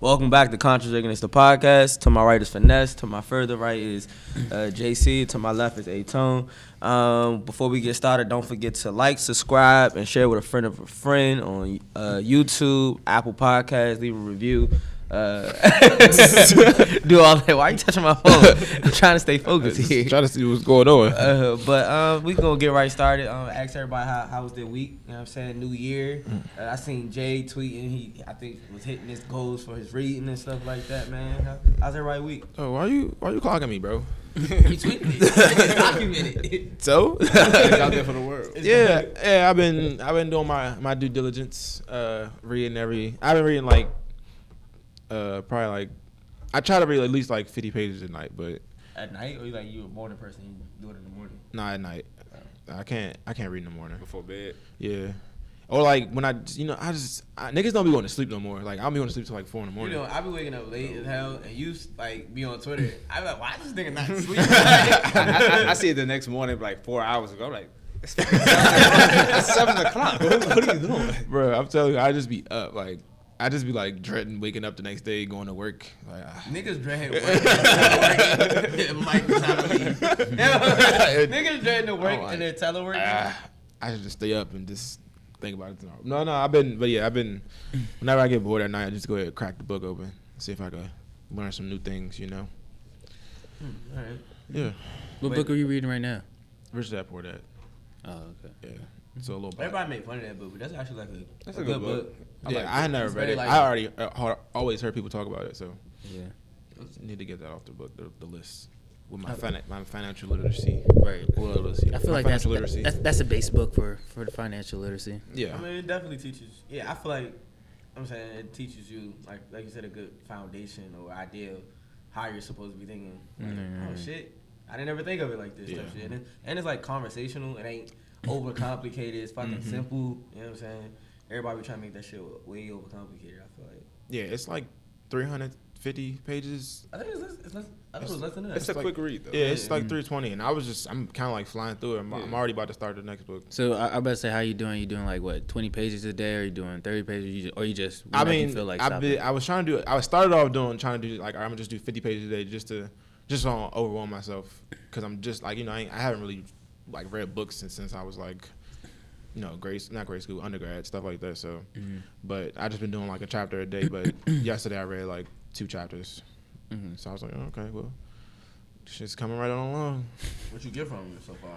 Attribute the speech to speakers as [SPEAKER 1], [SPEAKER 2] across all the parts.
[SPEAKER 1] Welcome back to Conscious Ignorance, the podcast. To my right is Finesse. To my further right is uh, JC. To my left is Atone. Um, before we get started, don't forget to like, subscribe, and share with a friend of a friend on uh, YouTube, Apple Podcasts. Leave a review. Uh, do all that. Why are you touching my phone? I'm trying to stay focused here.
[SPEAKER 2] Try to see what's going on.
[SPEAKER 1] Uh, but um, we gonna get right started. Um, ask everybody how, how was their week. You know what I'm saying? New year. Uh, I seen Jay tweeting. He I think was hitting his goals for his reading and stuff like that. Man, how, how's everybody's week?
[SPEAKER 2] oh, why you why you clocking me, bro?
[SPEAKER 1] He tweeted. It's documented.
[SPEAKER 2] So
[SPEAKER 3] It's out there for the world.
[SPEAKER 2] yeah, yeah, I've been I've been doing my my due diligence, uh, reading every. I've been reading like, uh, probably like, I try to read at least like fifty pages a night, but
[SPEAKER 1] At night, or you like you a morning person? You do it in the morning.
[SPEAKER 2] not at night. I can't I can't read in the morning.
[SPEAKER 3] Before bed.
[SPEAKER 2] Yeah, or like when I you know I just I, niggas don't be going to sleep no more. Like I'll be going to sleep till like four in the
[SPEAKER 1] You
[SPEAKER 2] morning.
[SPEAKER 1] know, I be waking up late as hell, and you like be on Twitter. I be like, why is this nigga not sleeping?
[SPEAKER 3] I, I, I see it the next morning, like four hours ago. I'm like, it's seven o'clock. What, what are you doing?
[SPEAKER 2] bro, I'm telling you, I just be up like. I just be like dreading waking up the next day, going to work. Like, ah.
[SPEAKER 1] Niggas dread work. Mike was out of leave. Niggas dread to work
[SPEAKER 2] Oh, I-
[SPEAKER 1] and they're teleworking.
[SPEAKER 2] Ah, I should just stay up and just think about it tomorrow. No, no, I've been, but yeah, I've been. Whenever I get bored at night, I just go ahead and crack the book open, see if I can learn some new things. You know.
[SPEAKER 1] All right.
[SPEAKER 2] Yeah.
[SPEAKER 4] What
[SPEAKER 1] Wait.
[SPEAKER 4] book are you reading right now?
[SPEAKER 2] Rich Dad Poor Dad.
[SPEAKER 4] Oh, okay.
[SPEAKER 2] Yeah. So a little. Bit.
[SPEAKER 1] Everybody made fun of that book, but that's actually like a,
[SPEAKER 3] That's
[SPEAKER 1] a, good book.
[SPEAKER 2] Yeah,
[SPEAKER 3] I like
[SPEAKER 2] I had never
[SPEAKER 1] It's
[SPEAKER 2] read
[SPEAKER 1] very
[SPEAKER 2] it.
[SPEAKER 1] light.
[SPEAKER 2] I already uh, har- always heard people talk about it, so
[SPEAKER 4] Yeah.
[SPEAKER 2] need to get that off the book, the, the list. With my, fina- my financial literacy.
[SPEAKER 4] Right.
[SPEAKER 2] Well, literacy.
[SPEAKER 4] I feel
[SPEAKER 2] My
[SPEAKER 4] like that's,
[SPEAKER 2] financial literacy.
[SPEAKER 4] that's that's a base book for for the financial literacy.
[SPEAKER 2] yeah.
[SPEAKER 1] I mean, it definitely teaches. Yeah, I feel like I'm saying it teaches you like like you said a good foundation or idea of how you're supposed to be thinking. Like,
[SPEAKER 4] Mm-hmm.
[SPEAKER 1] Oh shit, I didn't ever think of it like this. Type
[SPEAKER 2] Yeah.
[SPEAKER 1] shit. And, it, and it's like conversational. It ain't overcomplicated. It's fucking
[SPEAKER 4] Mm-hmm.
[SPEAKER 1] simple. You know what I'm saying? Everybody be trying to make that shit way overcomplicated. I feel like.
[SPEAKER 2] yeah, it's like 350 pages.
[SPEAKER 1] I think it's less, it's less, I thought it was less than that.
[SPEAKER 3] It's a
[SPEAKER 2] like-
[SPEAKER 3] quick read, though.
[SPEAKER 2] Yeah, it's like 320, and I was just, I'm kind of like flying through it. I'm, I'm
[SPEAKER 3] Yeah.
[SPEAKER 2] already about to start the next book.
[SPEAKER 4] So I, I better say, how you doing? You doing like what, twenty pages a day? Or you doing thirty pages? You just, or you just?
[SPEAKER 2] I
[SPEAKER 4] whenever you
[SPEAKER 2] mean, I,
[SPEAKER 4] stopping?
[SPEAKER 2] be, I was trying to do. I started off doing trying to do like I'm gonna just do 50 pages a day just to just so I don't overwhelm myself because I'm just like you know I, ain't, I haven't really like read books since since I was like you know grade not grade school undergrad stuff like that. So, but I just been doing like a chapter a day. But yesterday I read like two chapters,
[SPEAKER 4] Mhm.
[SPEAKER 2] so I was like oh, okay, well, shit's coming right on along.
[SPEAKER 1] What you get from it so far?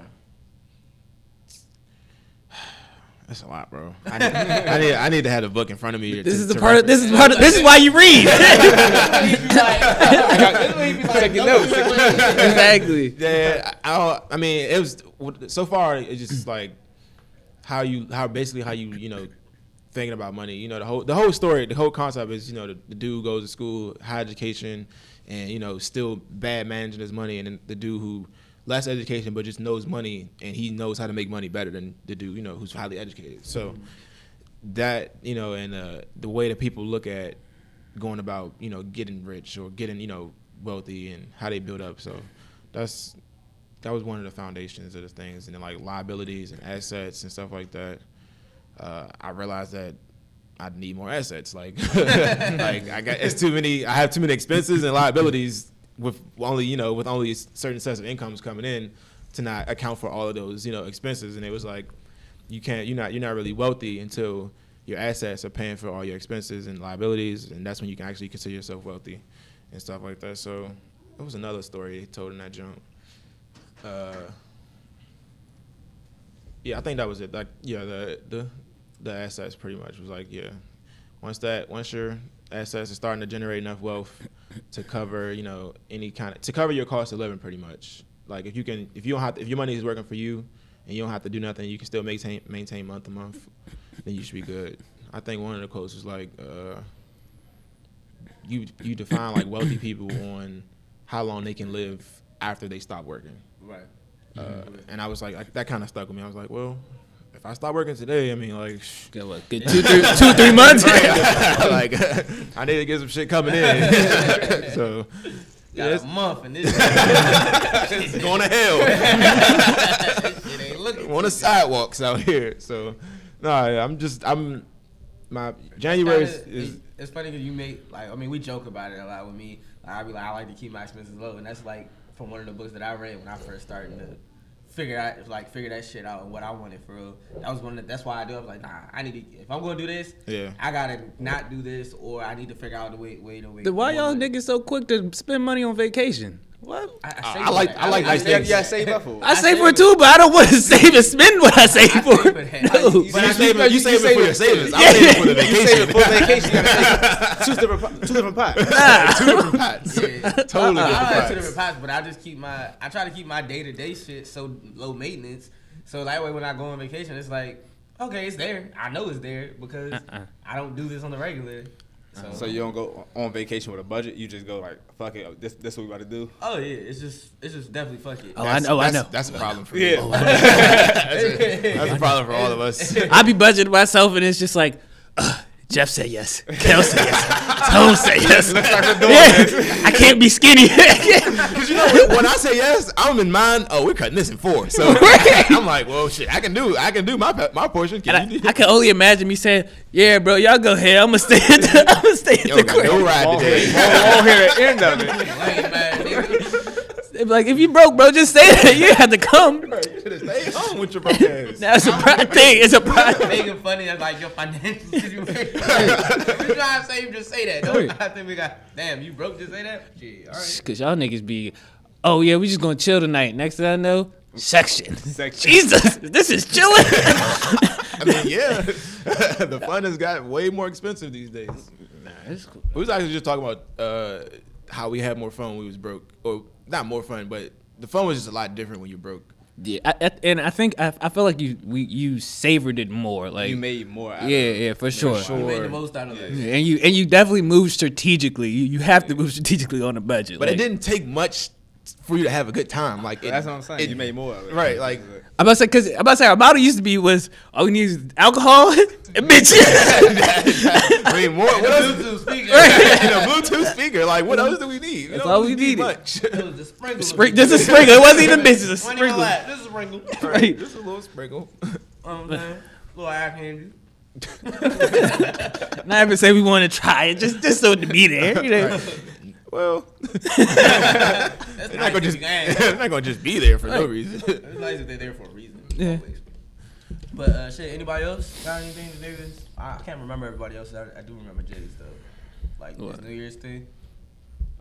[SPEAKER 2] That's a lot, bro. I need, I need I need to have a book in front of me.
[SPEAKER 4] This
[SPEAKER 2] to-
[SPEAKER 4] is the
[SPEAKER 2] to
[SPEAKER 4] part. Of,
[SPEAKER 2] reference.
[SPEAKER 4] this is part. Of, this is why you read. exactly.
[SPEAKER 2] Yeah, I, I, don't- I mean, it was so far. It's just like how you, how basically how you, you know, thinking about money. You know, the whole the whole story, the whole concept is, you know, the, the dude goes to school, high education, and you know, still bad managing his money, and then the dude who less education but just knows money, and he knows how to make money better than the dude, you know, who's highly educated. So that you know and uh, the way that people look at going about you know getting rich or getting you know wealthy and how they build up so that's that was one of the foundations of the things and then like liabilities and assets and stuff like that uh, i realized that i need more assets like like i got it's too many i have too many expenses and liabilities with only you know with only certain sets of incomes coming in to not account for all of those you know expenses and it was like you can't you're not you're not really wealthy until your assets are paying for all your expenses and liabilities and that's when you can actually consider yourself wealthy and stuff like that so it was another story they told in that jump uh yeah i think that was it like yeah the the the assets pretty much was like yeah once that once your assets are starting to generate enough wealth to cover you know any kind of to cover your cost of living pretty much like if you can if you don't have to, if your money is working for you and you don't have to do nothing you can still maintain maintain month to month then you should be good i think one of the quotes was like uh you you define like wealthy people on how long they can live after they stop working
[SPEAKER 1] Right.
[SPEAKER 2] uh, and I was like, I, that kind of stuck with me. I was like, well, if I stop working today, I mean, like,
[SPEAKER 4] Got what? Good two, three, two, three months.
[SPEAKER 2] like I need to get some shit coming in. so
[SPEAKER 1] Got
[SPEAKER 2] Yes.
[SPEAKER 1] a month and this.
[SPEAKER 2] it's going to hell.
[SPEAKER 1] it ain't looking.
[SPEAKER 2] On the sidewalks out here. So no, nah, yeah, I'm just I'm my January is,
[SPEAKER 1] Kinda-
[SPEAKER 2] is
[SPEAKER 1] it- it's funny because you make like I mean we joke about it a lot with me. Like, I be like I like to keep my expenses low, and that's like from one of the books that I read when I first started to figure out like figure that shit out and what I wanted for real. That was one of the, that's why I do. I was like nah, I need to if I'm gonna do this,
[SPEAKER 2] Yeah.
[SPEAKER 1] I gotta not do this or I need to figure out the way way to way.
[SPEAKER 4] Then why y'all
[SPEAKER 1] niggas?
[SPEAKER 4] niggas so quick to spend money on vacation? What?
[SPEAKER 1] I, I,
[SPEAKER 2] I
[SPEAKER 1] saved for
[SPEAKER 2] like-
[SPEAKER 1] that.
[SPEAKER 2] I like
[SPEAKER 1] I
[SPEAKER 2] nice
[SPEAKER 1] saved-
[SPEAKER 2] things.
[SPEAKER 3] Yeah, save up for.
[SPEAKER 4] I,
[SPEAKER 1] I
[SPEAKER 4] save
[SPEAKER 1] save
[SPEAKER 4] for
[SPEAKER 1] it.
[SPEAKER 4] it too, but I don't want to save and spend what I save for.
[SPEAKER 1] for that.
[SPEAKER 4] No.
[SPEAKER 1] You
[SPEAKER 2] But you
[SPEAKER 3] I
[SPEAKER 2] save
[SPEAKER 3] think-
[SPEAKER 2] it. You
[SPEAKER 3] you
[SPEAKER 2] save it
[SPEAKER 3] save
[SPEAKER 2] for
[SPEAKER 3] it-
[SPEAKER 2] your savings. I'm
[SPEAKER 4] Yeah.
[SPEAKER 2] saving for the
[SPEAKER 3] You save
[SPEAKER 2] vacation.
[SPEAKER 3] it for vacation. You gotta take two different, po- two different pots.
[SPEAKER 2] Two different pots.
[SPEAKER 1] Yeah.
[SPEAKER 2] Totally
[SPEAKER 1] I don't have two
[SPEAKER 2] different
[SPEAKER 1] different
[SPEAKER 2] pots.
[SPEAKER 1] pots, but I just keep my I try to keep my day to day shit so low maintenance. So that way when I go on vacation, it's like okay, it's there. I know it's there because
[SPEAKER 4] Uh-uh.
[SPEAKER 1] I don't do this on the regular.
[SPEAKER 2] Uh-huh.
[SPEAKER 1] So,
[SPEAKER 3] So you don't go on vacation with a budget. You just go like, fuck it. This this what we about to do.
[SPEAKER 1] oh yeah, it's just it's just definitely fuck it.
[SPEAKER 4] Oh, I know, I
[SPEAKER 2] That's-
[SPEAKER 4] know.
[SPEAKER 2] That's a problem for
[SPEAKER 3] Yeah.
[SPEAKER 2] you. That's a problem for all of us.
[SPEAKER 4] I be budgeting myself, and it's just like, uh, Jeff said yes, Kel said yes, Tone said yes. Yeah, I can't be skinny.
[SPEAKER 2] Because you know, when- when I say yes, I'm in mind. Oh, we're cutting this in four. So
[SPEAKER 4] Right.
[SPEAKER 2] I'm like, well, shit, I can do, I can do my pa- my portion. Can
[SPEAKER 4] and
[SPEAKER 2] you
[SPEAKER 4] I,
[SPEAKER 2] do?
[SPEAKER 4] I can only imagine me saying, "Yeah, bro, y'all go ahead. I'm gonna stay. At the, I'm gonna stay at
[SPEAKER 2] Yo,
[SPEAKER 4] the
[SPEAKER 2] got no
[SPEAKER 4] crib."
[SPEAKER 2] ride
[SPEAKER 3] Long hair,
[SPEAKER 2] today.
[SPEAKER 3] long hair at end of it.
[SPEAKER 1] Like, man, nigga,
[SPEAKER 4] They be like, if you broke, bro, just stay. There. You didn't have to come.
[SPEAKER 2] You should have stayed home with your broke ass.
[SPEAKER 4] Now it's a pride thing. It's a pride thing.
[SPEAKER 1] making funny of like your financial situation. we try to say you just say that. Don't I think we got damn you broke just say that? Shit, all right.
[SPEAKER 4] Cause y'all niggas be, oh yeah, we just gonna chill tonight. Next thing I know, section.
[SPEAKER 3] Section.
[SPEAKER 4] Jesus, this is chilling.
[SPEAKER 2] I mean, yeah, the fun has got way more expensive these days. We was actually just talking about uh, how we had more fun when we was broke, or not more fun, but the fun was just a lot different when you broke.
[SPEAKER 4] Yeah, I, I, and I think I, I feel like you we you savored it more. Like
[SPEAKER 3] You made more. Out
[SPEAKER 4] yeah, yeah, for sure.
[SPEAKER 1] You made the most out of it.
[SPEAKER 4] And you and you definitely move strategically. You, you have to move strategically on a budget.
[SPEAKER 2] But
[SPEAKER 4] like,
[SPEAKER 2] it didn't take much for you to have a good time. Like it,
[SPEAKER 3] That's what I'm saying.
[SPEAKER 2] it-
[SPEAKER 3] you made more of it.
[SPEAKER 2] right, like-
[SPEAKER 4] I'm about to say because I'm about to say our motto used to be was all we need is alcohol and bitches.
[SPEAKER 2] I mean, more. What else?
[SPEAKER 1] Bluetooth speaker.
[SPEAKER 2] And a Bluetooth speaker. Like, what else do we need?
[SPEAKER 4] That's
[SPEAKER 2] don't
[SPEAKER 4] all we
[SPEAKER 2] really
[SPEAKER 4] needed.
[SPEAKER 2] Much.
[SPEAKER 1] It was the sprinkle.
[SPEAKER 4] Spring, just a sprinkle. It wasn't even bitches. A
[SPEAKER 1] Money on
[SPEAKER 4] sprinkle.
[SPEAKER 1] that. This is a sprinkle.
[SPEAKER 4] Right.
[SPEAKER 2] Just a little sprinkle.
[SPEAKER 1] Um, man, little eye candy.
[SPEAKER 4] Not ever say we want to try it. Just just so to be there. You know.
[SPEAKER 2] Well,
[SPEAKER 1] That's
[SPEAKER 2] they're not gonna just
[SPEAKER 1] it's
[SPEAKER 2] they're not gonna just be there for no
[SPEAKER 4] Right.
[SPEAKER 2] reason.
[SPEAKER 1] nice if they're there for a reason.
[SPEAKER 4] Yeah.
[SPEAKER 1] Always. But uh, shit, anybody else got anything to do this? I I can't remember everybody else. I, I do remember Jay's though. Like
[SPEAKER 4] What?
[SPEAKER 1] this New Year's thing.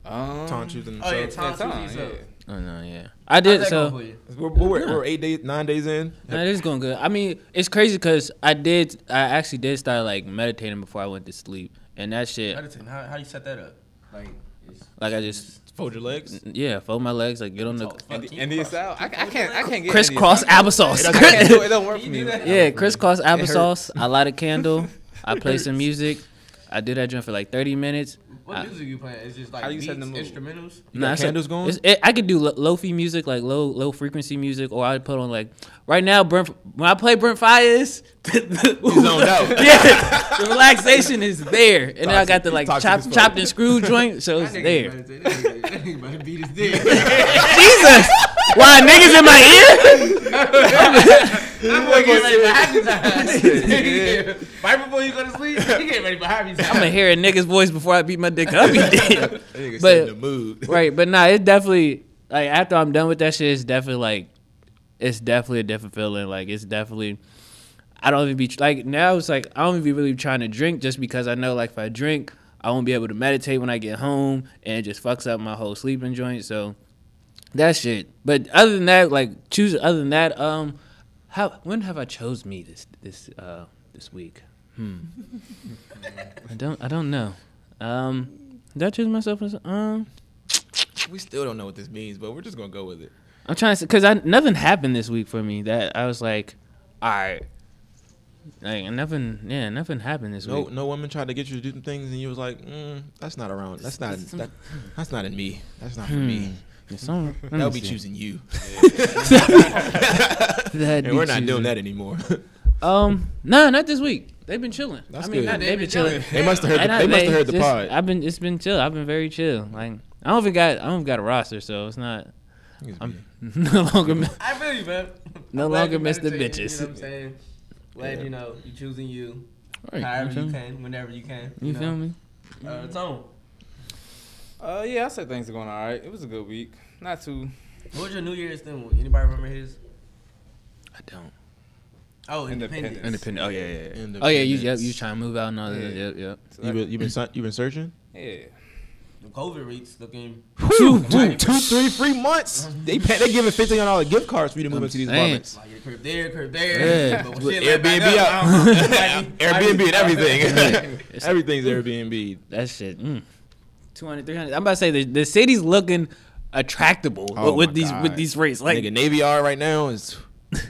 [SPEAKER 3] Um,
[SPEAKER 2] Tonsils and
[SPEAKER 1] Oh yeah,
[SPEAKER 2] so.
[SPEAKER 1] Tom
[SPEAKER 3] Tom,
[SPEAKER 1] yeah,
[SPEAKER 3] yeah.
[SPEAKER 4] Oh no, yeah. I
[SPEAKER 1] How's
[SPEAKER 4] did
[SPEAKER 1] that going
[SPEAKER 4] so.
[SPEAKER 1] for you?
[SPEAKER 2] We're, we're, we're eight days, nine days in.
[SPEAKER 4] No, it is going good. I mean, it's crazy because I did, I actually did start like meditating before I went to sleep, and that shit,
[SPEAKER 1] Meditating. How how you set that up? Like. it's-
[SPEAKER 4] like I just,
[SPEAKER 2] Fold your legs.
[SPEAKER 4] yeah, fold my legs, like get on the
[SPEAKER 1] Oh, fuck,
[SPEAKER 3] And
[SPEAKER 1] can
[SPEAKER 3] the
[SPEAKER 1] you
[SPEAKER 3] Indian
[SPEAKER 1] cross-
[SPEAKER 3] style. I, I can't. I can't get
[SPEAKER 4] crisscross
[SPEAKER 3] Indian
[SPEAKER 4] applesauce.
[SPEAKER 3] style. I can't do it. It don't work for
[SPEAKER 1] Can
[SPEAKER 3] me.
[SPEAKER 1] you do that?
[SPEAKER 4] yeah, crisscross applesauce.
[SPEAKER 2] hurts.
[SPEAKER 4] I light a candle. I play some music. I do that joint for like thirty minutes.
[SPEAKER 1] What
[SPEAKER 4] I-
[SPEAKER 1] music you playing? It's just like
[SPEAKER 3] How you
[SPEAKER 1] beats,
[SPEAKER 3] setting the mood?
[SPEAKER 1] instrumentals.
[SPEAKER 4] Nah,
[SPEAKER 2] got
[SPEAKER 4] it's a-
[SPEAKER 2] candles going?
[SPEAKER 4] it's- it- I could do lo- lo-fi music, like low low frequency music, or I'd put on like right now. Brent, when I play Brent Fires,
[SPEAKER 2] zoned out.
[SPEAKER 4] Yeah, the relaxation is there, and then I
[SPEAKER 2] Toxic.
[SPEAKER 4] got the like
[SPEAKER 2] Toxic
[SPEAKER 4] chop,
[SPEAKER 2] as fuck.
[SPEAKER 4] chopped and screw joint, so it's
[SPEAKER 1] That nigga
[SPEAKER 4] there.
[SPEAKER 1] meditating. That nigga about to beat his dick.
[SPEAKER 4] Jesus, why niggas in my ear?
[SPEAKER 1] I'm gonna get ready for happy time. right before you go to sleep, you get ready for happy time.
[SPEAKER 4] I'm gonna hear a nigga's voice before I beat my dick up. He did.
[SPEAKER 2] That nigga
[SPEAKER 4] But-
[SPEAKER 2] set in the mood.
[SPEAKER 4] right, but nah, it definitely like after I'm done with that shit, it's definitely like it's definitely a different feeling. Like it's definitely I don't even be like now it's like I don't even be really trying to drink just because I know like if I drink, I won't be able to meditate when I get home and it just fucks up my whole sleeping joint. So that shit. But other than that, like choose other than that, um how when have I chose me this this uh this week? Hmm. I don't I don't know. Um did I choose myself as um
[SPEAKER 2] We still don't know what this means, but we're just gonna go with it.
[SPEAKER 4] I'm trying to because I nothing happened this week for me that I was like, all right, like nothing, yeah, nothing happened this
[SPEAKER 2] No,
[SPEAKER 4] week.
[SPEAKER 2] no woman tried to get you to do some things, and you was like, mm, "That's not around. That's not. That, that's not in me. That's not for me.
[SPEAKER 4] There's some- Hmm. let me
[SPEAKER 2] That'll be
[SPEAKER 4] see.
[SPEAKER 2] choosing you."
[SPEAKER 4] That'd
[SPEAKER 2] And
[SPEAKER 4] be
[SPEAKER 2] we're not doing
[SPEAKER 4] choosing.
[SPEAKER 2] that anymore.
[SPEAKER 4] Um, no, not this week. They've been chilling.
[SPEAKER 2] That's
[SPEAKER 4] I mean,
[SPEAKER 2] good.
[SPEAKER 4] not, they've been chilling.
[SPEAKER 2] they must have heard.
[SPEAKER 4] And
[SPEAKER 2] The,
[SPEAKER 4] I-
[SPEAKER 2] they must have heard the
[SPEAKER 4] just-
[SPEAKER 2] pod.
[SPEAKER 4] I've been, it's been chill. I've been very chill. Like I don't even got, I don't even got a roster, so it's not. I'm no longer. mi-
[SPEAKER 1] I feel you, man.
[SPEAKER 4] No
[SPEAKER 1] I'm glad
[SPEAKER 4] longer
[SPEAKER 1] you
[SPEAKER 4] miss the
[SPEAKER 1] meditating,
[SPEAKER 4] bitches.
[SPEAKER 1] You know what I'm saying? Glad you know you choosing you.
[SPEAKER 4] Right, you
[SPEAKER 1] however
[SPEAKER 4] feel
[SPEAKER 1] you
[SPEAKER 4] me?
[SPEAKER 1] can, whenever you can.
[SPEAKER 4] You feel me?
[SPEAKER 1] me? Uh, Tone,
[SPEAKER 3] Uh, yeah, I said things are going all right. It was a good week. Not too.
[SPEAKER 1] what was your New Year's thing? Anybody remember his?
[SPEAKER 4] I don't.
[SPEAKER 1] Oh,
[SPEAKER 3] Independence.
[SPEAKER 1] Independence.
[SPEAKER 4] Independent. Oh yeah, yeah. yeah.
[SPEAKER 2] Independent.
[SPEAKER 4] Oh yeah, you yep, you trying to move out and all that.
[SPEAKER 2] Yeah.
[SPEAKER 4] Yep, yep.
[SPEAKER 3] so
[SPEAKER 2] You
[SPEAKER 3] that-
[SPEAKER 2] been, you been you been searching?
[SPEAKER 3] yeah.
[SPEAKER 1] The COVID rates looking.
[SPEAKER 2] Two, two, two, three, three months. They pay, they giving fifteen dollar gift cards for you to move
[SPEAKER 4] I'm
[SPEAKER 2] into these
[SPEAKER 4] saying.
[SPEAKER 2] apartments.
[SPEAKER 1] Like your crib there, crib there.
[SPEAKER 4] Yeah.
[SPEAKER 1] But
[SPEAKER 2] With
[SPEAKER 1] when shit let
[SPEAKER 2] Airbnb
[SPEAKER 1] back up, I don't know. Might be- might be-
[SPEAKER 2] Airbnb and everything. Everything's Airbnb.
[SPEAKER 4] That shit. Mm. 200, 300. I'm about to say the, the city's looking attractable
[SPEAKER 2] Oh
[SPEAKER 4] with, with
[SPEAKER 2] my
[SPEAKER 4] these with
[SPEAKER 2] God.
[SPEAKER 4] these rates. Like
[SPEAKER 2] Nigga, Navy R right now is.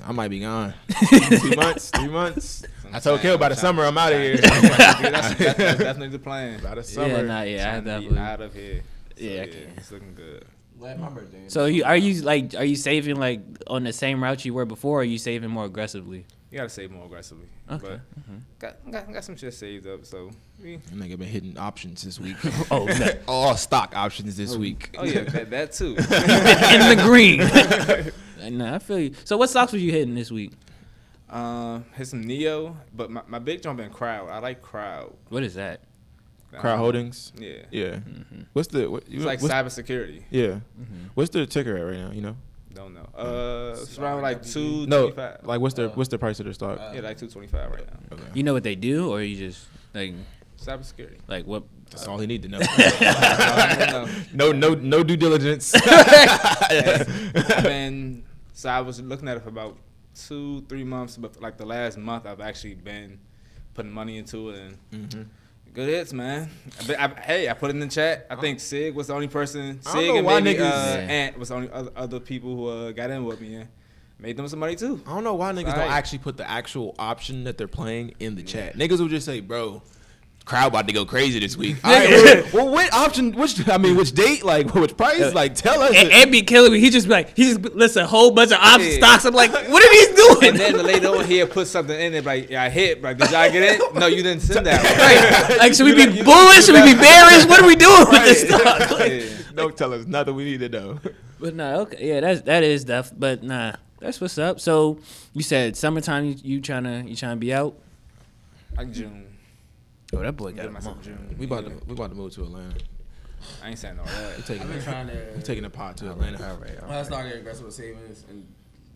[SPEAKER 2] I might be gone. Two months, three months. I told Kel by the summer I'm out of here.
[SPEAKER 3] that's, that's, that's definitely the plan.
[SPEAKER 2] By the
[SPEAKER 4] yeah,
[SPEAKER 2] summer.
[SPEAKER 4] yeah, nah, yeah, I
[SPEAKER 3] Trying to be
[SPEAKER 4] definitely.
[SPEAKER 3] out of here. So,
[SPEAKER 4] Yeah,
[SPEAKER 3] yeah,
[SPEAKER 4] I can't.
[SPEAKER 3] it's looking good.
[SPEAKER 1] Glad my birthday.
[SPEAKER 4] So you are you like are you saving like on the same route you were before? Or are you saving more aggressively?
[SPEAKER 3] You gotta save more aggressively.
[SPEAKER 4] Okay. mm-hmm.
[SPEAKER 3] But got, got got some shit saved up, so we.
[SPEAKER 2] That nigga been hitting options this week.
[SPEAKER 4] Oh, no.
[SPEAKER 2] all stock options this week.
[SPEAKER 3] Oh yeah, that, that too.
[SPEAKER 4] in the green. nah, I feel you. So what stocks were you hitting this week?
[SPEAKER 3] um, hit some Neo, but my, my big jump in crowd. I like crowd.
[SPEAKER 4] What is that?
[SPEAKER 2] Crowd holdings.
[SPEAKER 3] Yeah.
[SPEAKER 2] Yeah. What's the what,
[SPEAKER 3] It's like
[SPEAKER 2] what's,
[SPEAKER 3] cybersecurity.
[SPEAKER 2] yeah? What's their ticker at right now? You know?
[SPEAKER 3] Don't know. Uh, it's around like two uh,
[SPEAKER 2] No.
[SPEAKER 3] twenty five.
[SPEAKER 2] Like what's their what's the price of their stock?
[SPEAKER 3] yeah, like two twenty five right now.
[SPEAKER 2] Okay.
[SPEAKER 4] You know what they do, or you just like
[SPEAKER 3] Cybersecurity.
[SPEAKER 4] like what?
[SPEAKER 2] That's all he need to know.
[SPEAKER 3] I don't know.
[SPEAKER 2] no, no, no due diligence.
[SPEAKER 3] I've been so I was looking at it for about two, three months, but like the last month, I've actually been putting money into it and
[SPEAKER 2] Mm-hmm.
[SPEAKER 3] good hits, man. I bet- I- hey, I put it in the chat. I think Sig was the only person.
[SPEAKER 2] Oh. I don't
[SPEAKER 3] Sig
[SPEAKER 2] know
[SPEAKER 3] and
[SPEAKER 2] why
[SPEAKER 3] maybe uh,
[SPEAKER 2] niggas-
[SPEAKER 4] Yeah.
[SPEAKER 3] Ant was the only other, other people who uh, got in with me and made them some money too.
[SPEAKER 2] I don't know why niggas
[SPEAKER 3] Right.
[SPEAKER 2] don't actually put the actual option that they're playing in the chat. Niggas will just say, "Bro, crowd about to go crazy this week." All right, well, well, what option? Which I mean, which date? Like, which price? Like, tell us.
[SPEAKER 4] It, it be killing me. He just be like he just lists a whole bunch of option
[SPEAKER 3] Yeah.
[SPEAKER 4] stocks. I'm like, what are these doing?
[SPEAKER 3] And then the lady over here put something in there, like, yeah, I hit, like, did y'all get it? No, you didn't send that one.
[SPEAKER 4] Right. Like, should we
[SPEAKER 3] You
[SPEAKER 4] be
[SPEAKER 3] got- you-
[SPEAKER 4] bullish? Should we be bearish? What are we doing with this
[SPEAKER 3] Right.
[SPEAKER 4] stuff?
[SPEAKER 3] Yeah.
[SPEAKER 2] don't tell us nothing. We need to know.
[SPEAKER 4] But nah, okay, yeah, that's that is def, but nah, that's what's up. So you said summertime, you, you trying to you trying to be out?
[SPEAKER 3] Like June.
[SPEAKER 4] Oh, that boy got
[SPEAKER 3] Give
[SPEAKER 4] a
[SPEAKER 3] myself
[SPEAKER 4] month.
[SPEAKER 3] June.
[SPEAKER 2] We about to we about to move to Atlanta.
[SPEAKER 3] I ain't saying all that.
[SPEAKER 2] We're taking
[SPEAKER 1] I've been
[SPEAKER 2] a,
[SPEAKER 1] trying to.
[SPEAKER 2] we taking a pod to Atlanta.
[SPEAKER 3] All right.
[SPEAKER 1] When I started getting aggressive with savings and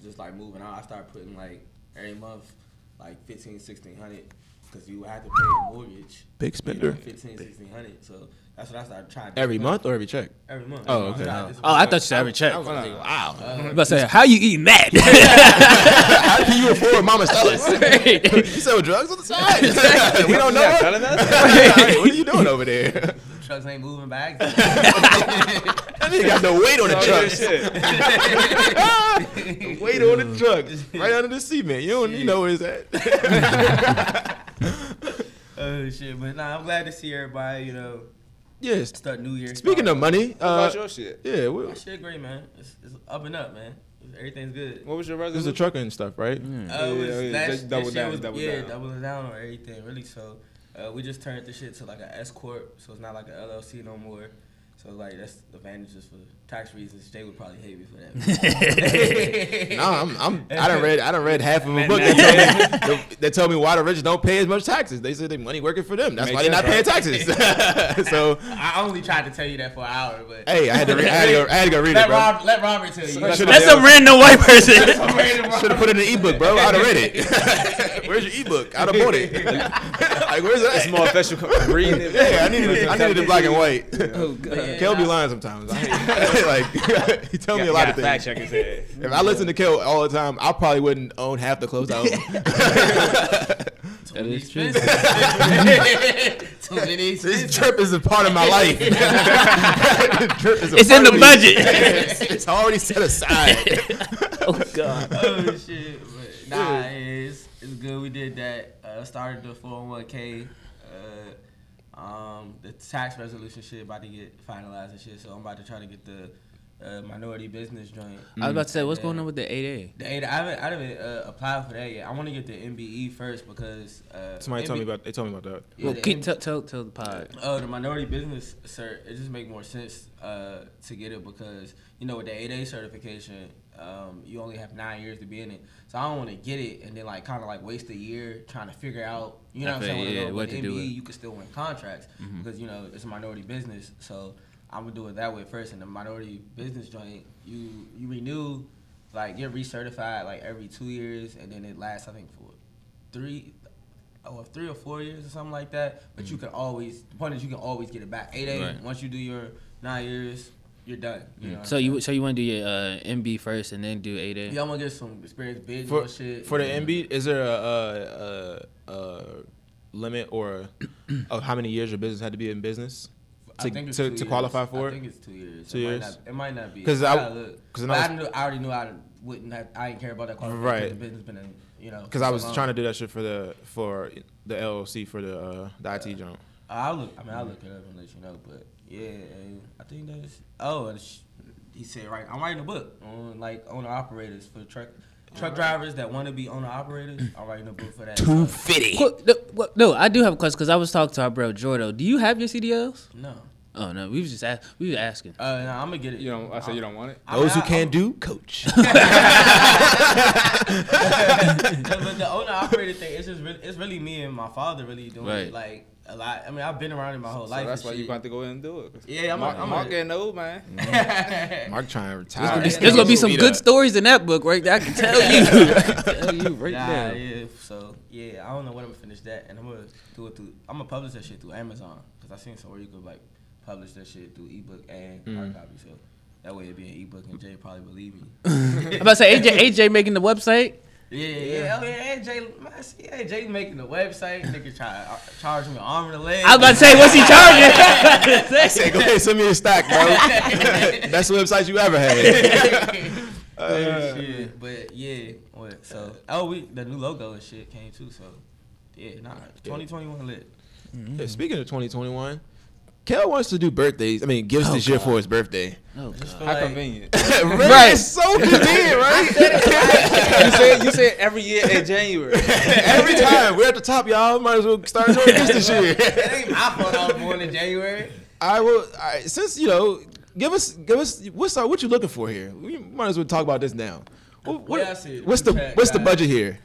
[SPEAKER 1] just like moving out, I started putting like every month like 15, 1600 because you had to pay a mortgage.
[SPEAKER 2] Big
[SPEAKER 1] You know,
[SPEAKER 2] spender.
[SPEAKER 1] 15, 1600 So that's what I started trying to do.
[SPEAKER 2] Every month or every check?
[SPEAKER 1] Every month.
[SPEAKER 2] Oh,
[SPEAKER 1] I'm
[SPEAKER 2] okay.
[SPEAKER 1] trying to- this is
[SPEAKER 4] Oh, I
[SPEAKER 1] what-
[SPEAKER 4] thought you said every check.
[SPEAKER 2] Uh,
[SPEAKER 3] Hold on.
[SPEAKER 2] Wow.
[SPEAKER 4] I'm about to say, how you eating that?
[SPEAKER 2] How can you afford Mama Stella's? you sell drugs on the side? we don't know.
[SPEAKER 3] Y'all telling us?
[SPEAKER 2] what are you doing over there?
[SPEAKER 1] trucks ain't moving back.
[SPEAKER 2] That nigga got no weight on the
[SPEAKER 3] Oh, yeah,
[SPEAKER 2] trucks.
[SPEAKER 3] shit.
[SPEAKER 2] weight on the trucks, right under the cement. You don't, you know where it's at.
[SPEAKER 1] oh shit! But nah, I'm glad to see everybody. You know,
[SPEAKER 2] yes.
[SPEAKER 1] start New Year.
[SPEAKER 2] Speaking of money,
[SPEAKER 3] What
[SPEAKER 2] uh,
[SPEAKER 3] about your shit?
[SPEAKER 2] yeah, we,
[SPEAKER 1] my
[SPEAKER 2] it
[SPEAKER 1] shit, great man. It's, it's up and up, man. Everything's good.
[SPEAKER 3] What was your
[SPEAKER 2] was the
[SPEAKER 3] resolution?
[SPEAKER 2] trucking and stuff, right?
[SPEAKER 1] Uh, it
[SPEAKER 3] Yeah,
[SPEAKER 1] was
[SPEAKER 3] Oh, yeah, yeah,
[SPEAKER 1] last-
[SPEAKER 3] just
[SPEAKER 1] this
[SPEAKER 3] double
[SPEAKER 1] year
[SPEAKER 3] down,
[SPEAKER 1] was-
[SPEAKER 3] double
[SPEAKER 1] yeah,
[SPEAKER 3] down.
[SPEAKER 1] doubling down on everything, really. So uh, we just turned the shit to like an S corp, so it's not like an LLC no more. So like that's the advantages for tax reasons. Jay would probably hate me for that.
[SPEAKER 2] No, I'm, I'm, I done read, I done read half of a book that told, me, that told me why the rich don't pay as much taxes. They said their money working for them. That's
[SPEAKER 3] Makes
[SPEAKER 2] why they're not paying
[SPEAKER 3] sense,
[SPEAKER 2] taxes. so,
[SPEAKER 1] I only tried to tell you that for an hour, but
[SPEAKER 2] hey, I had to, re- I had to, go, I had to go read it,
[SPEAKER 1] let,
[SPEAKER 2] bro.
[SPEAKER 1] Rob, let Robert tell you.
[SPEAKER 3] Should've-
[SPEAKER 4] That's a random white person.
[SPEAKER 1] I'm ready to rock.
[SPEAKER 2] Should have put it in the ebook, bro. I'd have read it. where's your ebook? I'd have bought it. like, where's that?
[SPEAKER 3] It's more official co- reading it.
[SPEAKER 2] Yeah, I needed, I needed it black and white.
[SPEAKER 4] oh, God.
[SPEAKER 1] Yeah,
[SPEAKER 2] Kel be
[SPEAKER 1] nah.
[SPEAKER 2] lying sometimes. I hate- like, he tell me a lot of
[SPEAKER 3] Fact
[SPEAKER 2] things.
[SPEAKER 3] check his head.
[SPEAKER 2] If I listened to Kel all the time, I probably wouldn't own half the clothes I own.
[SPEAKER 4] That is true.
[SPEAKER 1] Too many
[SPEAKER 2] this
[SPEAKER 1] expenses.
[SPEAKER 2] trip is a part of my life. This trip is a
[SPEAKER 4] It's in
[SPEAKER 2] part
[SPEAKER 4] the
[SPEAKER 2] of me.
[SPEAKER 4] budget.
[SPEAKER 2] it's already set aside.
[SPEAKER 4] oh God.
[SPEAKER 1] oh shit! But nah, it's it's good. We did that. Uh, started the 401k. Uh, um, the tax resolution shit about to get finalized and shit. So I'm about to try to get the uh, minority business joint.
[SPEAKER 4] I was about to say, what's going on with the eight
[SPEAKER 1] The ADA, I haven't, I haven't uh, applied for that yet. I want to get the MBE first because uh,
[SPEAKER 2] Somebody told me
[SPEAKER 1] MBE
[SPEAKER 2] about. They told me about that.
[SPEAKER 4] A?
[SPEAKER 1] yeah, E
[SPEAKER 4] Well,
[SPEAKER 1] the
[SPEAKER 4] keep
[SPEAKER 1] MBE
[SPEAKER 4] tell tell tell the pod.
[SPEAKER 1] Oh, the minority business cert, it just make more sense uh, to get it because you know with the 8A certification, um, you only have nine years to be in it. So I don't want to get it and then like kind of like waste a year trying to figure out, you know,
[SPEAKER 4] I
[SPEAKER 1] what I'm
[SPEAKER 4] feel-
[SPEAKER 1] saying? wanna
[SPEAKER 4] yeah,
[SPEAKER 1] go,
[SPEAKER 4] what
[SPEAKER 1] but
[SPEAKER 4] to
[SPEAKER 1] NBA,
[SPEAKER 4] do with- Mm-hmm.
[SPEAKER 1] you can still win contracts because you know it's a minority business. So I'm gonna do it that way first. And the minority business joint, you you renew, like you're recertified like every two years, and then it lasts I think for three. Or three or four years or something like that, but
[SPEAKER 2] Mm-hmm.
[SPEAKER 1] you can always. The point is, you can always get it back. Eight eight.
[SPEAKER 4] Right.
[SPEAKER 1] Once you do your nine years, you're done.
[SPEAKER 2] Mm-hmm.
[SPEAKER 1] You know what I'm
[SPEAKER 4] So you so you want to do your uh, MB first and then do A day?
[SPEAKER 1] Y'all want to get some experience, big
[SPEAKER 2] for,
[SPEAKER 1] shit.
[SPEAKER 2] for the MB, is there a, a, a, a limit or of how many years your business had to be in business
[SPEAKER 1] I
[SPEAKER 2] to,
[SPEAKER 1] think it's two
[SPEAKER 2] to, to
[SPEAKER 1] years.
[SPEAKER 2] qualify for
[SPEAKER 1] I think
[SPEAKER 2] it?
[SPEAKER 1] it's two years.
[SPEAKER 2] Two
[SPEAKER 1] it
[SPEAKER 2] years?
[SPEAKER 1] Might not, it might not be.
[SPEAKER 2] 'Cause
[SPEAKER 1] I,
[SPEAKER 2] I-
[SPEAKER 1] gotta look.
[SPEAKER 2] 'cause
[SPEAKER 1] But
[SPEAKER 2] when
[SPEAKER 1] I,
[SPEAKER 2] I was-
[SPEAKER 1] knew, I already knew I wouldn't. Have, I didn't care about that qualification.
[SPEAKER 2] Right.
[SPEAKER 1] The business been, in, you know.
[SPEAKER 2] Because I was trying to do that shit for the for the LLC for the uh, the IT joint.
[SPEAKER 1] I'll look. I mean, I'll look it up and let you know. But yeah, and I think that's. Oh, and sh- he said right. I'm writing a book on like owner operators for truck truck drivers that want to be owner operators.
[SPEAKER 3] Mm.
[SPEAKER 1] I'm writing a book for that. So,
[SPEAKER 4] fifty. No, what- no, I do have a question because I was talking to our bro Jordo. Do you have your CDLs?
[SPEAKER 1] no.
[SPEAKER 4] Oh no, we was just ask, we were asking.
[SPEAKER 1] Uh, no, I'm gonna get it.
[SPEAKER 3] You don't. I said you don't want it.
[SPEAKER 1] I mean, I- I'm-
[SPEAKER 2] do, coach.
[SPEAKER 1] No, but the owner operator thing, it's just really, it's really me and my father really doing
[SPEAKER 4] Right.
[SPEAKER 1] it like a lot. I mean, I've been around it my whole
[SPEAKER 3] So
[SPEAKER 1] life.
[SPEAKER 3] that's
[SPEAKER 1] and
[SPEAKER 3] why
[SPEAKER 1] shit.
[SPEAKER 3] you got to go in and do it.
[SPEAKER 1] Yeah, I'm.
[SPEAKER 3] Mark,
[SPEAKER 1] I'm. Mm.
[SPEAKER 3] Mark getting old, man.
[SPEAKER 2] Mark trying to retire.
[SPEAKER 1] There's
[SPEAKER 4] There's gonna be some
[SPEAKER 2] Speed
[SPEAKER 4] good
[SPEAKER 2] up.
[SPEAKER 4] stories in that book, right? There. I can tell you. I can tell you right
[SPEAKER 1] nah,
[SPEAKER 4] there.
[SPEAKER 1] yeah. So yeah, I don't know when I'm gonna finish that, and I'm gonna do it through. I'm gonna publish that shit through Amazon because I seen somewhere you could like publish that shit through ebook and
[SPEAKER 4] Mm.
[SPEAKER 1] hard copy. So that way it'd be an ebook, and Jay probably believe me.
[SPEAKER 4] I'm about to say AJ AJ making the website.
[SPEAKER 1] Yeah, yeah, oh yeah, and Jay, man, see, yeah, Jay making the website. Nigga try to uh, charge me an arm and a leg.
[SPEAKER 4] I was about to say what's he charging?
[SPEAKER 2] Say, go ahead, send me your stock, bro. Best website you ever had. Uh,
[SPEAKER 1] Yeah, shit. But yeah, what? So oh, we the new logo and shit came too. So yeah, nah, 2021 lit.
[SPEAKER 2] Yeah, speaking of 2021, Kel wants to do birthdays. I mean, gifts this year for his birthday.
[SPEAKER 4] oh,
[SPEAKER 1] Just
[SPEAKER 4] God.
[SPEAKER 1] feel
[SPEAKER 3] How
[SPEAKER 1] like-
[SPEAKER 3] convenient.
[SPEAKER 2] right. It's so convenient,
[SPEAKER 3] you
[SPEAKER 2] right?
[SPEAKER 3] said you said every year in January.
[SPEAKER 2] Every time we're at the top, y'all might as well start doing gifts this
[SPEAKER 1] It
[SPEAKER 2] year.
[SPEAKER 1] ain't my fault I was born in January.
[SPEAKER 2] I will. I, since you know, give us, give us. What's our, what you looking for here? We might as well talk about this now. What, what-
[SPEAKER 1] Yeah, I see it.
[SPEAKER 2] what's the
[SPEAKER 1] Check,
[SPEAKER 2] what's the
[SPEAKER 1] guys.
[SPEAKER 2] budget here?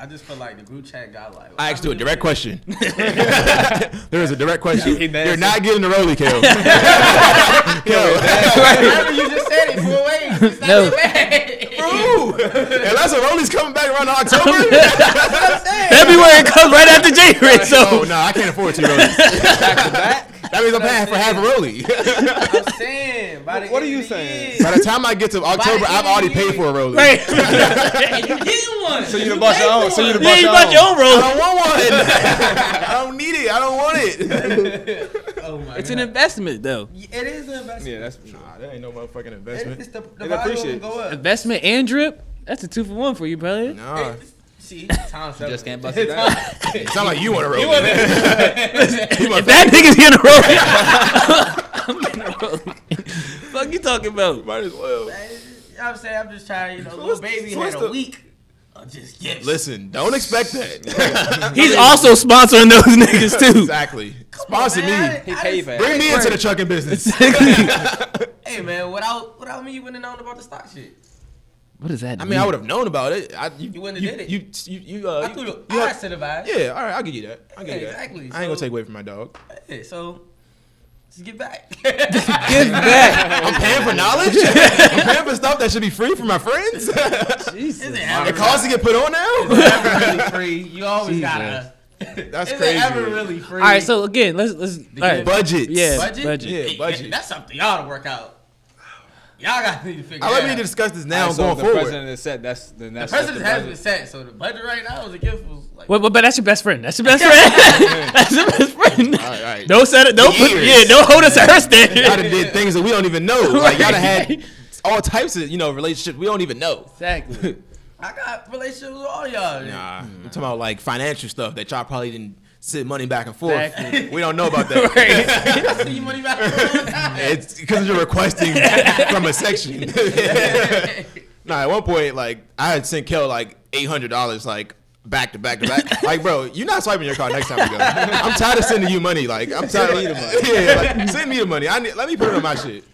[SPEAKER 1] I just feel like the group chat got like.
[SPEAKER 2] I asked you a direct question. there is a direct question.
[SPEAKER 3] He nasty.
[SPEAKER 2] You're not getting the rolly, Kel. Kel.
[SPEAKER 1] Remember you just said it four ways. It's not
[SPEAKER 4] No.
[SPEAKER 1] that
[SPEAKER 2] Ooh, unless the rolly's coming back around October.
[SPEAKER 4] February comes right after January,
[SPEAKER 2] oh
[SPEAKER 4] so
[SPEAKER 2] no, I can't afford two rollies. That means I'm paying for half a rolly.
[SPEAKER 1] bad. I'm saying. By the
[SPEAKER 3] What are
[SPEAKER 1] end
[SPEAKER 3] you
[SPEAKER 1] of the
[SPEAKER 3] saying?
[SPEAKER 1] year-
[SPEAKER 2] By the time I get to October, I've already paid for a rolly.
[SPEAKER 4] right.
[SPEAKER 1] And you getting one.
[SPEAKER 3] So you done bought your own. So you done bought
[SPEAKER 4] yeah, you
[SPEAKER 3] your
[SPEAKER 4] bought
[SPEAKER 3] own.
[SPEAKER 4] your own
[SPEAKER 2] I don't want
[SPEAKER 4] roll.
[SPEAKER 2] one. I don't need it. I don't want it.
[SPEAKER 1] Oh my
[SPEAKER 4] It's
[SPEAKER 1] God.
[SPEAKER 4] an investment, though.
[SPEAKER 1] It is an investment.
[SPEAKER 3] Yeah, that's for sure.
[SPEAKER 2] Nah, that ain't no motherfucking
[SPEAKER 1] It- It's
[SPEAKER 2] investment.
[SPEAKER 1] the, the
[SPEAKER 3] It
[SPEAKER 1] value will
[SPEAKER 3] appreciates.
[SPEAKER 1] go up.
[SPEAKER 4] Investment and drip. That's a two for one for you, brother.
[SPEAKER 2] Nah,
[SPEAKER 1] See, Tom
[SPEAKER 3] Just
[SPEAKER 1] Selleck.
[SPEAKER 3] can't bust it down.
[SPEAKER 2] it's not like you want a rolly.
[SPEAKER 4] If that nigga's getting a roll, I'm getting a roll. Fuck you talking about?
[SPEAKER 2] Might as well.
[SPEAKER 1] You know what I'm saying? I'm just trying, you know,
[SPEAKER 2] what's-
[SPEAKER 1] little baby
[SPEAKER 2] so
[SPEAKER 1] had
[SPEAKER 2] what's
[SPEAKER 1] a
[SPEAKER 2] the-
[SPEAKER 1] week. of just yes.
[SPEAKER 2] Listen, don't expect that.
[SPEAKER 4] He's also sponsoring those niggas too.
[SPEAKER 2] exactly. Sponsor
[SPEAKER 1] Man,
[SPEAKER 2] me.
[SPEAKER 1] I-
[SPEAKER 3] He
[SPEAKER 1] I
[SPEAKER 3] paid
[SPEAKER 1] just-
[SPEAKER 3] for it.
[SPEAKER 2] Bring me into the trucking business.
[SPEAKER 1] Hey man, without without me, you wouldn't have known about the stock shit.
[SPEAKER 4] What does that
[SPEAKER 2] I mean, I would have known about it. I, you,
[SPEAKER 1] You wouldn't
[SPEAKER 2] you,
[SPEAKER 1] have did it.
[SPEAKER 2] You, you, you, uh,
[SPEAKER 1] I
[SPEAKER 2] you-
[SPEAKER 1] threw the
[SPEAKER 2] you
[SPEAKER 1] I
[SPEAKER 2] have-
[SPEAKER 1] incentivized. Yeah.
[SPEAKER 2] yeah, all right, I'll give you that. I'll give
[SPEAKER 1] Yeah,
[SPEAKER 2] you that.
[SPEAKER 1] exactly.
[SPEAKER 2] I ain't gonna
[SPEAKER 1] So-
[SPEAKER 2] take away from my dog.
[SPEAKER 1] so just get back.
[SPEAKER 4] Give back.
[SPEAKER 2] I'm paying for knowledge. I'm paying for stuff that should be free for my friends. the
[SPEAKER 1] It's
[SPEAKER 4] Jesus.
[SPEAKER 1] ever,
[SPEAKER 2] cost to get put on now.
[SPEAKER 1] ever really free. You always
[SPEAKER 4] Jesus.
[SPEAKER 1] gotta.
[SPEAKER 2] That's
[SPEAKER 1] Is
[SPEAKER 2] crazy.
[SPEAKER 1] it ever really free?
[SPEAKER 4] All right, so again, let's let's. All right.
[SPEAKER 2] Budgets.
[SPEAKER 4] Yeah.
[SPEAKER 1] budget.
[SPEAKER 4] budget.
[SPEAKER 2] Yeah,
[SPEAKER 1] Hey,
[SPEAKER 2] budget.
[SPEAKER 1] That's something y'all to work out. Y'all got to need to figure.
[SPEAKER 2] I
[SPEAKER 1] out.
[SPEAKER 2] love you to discuss this now
[SPEAKER 3] Alright,
[SPEAKER 2] and
[SPEAKER 3] so
[SPEAKER 2] going
[SPEAKER 3] if the
[SPEAKER 2] forward.
[SPEAKER 3] president is set. That's then
[SPEAKER 1] The
[SPEAKER 3] that's just
[SPEAKER 1] president
[SPEAKER 3] the
[SPEAKER 1] has
[SPEAKER 3] budget.
[SPEAKER 1] been set, so the budget right now is a gift. Was like,
[SPEAKER 4] Well, well, but that's your best friend. That's your best friend. that's your best friend.
[SPEAKER 2] All right, all right.
[SPEAKER 4] Don't set it. Don't put.
[SPEAKER 2] Years.
[SPEAKER 4] Yeah. Don't hold us to her
[SPEAKER 2] Y'all done
[SPEAKER 4] standard.
[SPEAKER 2] did things that we don't even know. Like y'all done had
[SPEAKER 4] Right.
[SPEAKER 2] all types of you know relationships we don't even know.
[SPEAKER 4] Exactly.
[SPEAKER 1] I got relationships with all y'all.
[SPEAKER 2] Nah, I'm talking about like financial stuff that y'all probably didn't send money back and forth.
[SPEAKER 4] Exactly.
[SPEAKER 2] We don't know about that.
[SPEAKER 4] Right.
[SPEAKER 1] I see you money back all the time.
[SPEAKER 2] It's because you're requesting from a section. nah, at one point, like I had sent Kel like eight hundred dollars, like back to back to back. like, bro, you're not swiping your card next time we go. I'm tired of sending you money. Like, I'm tired of yeah, like, send me the money. I need, let me put it on my shit.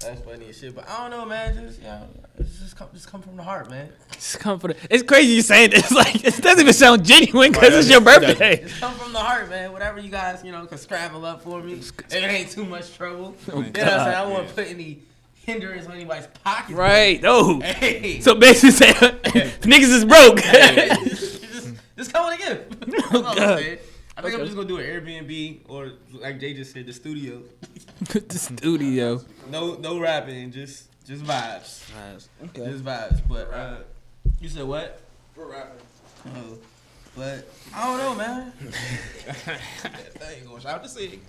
[SPEAKER 1] That's funny as shit, but I don't know, man. Just you know, It's just come, just come from the heart, man.
[SPEAKER 4] It's comfort. It's crazy you saying this. Like it doesn't even sound genuine because
[SPEAKER 2] Right,
[SPEAKER 4] it's your
[SPEAKER 2] that's-
[SPEAKER 4] birthday.
[SPEAKER 1] Just come from the heart, man. Whatever you guys, you know, can scrabble up for me. If it ain't too much trouble.
[SPEAKER 4] Oh,
[SPEAKER 1] you know what I'm saying? I won't
[SPEAKER 3] Yeah.
[SPEAKER 1] put any hindrance on anybody's pocket.
[SPEAKER 4] Right. Oh.
[SPEAKER 1] Hey.
[SPEAKER 4] So basically, say, niggas is broke.
[SPEAKER 1] just, just come with a gift. That's all I'm
[SPEAKER 4] God.
[SPEAKER 1] saying. I think
[SPEAKER 4] Okay.
[SPEAKER 1] I'm just gonna do an Airbnb or like Jay just said, the studio.
[SPEAKER 4] the studio.
[SPEAKER 1] No, no rapping, just just vibes,
[SPEAKER 4] Okay.
[SPEAKER 1] just vibes. But uh, you said what? We're rapping. Oh, but I don't know, man.
[SPEAKER 2] I ain't gonna shout to see.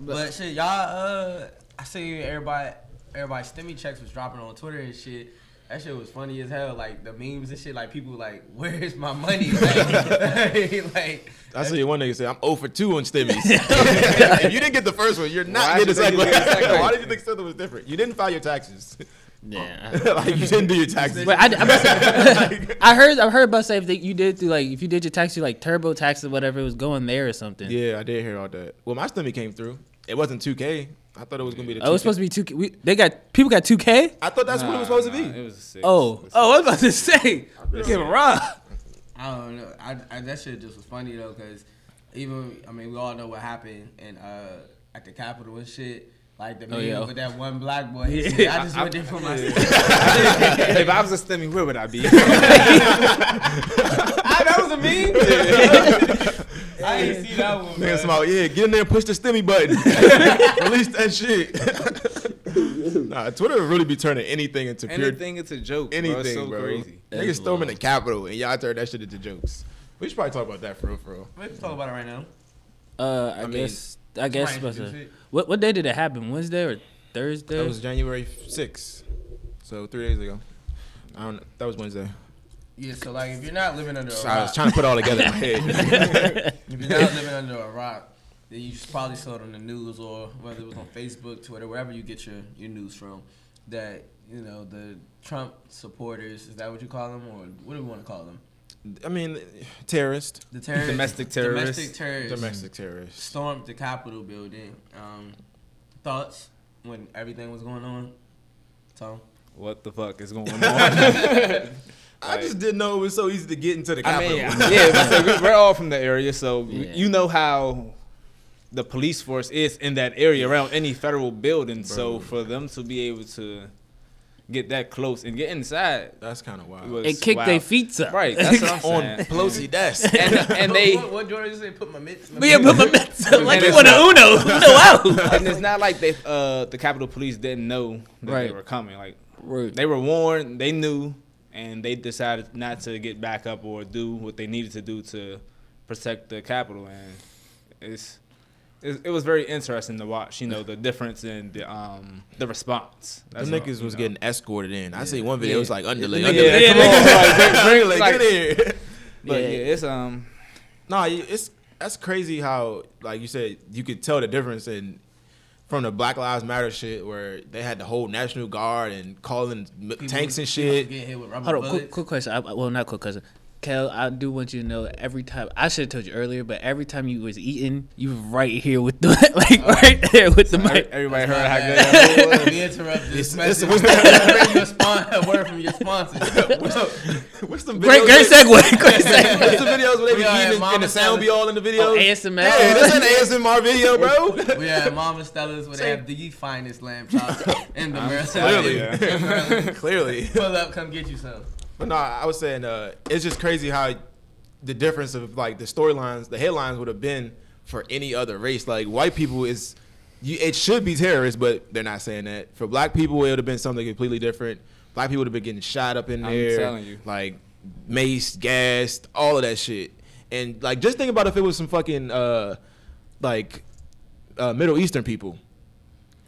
[SPEAKER 1] But shit, y'all. Uh, I see everybody. Everybody, stimmy checks was dropping on Twitter and shit. That shit was funny as hell. Like the memes and shit. Like people like, where's my money? Like, like
[SPEAKER 2] I see one nigga say, I'm 0 for 2 on stimmies. if you didn't get the first one, you're not getting the second one. Why did you think something was different? You didn't file your taxes.
[SPEAKER 4] Yeah.
[SPEAKER 2] like, you didn't do your taxes.
[SPEAKER 4] But I, I, I heard I heard about say if they, you did through like if you did your tax through like turbo tax or whatever it was going there or something.
[SPEAKER 2] yeah, I did hear all that. Well, my stimmy came through. It wasn't 2K. I thought it was gonna be the. 2K.
[SPEAKER 4] Oh, it's supposed to be two. K. We, they got people got two K.
[SPEAKER 2] I thought that's what it was supposed to be.
[SPEAKER 3] It was a six.
[SPEAKER 4] Oh,
[SPEAKER 3] It was
[SPEAKER 4] oh, I was about to say. Give raw.
[SPEAKER 1] I don't know. I, I that shit just was funny though, cause even I mean we all know what happened and uh at the Capitol and shit. Like the meme
[SPEAKER 4] yeah.
[SPEAKER 1] with that one black boy.
[SPEAKER 4] Yeah.
[SPEAKER 1] Shit, I just
[SPEAKER 3] I-
[SPEAKER 1] went there for myself.
[SPEAKER 3] six. if I was a STEMI, where would I be? I
[SPEAKER 1] Ah, that was a meme. I didn't see that one.
[SPEAKER 2] Nigga,
[SPEAKER 1] bruh.
[SPEAKER 2] somebody, yeah, get in there and push the stimmy button. Release that shit. nah, Twitter would really be turning anything into pure
[SPEAKER 3] Anything, it's a joke. Anything, bro. It's
[SPEAKER 2] anything,
[SPEAKER 3] so
[SPEAKER 2] bro.
[SPEAKER 3] crazy.
[SPEAKER 2] Niggas storming the Capitol and y'all turn that shit into jokes. We should probably talk about that for real, for real.
[SPEAKER 1] We can talk about it right now.
[SPEAKER 4] Uh, I,
[SPEAKER 2] mean,
[SPEAKER 4] guess I guess
[SPEAKER 1] Somebody
[SPEAKER 4] supposed
[SPEAKER 1] should do
[SPEAKER 4] to.
[SPEAKER 1] shit.
[SPEAKER 4] What what day did it happen? Wednesday or Thursday?
[SPEAKER 2] That was January 6th, so three days ago. I don't. know. That was Wednesday.
[SPEAKER 1] Yeah, so like if you're not living under a
[SPEAKER 2] So I was
[SPEAKER 1] rock,
[SPEAKER 2] trying to put it all together in my head.
[SPEAKER 1] if you're not living under a rock, then you just probably saw it on the news or whether it was on Facebook, Twitter, wherever you get your, your news from, that you know the Trump supporters is that what you call them or what do we want to call them?
[SPEAKER 2] I mean, terrorist,
[SPEAKER 1] The terrorists,
[SPEAKER 3] Domestic terrorists.
[SPEAKER 1] domestic terrorists,
[SPEAKER 2] domestic terrorist.
[SPEAKER 1] stormed the Capitol building. Um, thoughts when everything was going on, Tom?
[SPEAKER 3] What the fuck is going on?
[SPEAKER 2] I just didn't know it was so easy to get into the
[SPEAKER 3] I
[SPEAKER 2] Capitol.
[SPEAKER 3] mean, yeah, but so we- we're all from the area, so
[SPEAKER 4] Yeah.
[SPEAKER 3] you know how the police force is in that area around any federal building. So
[SPEAKER 2] Bro.
[SPEAKER 3] for them to be able to get that close and get inside
[SPEAKER 2] That's kind of wild.
[SPEAKER 3] was
[SPEAKER 4] it kicked
[SPEAKER 3] wild.
[SPEAKER 4] their feet up.
[SPEAKER 3] Right, that's what I'm
[SPEAKER 2] on
[SPEAKER 3] saying.
[SPEAKER 2] Pelosi desk.
[SPEAKER 3] and, and they
[SPEAKER 1] what, what Jordan say? Put my mitts. my
[SPEAKER 4] But yeah,
[SPEAKER 1] mitts-
[SPEAKER 4] put my mitts up
[SPEAKER 3] And
[SPEAKER 4] like you
[SPEAKER 3] it's
[SPEAKER 4] want a
[SPEAKER 3] not-
[SPEAKER 4] Uno. Uno out.
[SPEAKER 3] and it's not like they uh the Capitol Police didn't know that
[SPEAKER 4] Right.
[SPEAKER 3] they were coming. Like
[SPEAKER 4] Rude.
[SPEAKER 3] they were warned, they knew, and they decided not to get back up or do what they needed to do to protect the Capitol. And it's, it's it was very interesting to watch. You know the difference in the um the response.
[SPEAKER 2] Them
[SPEAKER 3] what,
[SPEAKER 2] niggas
[SPEAKER 3] you
[SPEAKER 2] was
[SPEAKER 3] know.
[SPEAKER 2] getting escorted in. I see one video. It was like underlay.
[SPEAKER 4] Yeah,
[SPEAKER 2] underlay.
[SPEAKER 4] yeah,
[SPEAKER 2] come
[SPEAKER 4] yeah.
[SPEAKER 2] on, like, bring- bring- like,
[SPEAKER 3] It's like-
[SPEAKER 2] get here.
[SPEAKER 3] But
[SPEAKER 4] Yeah.
[SPEAKER 3] yeah, it's um
[SPEAKER 2] Nah, you- it's that's crazy how like you said you could tell the difference in from the Black Lives Matter shit where they had the whole National Guard and calling m-
[SPEAKER 1] people-
[SPEAKER 2] tanks and
[SPEAKER 1] people
[SPEAKER 2] shit.
[SPEAKER 1] Get hit with rubber
[SPEAKER 4] Hold on, quick,
[SPEAKER 1] bullets.
[SPEAKER 4] quick question. I, I- well, not quick question. Kel, I do want you to know every time I should have told you earlier, but every time you was eating, you was right here with the like right there with the
[SPEAKER 3] every-
[SPEAKER 4] mic.
[SPEAKER 3] everybody heard how good. that
[SPEAKER 1] That's not bad. We interrupt this
[SPEAKER 2] it's-
[SPEAKER 1] message. Bring your spon- a word from your sponsor.
[SPEAKER 2] What's the
[SPEAKER 4] Great,
[SPEAKER 2] videos
[SPEAKER 4] great
[SPEAKER 2] where-
[SPEAKER 4] segue. Great segue.
[SPEAKER 2] What's the videos where they
[SPEAKER 1] We
[SPEAKER 2] be
[SPEAKER 1] are at
[SPEAKER 2] eating and the
[SPEAKER 1] Mama
[SPEAKER 2] sound be
[SPEAKER 1] Stella's.
[SPEAKER 2] all in the video?
[SPEAKER 4] Oh,
[SPEAKER 2] hey,
[SPEAKER 4] ASMR.
[SPEAKER 2] this ain't an ASMR video, bro.
[SPEAKER 1] We are at Mama Stella's where they have the finest lamb chops in the
[SPEAKER 2] Clearly,
[SPEAKER 1] Maryland.
[SPEAKER 2] clearly.
[SPEAKER 1] Pull up, come get you some.
[SPEAKER 2] But no, I was saying uh, it's just crazy how the difference of like the storylines, the headlines would have been for any other race. Like white people is, you, it should be terrorists, but they're not saying that. For black people, it would have been something completely different. Black people would have been getting shot up in
[SPEAKER 3] I'm
[SPEAKER 2] there,
[SPEAKER 3] telling you.
[SPEAKER 2] like maced, gassed, all of that shit. And like just think about if it was some fucking uh, like uh, Middle Eastern people.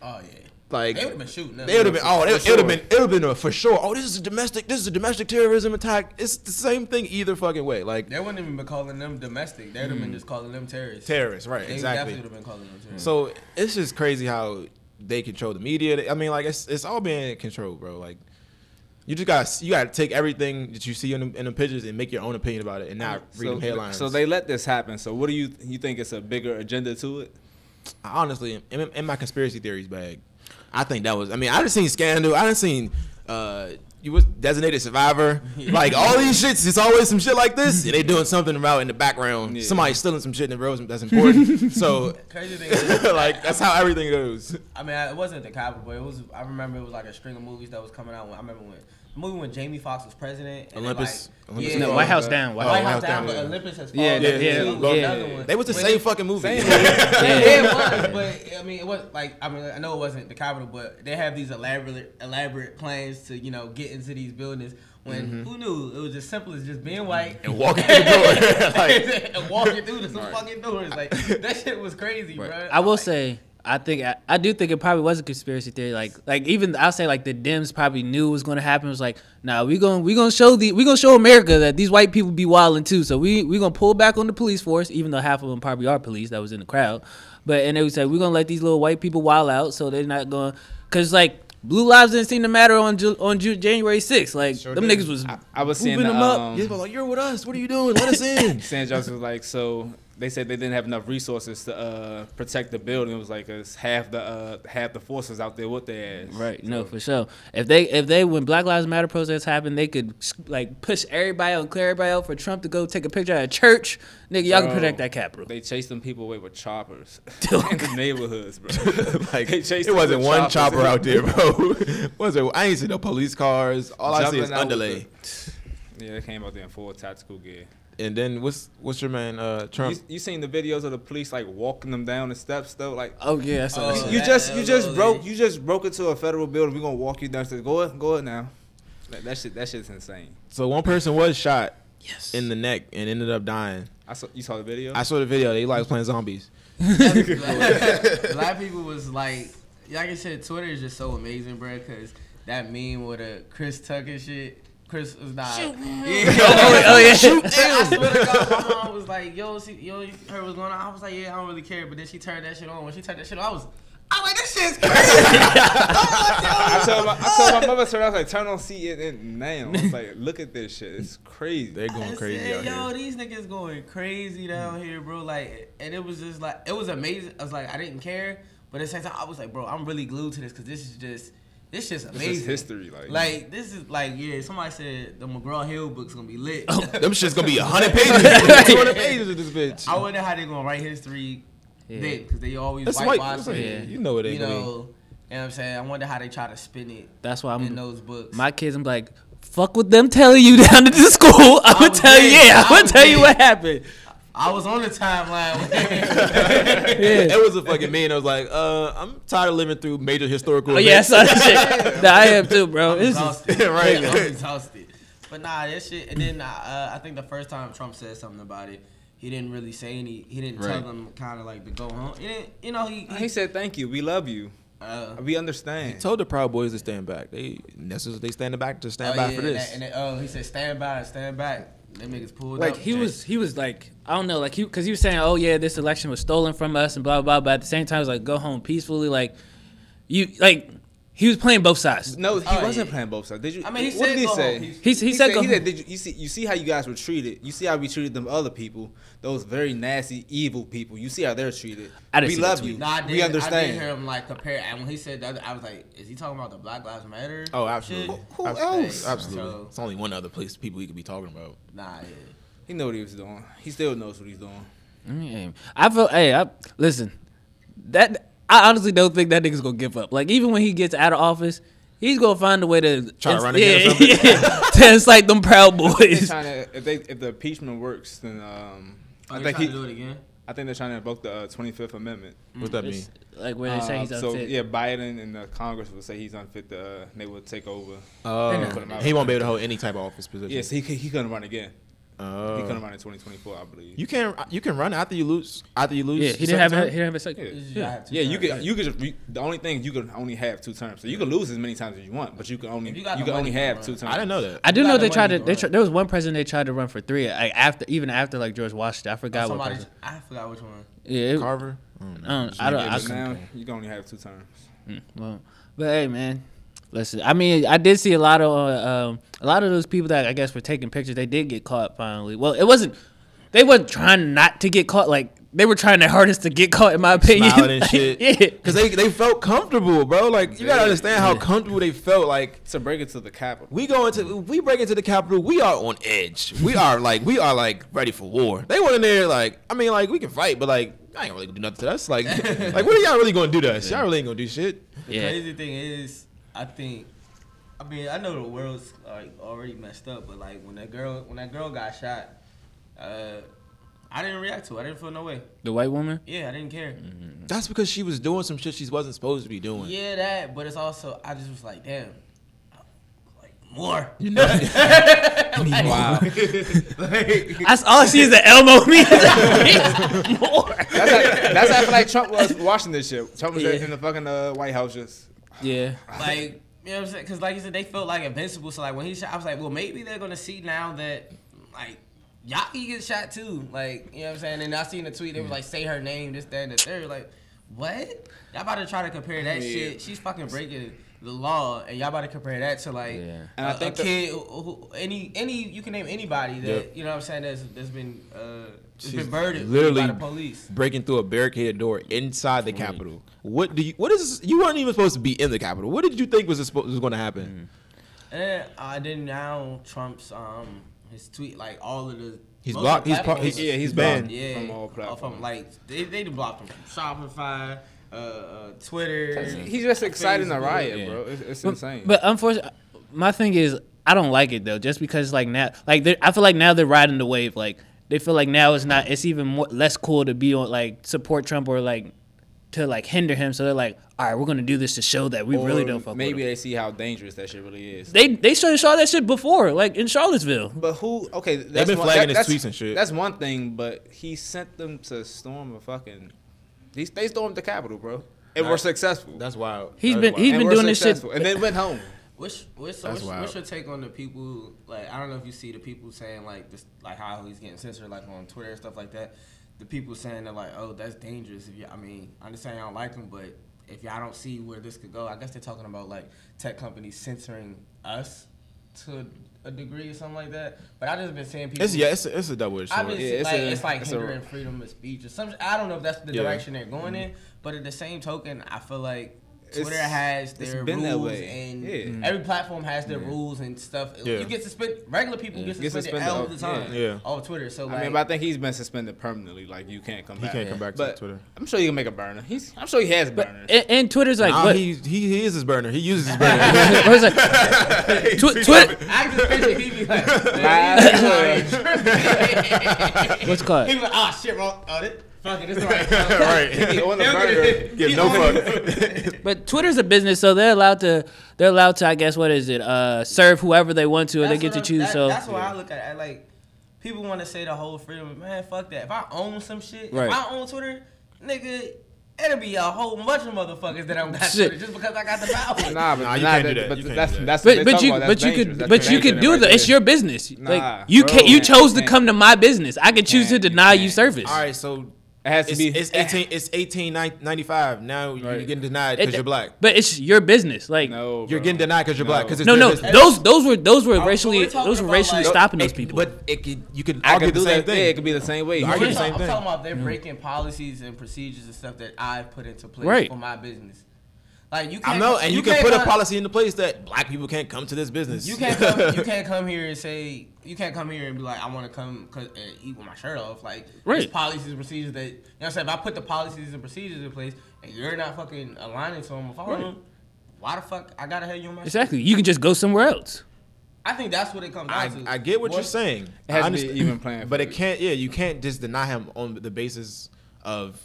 [SPEAKER 1] Oh yeah.
[SPEAKER 2] Like
[SPEAKER 1] They would've been shooting them.
[SPEAKER 2] They would have been. Oh,
[SPEAKER 3] For
[SPEAKER 2] it would have
[SPEAKER 3] sure.
[SPEAKER 2] been. It would have been a for sure. Oh, this is a domestic. This is a domestic terrorism attack. It's the same thing either fucking way. Like
[SPEAKER 1] They wouldn't even be calling them domestic. They'd have been just calling them terrorists.
[SPEAKER 2] terrorists, right?
[SPEAKER 1] They
[SPEAKER 2] Exactly.
[SPEAKER 1] definitely would have been calling them terrorists.
[SPEAKER 2] So it's just crazy how they control the media. I mean, like it's it's all being controlled, bro. Like you just got you got to take everything that you see in the, in the pictures and make your own opinion about it and not read
[SPEAKER 3] so,
[SPEAKER 2] them headlines.
[SPEAKER 3] so they let this happen. So what do you you think it's a bigger agenda to it?
[SPEAKER 2] I honestly in, in my conspiracy theories bag. I think that was. I mean, I done seen Scandal. I done seen. Uh, you was designated survivor. Like all these shits, it's always some shit like this. And they doing something about in the background.
[SPEAKER 3] Yeah.
[SPEAKER 2] Somebody's stealing some shit in the rows that's important. so
[SPEAKER 1] Crazy thing is,
[SPEAKER 2] like that's how everything goes.
[SPEAKER 1] I mean, I- it wasn't the Cowboy, but it was. I remember it was like a string of movies that was coming out. When, I remember when the movie when Jamie Foxx was president. and they,
[SPEAKER 2] Olympus-
[SPEAKER 1] like-
[SPEAKER 2] Olympus
[SPEAKER 1] yeah,
[SPEAKER 2] is
[SPEAKER 4] No,
[SPEAKER 2] Oh,
[SPEAKER 4] White House
[SPEAKER 2] uh,
[SPEAKER 4] down. White
[SPEAKER 2] oh,
[SPEAKER 1] White
[SPEAKER 4] House.
[SPEAKER 1] House
[SPEAKER 2] House
[SPEAKER 1] down,
[SPEAKER 2] Down,
[SPEAKER 1] but
[SPEAKER 2] yeah.
[SPEAKER 1] Olympus has
[SPEAKER 4] Yeah,
[SPEAKER 1] fallen.
[SPEAKER 4] yeah,
[SPEAKER 1] It
[SPEAKER 4] yeah,
[SPEAKER 1] was
[SPEAKER 4] yeah.
[SPEAKER 1] another one.
[SPEAKER 2] They was the
[SPEAKER 1] When
[SPEAKER 2] same
[SPEAKER 1] it-
[SPEAKER 2] fucking movie.
[SPEAKER 3] Same
[SPEAKER 1] Yeah,
[SPEAKER 4] Yeah.
[SPEAKER 1] it was, but I mean, it was like I mean, I know it wasn't the Capitol, but they have these elaborate, elaborate plans to you know get into these buildings. When who knew it was as simple as just being white
[SPEAKER 2] Mm-hmm. and walking through the door. like,
[SPEAKER 1] and walking through some
[SPEAKER 2] Right.
[SPEAKER 1] fucking doors. Like that shit was crazy,
[SPEAKER 2] Right.
[SPEAKER 1] bro.
[SPEAKER 4] I will
[SPEAKER 1] Like,
[SPEAKER 4] say, I think I, I do think it probably was a conspiracy theory. Like, like even I'll say like the Dems probably knew it was going to happen. It was like, nah, we going we gonna show the we gonna show America that these white people be wilding too. So we we gonna pull back on the police force, even though half of them probably are police that was in the crowd. But and they would say we're gonna let these little white people wild out, so they're not going because like. Blue lives didn't seem to matter on Ju- on Ju- January 6th. Like
[SPEAKER 2] Sure
[SPEAKER 4] them
[SPEAKER 2] did.
[SPEAKER 4] niggas was
[SPEAKER 3] I, I was seeing
[SPEAKER 4] Whooping
[SPEAKER 3] the,
[SPEAKER 4] them up.
[SPEAKER 3] um,
[SPEAKER 2] yeah, but like you're with us. What are you doing? Let us in.
[SPEAKER 3] San Jose was like, so they said they didn't have enough resources to uh, protect the building. It was like it's half the uh, half the forces out there with their ass.
[SPEAKER 4] Right. No, for sure. If they if they when Black Lives Matter protests happened, they could like push everybody out, and clear everybody out for Trump to go take a picture at a church. Nigga, y'all can
[SPEAKER 3] Bro.
[SPEAKER 4] protect that capital.
[SPEAKER 3] They chased them people away with choppers in the neighborhoods, bro.
[SPEAKER 2] like
[SPEAKER 3] They chased
[SPEAKER 2] it
[SPEAKER 3] them
[SPEAKER 2] wasn't
[SPEAKER 3] with
[SPEAKER 2] one
[SPEAKER 3] choppers.
[SPEAKER 2] chopper out there, bro. was it? I ain't see no police cars. All I see is
[SPEAKER 3] Jumping out with
[SPEAKER 2] underlay.
[SPEAKER 3] Yeah, they came out there in full tactical gear.
[SPEAKER 2] And then what's what's your man uh,
[SPEAKER 3] You,
[SPEAKER 2] Trump?
[SPEAKER 3] you seen the videos of the police like walking them down the steps though, like.
[SPEAKER 4] oh yeah, that's
[SPEAKER 1] Oh,
[SPEAKER 4] what I
[SPEAKER 3] You,
[SPEAKER 4] said.
[SPEAKER 3] you
[SPEAKER 1] that-
[SPEAKER 3] just
[SPEAKER 1] that
[SPEAKER 3] you
[SPEAKER 1] was
[SPEAKER 3] just
[SPEAKER 1] all
[SPEAKER 3] broke
[SPEAKER 1] it.
[SPEAKER 3] you just broke into a federal building. We're gonna walk you downstairs. Go ahead, go ahead now. That, that shit that shit's insane.
[SPEAKER 2] So one person was shot
[SPEAKER 4] yes.
[SPEAKER 2] in the neck and ended up dying.
[SPEAKER 3] I saw you saw the video.
[SPEAKER 2] I saw the video. They like playing zombies.
[SPEAKER 1] black, black people was like, like I said, Twitter is just so amazing, bro. Cause that meme with a Chris Tucker shit. Chris was not. Yeah.
[SPEAKER 4] oh, oh, yeah. Shoot
[SPEAKER 1] And I swear to God, my mom was like, "Yo, see, yo, you heard what's going on." I was like, "Yeah, I don't really care." But then she turned that shit on. When she turned that shit on, I was, I was like, "This shit's crazy."
[SPEAKER 3] I told my, I told my mother, turn, I was like, turn on CNN now. It's like, look at this shit. It's crazy.
[SPEAKER 2] They're going
[SPEAKER 1] I
[SPEAKER 2] crazy
[SPEAKER 1] said,
[SPEAKER 2] out
[SPEAKER 1] Yo,
[SPEAKER 2] here. Hmm.
[SPEAKER 1] these niggas going crazy down here, bro. Like, and it was just like, it was amazing. I was like, I didn't care, but at the same time, I was like, bro, I'm really glued to this because this is just, this shit's
[SPEAKER 3] It's
[SPEAKER 1] amazing.
[SPEAKER 3] just history. Like,
[SPEAKER 1] Like this is like yeah. Somebody said the McGraw Hill book's gonna be lit.
[SPEAKER 2] Them shit's gonna be hundred pages, two hundred pages of this bitch.
[SPEAKER 1] I wonder how they gonna write history
[SPEAKER 4] Yeah.
[SPEAKER 1] then because they always
[SPEAKER 2] That's white.
[SPEAKER 1] whitewash
[SPEAKER 2] that's
[SPEAKER 1] it.
[SPEAKER 2] like- You know what they
[SPEAKER 1] You know, you
[SPEAKER 2] gonna be.
[SPEAKER 1] know what I'm saying. I wonder how they try to spin it
[SPEAKER 4] That's why
[SPEAKER 1] in
[SPEAKER 4] I'm
[SPEAKER 1] those books.
[SPEAKER 4] my kids. I'm like, fuck with them telling you down at the school. I'm gonna
[SPEAKER 1] was
[SPEAKER 4] tell you.
[SPEAKER 1] dead.
[SPEAKER 4] Yeah,
[SPEAKER 1] I
[SPEAKER 4] I'm gonna
[SPEAKER 1] was
[SPEAKER 4] tell you
[SPEAKER 1] dead.
[SPEAKER 4] what happened.
[SPEAKER 1] I was on the timeline.
[SPEAKER 4] Yeah.
[SPEAKER 2] It was a fucking man. I was like, uh, I'm tired of living through major historical.
[SPEAKER 4] Oh yeah, I
[SPEAKER 2] events.
[SPEAKER 4] saw that shit. Nah, I am too, bro.
[SPEAKER 1] I'm
[SPEAKER 4] This is-
[SPEAKER 1] exhausted.
[SPEAKER 2] Right.
[SPEAKER 1] I'm exhausted. But nah, that shit. And then uh, I think the first time Trump said something about it, he didn't really say any. He didn't tell
[SPEAKER 2] Right.
[SPEAKER 1] them kind of like to go home. He didn't, you know, he.
[SPEAKER 3] he
[SPEAKER 1] he
[SPEAKER 3] said, thank you. We love you.
[SPEAKER 1] uh,
[SPEAKER 3] We understand.
[SPEAKER 2] He told the Proud Boys to stand back. They necessarily they standing back to stand
[SPEAKER 1] oh,
[SPEAKER 2] by
[SPEAKER 1] yeah,
[SPEAKER 2] for
[SPEAKER 1] and
[SPEAKER 2] this.
[SPEAKER 1] that- And, that- oh, he said, "Stand by, stand back." Them niggas pulled
[SPEAKER 4] like
[SPEAKER 1] up.
[SPEAKER 4] he was he was like I don't know like he because he was saying oh yeah this election was stolen from us and blah blah blah but at the same time he was like go home peacefully like you like he was playing both sides
[SPEAKER 3] no, he
[SPEAKER 1] Oh,
[SPEAKER 3] wasn't
[SPEAKER 1] yeah.
[SPEAKER 3] playing both sides. Did you?
[SPEAKER 1] I mean, he
[SPEAKER 3] what
[SPEAKER 1] said
[SPEAKER 3] did he
[SPEAKER 1] go
[SPEAKER 3] say?
[SPEAKER 1] home. He-
[SPEAKER 4] he, he, said, go
[SPEAKER 3] he
[SPEAKER 4] home.
[SPEAKER 3] said did you, you see? You see how you guys were treated. You see how we treated them other people, those very nasty, evil people. You see how they're treated.
[SPEAKER 4] I didn't
[SPEAKER 3] we
[SPEAKER 4] see that
[SPEAKER 3] love
[SPEAKER 4] tweet.
[SPEAKER 3] you.
[SPEAKER 1] No, I did,
[SPEAKER 3] we
[SPEAKER 1] I did hear
[SPEAKER 3] understand.
[SPEAKER 1] him like compare, and when he said that, I was like, "Is he talking about the Black Lives Matter?"
[SPEAKER 2] Oh, absolutely.
[SPEAKER 1] shit?
[SPEAKER 2] Who
[SPEAKER 1] else?
[SPEAKER 2] Absolutely.
[SPEAKER 1] So-
[SPEAKER 2] it's only one other place people we could be talking about.
[SPEAKER 1] Nah, yeah.
[SPEAKER 3] He knew what he was doing. He still knows what he's doing.
[SPEAKER 4] Mm, I feel hey I, listen that I honestly don't think that nigga's gonna give up like even when he gets out of office he's gonna find a way to
[SPEAKER 2] Try to run
[SPEAKER 4] yeah,
[SPEAKER 2] again or something?
[SPEAKER 4] yeah, to incite them proud
[SPEAKER 3] They're
[SPEAKER 4] boys
[SPEAKER 3] trying to, if they if the impeachment works, then um,
[SPEAKER 1] Oh,
[SPEAKER 3] I
[SPEAKER 1] they
[SPEAKER 3] think
[SPEAKER 1] tried
[SPEAKER 3] he,
[SPEAKER 1] to do it again.
[SPEAKER 3] I think they're trying to invoke the uh, 25th Amendment.
[SPEAKER 2] What's that mean?
[SPEAKER 4] like where they say
[SPEAKER 3] Uh,
[SPEAKER 4] he's
[SPEAKER 3] so
[SPEAKER 4] upset
[SPEAKER 3] yeah, Biden and the Congress would say he's unfit to. Uh, they would take over.
[SPEAKER 2] Oh,
[SPEAKER 3] put him out.
[SPEAKER 2] he won't be able to hold any type of office position.
[SPEAKER 3] Yes, he, cou- he couldn't run again. He couldn't
[SPEAKER 2] Oh.
[SPEAKER 3] run in 2024, I believe.
[SPEAKER 2] You can you can run after you lose after you lose.
[SPEAKER 4] yeah he
[SPEAKER 2] the
[SPEAKER 4] didn't
[SPEAKER 2] second
[SPEAKER 4] have a,
[SPEAKER 2] term?
[SPEAKER 4] he didn't have a second
[SPEAKER 3] Yeah.
[SPEAKER 1] I had two
[SPEAKER 3] yeah, you
[SPEAKER 1] turns.
[SPEAKER 3] could you could just re- the only thing you could only have two terms. So you could lose as many times as you want, but you could only
[SPEAKER 1] If
[SPEAKER 3] you,
[SPEAKER 1] you got
[SPEAKER 3] could
[SPEAKER 1] the
[SPEAKER 3] only
[SPEAKER 1] money,
[SPEAKER 3] have
[SPEAKER 1] bro.
[SPEAKER 3] two terms.
[SPEAKER 2] I didn't know that.
[SPEAKER 4] I do
[SPEAKER 1] You
[SPEAKER 4] know
[SPEAKER 1] got
[SPEAKER 4] they
[SPEAKER 1] the
[SPEAKER 4] tried to.
[SPEAKER 1] money,
[SPEAKER 4] They
[SPEAKER 1] bro.
[SPEAKER 4] tr- there was one president they tried to run for three. Like after, even after like George Washington, I forgot what
[SPEAKER 1] Somebody,
[SPEAKER 4] president.
[SPEAKER 1] I forgot which one.
[SPEAKER 4] Yeah, it,
[SPEAKER 2] Carver.
[SPEAKER 4] um, I don't. I
[SPEAKER 3] But
[SPEAKER 4] don't
[SPEAKER 3] now you can only have two terms.
[SPEAKER 4] well, but hey, man, listen. I mean, I did see a lot of uh, um, a lot of those people that I guess were taking pictures. They did get caught finally. Well, it wasn't. They wasn't trying not to get caught. Like they were trying their hardest to get caught, in my opinion.
[SPEAKER 2] smiling and
[SPEAKER 4] Like,
[SPEAKER 2] shit.
[SPEAKER 4] yeah.
[SPEAKER 2] Cause they they felt comfortable, bro. Like you gotta understand how comfortable they felt. Like
[SPEAKER 3] to break it to the capital.
[SPEAKER 2] we go into we break into the Capitol, we are on edge. We are like we are like ready for war. They went in there like I mean like we can fight, but like I ain't really gonna do nothing to us. Like like what are y'all really gonna do to us? Y'all really ain't gonna do shit.
[SPEAKER 1] The
[SPEAKER 4] Yeah.
[SPEAKER 1] crazy thing is, I think, I mean, I know the world's like already messed up, but like when that girl, when that girl got shot, uh, I didn't react to. it. I didn't feel no way.
[SPEAKER 4] The white woman?
[SPEAKER 1] Yeah, I didn't care.
[SPEAKER 3] Mm-hmm.
[SPEAKER 2] That's because she was doing some shit she wasn't supposed to be doing.
[SPEAKER 1] Yeah, that. But it's also, I just was like, damn, like more.
[SPEAKER 2] You know?
[SPEAKER 1] Like,
[SPEAKER 2] Wow.
[SPEAKER 1] like,
[SPEAKER 4] That's all she is the Elmo me. More.
[SPEAKER 3] That's how, that's how I feel like Trump was watching this shit. Trump was
[SPEAKER 4] Yeah.
[SPEAKER 3] in the fucking uh, White House just.
[SPEAKER 4] Yeah.
[SPEAKER 1] like you know what I'm saying? Because like you said, they felt like invincible. So like when he shot, I was like, well, maybe they're gonna see now that like y'all can get shot too. Like you know what I'm saying? And I seen a tweet. It was like, say her name, this, that, and the third. Like what? Y'all about to try to compare that
[SPEAKER 3] Yeah.
[SPEAKER 1] shit? She's fucking breaking the law, and y'all about to compare that to like.
[SPEAKER 4] Yeah.
[SPEAKER 1] And
[SPEAKER 3] And
[SPEAKER 1] I
[SPEAKER 3] I think
[SPEAKER 1] a
[SPEAKER 3] that-
[SPEAKER 1] kid, who, who, any, any, you can name anybody that
[SPEAKER 2] Yep.
[SPEAKER 1] you know what I'm saying that's that's been, uh, that's
[SPEAKER 2] She's
[SPEAKER 1] been murdered
[SPEAKER 2] literally
[SPEAKER 1] by the police.
[SPEAKER 2] breaking through a barricaded door inside the Capitol. What do you? What is? You weren't even supposed to be in the Capitol. What did you think was supposed was going to happen?
[SPEAKER 4] Mm.
[SPEAKER 1] And uh, then now Trump's um his tweet like all of the
[SPEAKER 2] He's
[SPEAKER 1] most
[SPEAKER 2] blocked-
[SPEAKER 1] of the
[SPEAKER 2] he's pro-
[SPEAKER 1] platforms-
[SPEAKER 2] he- yeah, he's banned.
[SPEAKER 1] yeah
[SPEAKER 3] from all platforms.
[SPEAKER 1] From like they they done blocked him from Shopify, uh, uh Twitter.
[SPEAKER 3] He's just exciting a
[SPEAKER 1] Facebook.
[SPEAKER 3] riot, bro. It's, it's insane.
[SPEAKER 4] But unfortunately, my thing is, I don't like it though, just because like now, like they're- I feel like now they're riding the wave. Like they feel like now it's not, it's even more less cool to be on like support Trump or like to like hinder him. So they're like, all right, we're gonna do this to show that we really
[SPEAKER 3] Or
[SPEAKER 4] don't fuck
[SPEAKER 3] Maybe
[SPEAKER 4] with him.
[SPEAKER 3] they see how dangerous that shit really is.
[SPEAKER 4] They they should have saw that shit before, like in Charlottesville.
[SPEAKER 3] But who? Okay, that's
[SPEAKER 2] been
[SPEAKER 3] one-
[SPEAKER 2] flagging his
[SPEAKER 3] that- that's-
[SPEAKER 2] tweets and shit.
[SPEAKER 3] That's one thing, but he sent them to storm a fucking. He, they stormed the Capitol, bro, and
[SPEAKER 2] Nah,
[SPEAKER 3] were successful.
[SPEAKER 2] That's wild.
[SPEAKER 4] He's
[SPEAKER 2] That's
[SPEAKER 4] been-
[SPEAKER 2] wild.
[SPEAKER 4] he's
[SPEAKER 3] And
[SPEAKER 4] been
[SPEAKER 3] were
[SPEAKER 4] doing this shit-
[SPEAKER 3] successful, and then went home.
[SPEAKER 1] What's what's,
[SPEAKER 2] That's
[SPEAKER 1] what's,
[SPEAKER 2] wild.
[SPEAKER 1] what's your take on the people who, like I don't know if you see the people saying like this like how he's getting censored like on Twitter and stuff like that. The people saying they're like, oh, that's dangerous. If you, I mean, I understand y'all don't like him, but if y'all don't see where this could go, I guess they're talking about like tech companies censoring us to a degree or something like that. But I just been seeing people.
[SPEAKER 2] It's yeah. It's a, it's a double edged
[SPEAKER 1] I've been
[SPEAKER 2] sword.
[SPEAKER 3] Yeah,
[SPEAKER 1] seeing,
[SPEAKER 3] it's
[SPEAKER 1] like
[SPEAKER 3] a-
[SPEAKER 1] it's like
[SPEAKER 3] it's a-
[SPEAKER 1] hindering freedom of speech or some. I don't know if that's the
[SPEAKER 2] Yeah.
[SPEAKER 1] direction they're going in, but at the same token, I feel like
[SPEAKER 3] It's-
[SPEAKER 1] Twitter has
[SPEAKER 3] it's
[SPEAKER 1] their
[SPEAKER 3] been that
[SPEAKER 1] rules
[SPEAKER 3] way.
[SPEAKER 1] and
[SPEAKER 3] Yeah. Mhm.
[SPEAKER 1] every platform has their rules and stuff.
[SPEAKER 2] Yeah.
[SPEAKER 1] You get suspended. Regular people get
[SPEAKER 3] Get
[SPEAKER 1] suspended,
[SPEAKER 3] suspended
[SPEAKER 1] all
[SPEAKER 3] off-
[SPEAKER 1] the time.
[SPEAKER 2] yeah. Yeah.
[SPEAKER 1] Off Twitter, so like,
[SPEAKER 3] I mean, but I think he's been suspended permanently. Like you can't come
[SPEAKER 2] He
[SPEAKER 3] back.
[SPEAKER 2] can't come back to
[SPEAKER 3] but
[SPEAKER 2] Twitter.
[SPEAKER 3] I'm sure you can make a burner. He's. I'm sure he has
[SPEAKER 4] But
[SPEAKER 3] burners.
[SPEAKER 4] and, and Twitter's like,
[SPEAKER 2] Nah,
[SPEAKER 4] what?
[SPEAKER 2] he, he he is his burner. He uses his burner.
[SPEAKER 4] What is that? Twi- Twitter.
[SPEAKER 1] I just picture he be like,
[SPEAKER 3] Live
[SPEAKER 4] What's it called?
[SPEAKER 1] He be like, oh shit, wrong. Oh, this, fuck it, this the right. channel."
[SPEAKER 2] right.
[SPEAKER 3] He on the burner.
[SPEAKER 2] Give
[SPEAKER 1] He
[SPEAKER 2] no
[SPEAKER 1] on the-
[SPEAKER 2] fuck.
[SPEAKER 4] But Twitter's a business, so they're allowed to they're allowed to I guess what is it uh serve whoever they want to, and they
[SPEAKER 1] That's
[SPEAKER 4] get to
[SPEAKER 1] what I'm-
[SPEAKER 4] choose.
[SPEAKER 1] that-
[SPEAKER 4] so
[SPEAKER 1] that's why I look at it. Like people want to say the whole freedom. Man, fuck that. If I own some shit,
[SPEAKER 4] Right.
[SPEAKER 1] if I own Twitter, nigga, it'll be a whole bunch of motherfuckers that don't got
[SPEAKER 4] Shit.
[SPEAKER 1] Twitter just because I got the power.
[SPEAKER 3] Nah, but
[SPEAKER 2] Nah, you
[SPEAKER 3] nah,
[SPEAKER 2] can't
[SPEAKER 3] that-
[SPEAKER 2] do that.
[SPEAKER 3] But
[SPEAKER 2] You can't
[SPEAKER 3] that's,
[SPEAKER 2] do that.
[SPEAKER 3] that's what they
[SPEAKER 4] But but
[SPEAKER 3] talk
[SPEAKER 4] you
[SPEAKER 3] about.
[SPEAKER 4] but
[SPEAKER 3] That's
[SPEAKER 4] you
[SPEAKER 3] dangerous.
[SPEAKER 4] could
[SPEAKER 3] That's
[SPEAKER 4] but you
[SPEAKER 3] dangerous
[SPEAKER 4] could do
[SPEAKER 3] right
[SPEAKER 4] that. It's
[SPEAKER 3] there.
[SPEAKER 4] your business.
[SPEAKER 3] Nah,
[SPEAKER 4] like you
[SPEAKER 3] bro,
[SPEAKER 4] can you
[SPEAKER 3] you
[SPEAKER 4] chose to
[SPEAKER 3] can't.
[SPEAKER 4] come to my business. I could choose to
[SPEAKER 3] can't, you
[SPEAKER 4] deny you
[SPEAKER 3] can't.
[SPEAKER 4] service.
[SPEAKER 2] All right. So
[SPEAKER 3] It has to
[SPEAKER 2] it's,
[SPEAKER 3] be.
[SPEAKER 2] it's eighteen. It's eighteen ninety five. Now you're
[SPEAKER 3] Right.
[SPEAKER 2] getting denied
[SPEAKER 4] It-
[SPEAKER 2] because you're black.
[SPEAKER 4] But it's your business. Like no,
[SPEAKER 3] No,
[SPEAKER 2] You're
[SPEAKER 3] bro.
[SPEAKER 2] getting denied because you're black. Because
[SPEAKER 4] no,
[SPEAKER 2] Business.
[SPEAKER 4] those those were those were
[SPEAKER 1] we're
[SPEAKER 4] racially
[SPEAKER 1] talking
[SPEAKER 4] those were
[SPEAKER 1] about,
[SPEAKER 4] racially
[SPEAKER 1] like-
[SPEAKER 4] stopping
[SPEAKER 2] It-
[SPEAKER 4] those people.
[SPEAKER 2] But it could, you could
[SPEAKER 3] I
[SPEAKER 2] argue
[SPEAKER 3] could
[SPEAKER 2] the
[SPEAKER 3] do
[SPEAKER 2] same
[SPEAKER 3] that. Yeah, it
[SPEAKER 2] thing.
[SPEAKER 3] could be the same way.
[SPEAKER 2] I
[SPEAKER 1] I'm, talking,
[SPEAKER 2] argue the same
[SPEAKER 1] I'm
[SPEAKER 2] thing.
[SPEAKER 1] talking about they're breaking policies and procedures and stuff that I've put into place
[SPEAKER 4] Right.
[SPEAKER 1] for my business. Like you can't.
[SPEAKER 2] I know, and you, can
[SPEAKER 1] can't
[SPEAKER 2] put a
[SPEAKER 1] come-
[SPEAKER 2] policy into place that black people can't come to this business.
[SPEAKER 1] You can't come, you can't come here and say you can't come here and be like I want to come 'cause- and eat with my shirt off. Like there's
[SPEAKER 4] Right.
[SPEAKER 1] policies and procedures that you know. what I'm saying if I put the policies and procedures in place and you're not fucking aligning to them, following them, why the fuck I gotta have you on my? Shirt?
[SPEAKER 4] Mm-hmm. exactly. You can just go somewhere else.
[SPEAKER 1] I think that's what it comes down
[SPEAKER 2] I,
[SPEAKER 1] to.
[SPEAKER 2] I get what
[SPEAKER 1] What-
[SPEAKER 2] you're saying.
[SPEAKER 3] It has
[SPEAKER 2] I
[SPEAKER 3] to be
[SPEAKER 2] understand.
[SPEAKER 3] even playing
[SPEAKER 2] but it
[SPEAKER 3] field.
[SPEAKER 2] can't. Yeah, you can't just deny him on the basis of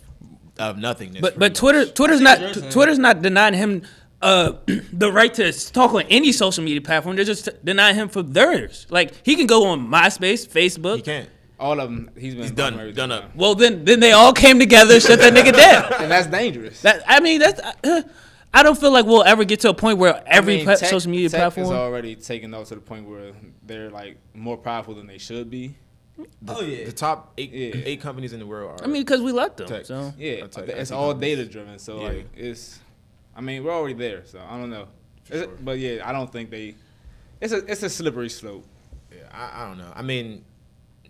[SPEAKER 2] of nothingness.
[SPEAKER 4] But
[SPEAKER 2] pretty
[SPEAKER 4] but Twitter
[SPEAKER 2] much.
[SPEAKER 4] Twitter's
[SPEAKER 1] That's
[SPEAKER 4] not
[SPEAKER 1] what you're saying.
[SPEAKER 4] Twitter's not denying him uh, the right to talk on any social media platform. They're just denying him for theirs. Like he can go on MySpace, Facebook.
[SPEAKER 2] he can't.
[SPEAKER 3] All of them. He's been
[SPEAKER 2] He's
[SPEAKER 3] done.
[SPEAKER 2] done. Done up.
[SPEAKER 4] Well, then then they all came together, and shut that nigga down.
[SPEAKER 3] And that's dangerous.
[SPEAKER 4] That I mean, that's uh, I don't feel like we'll ever get to a point where every
[SPEAKER 3] I mean,
[SPEAKER 4] pla-
[SPEAKER 3] tech-
[SPEAKER 4] social media
[SPEAKER 3] tech
[SPEAKER 4] platform.
[SPEAKER 3] is already taken off to the point where they're like more powerful than they should be.
[SPEAKER 1] Oh yeah.
[SPEAKER 2] The top eight
[SPEAKER 3] Yeah.
[SPEAKER 2] eight companies in the world are.
[SPEAKER 4] I mean, because we love them.
[SPEAKER 2] Tech.
[SPEAKER 4] So
[SPEAKER 3] Yeah,
[SPEAKER 2] I'll tell you,
[SPEAKER 3] it's
[SPEAKER 2] IT
[SPEAKER 3] all
[SPEAKER 2] companies.
[SPEAKER 3] data driven. So
[SPEAKER 2] Yeah.
[SPEAKER 3] like it's, I mean, we're already there. So I don't know.
[SPEAKER 2] For
[SPEAKER 3] It's-
[SPEAKER 2] sure.
[SPEAKER 3] But yeah, I don't think they. It's a it's a slippery slope.
[SPEAKER 2] Yeah, I, I don't know. I mean,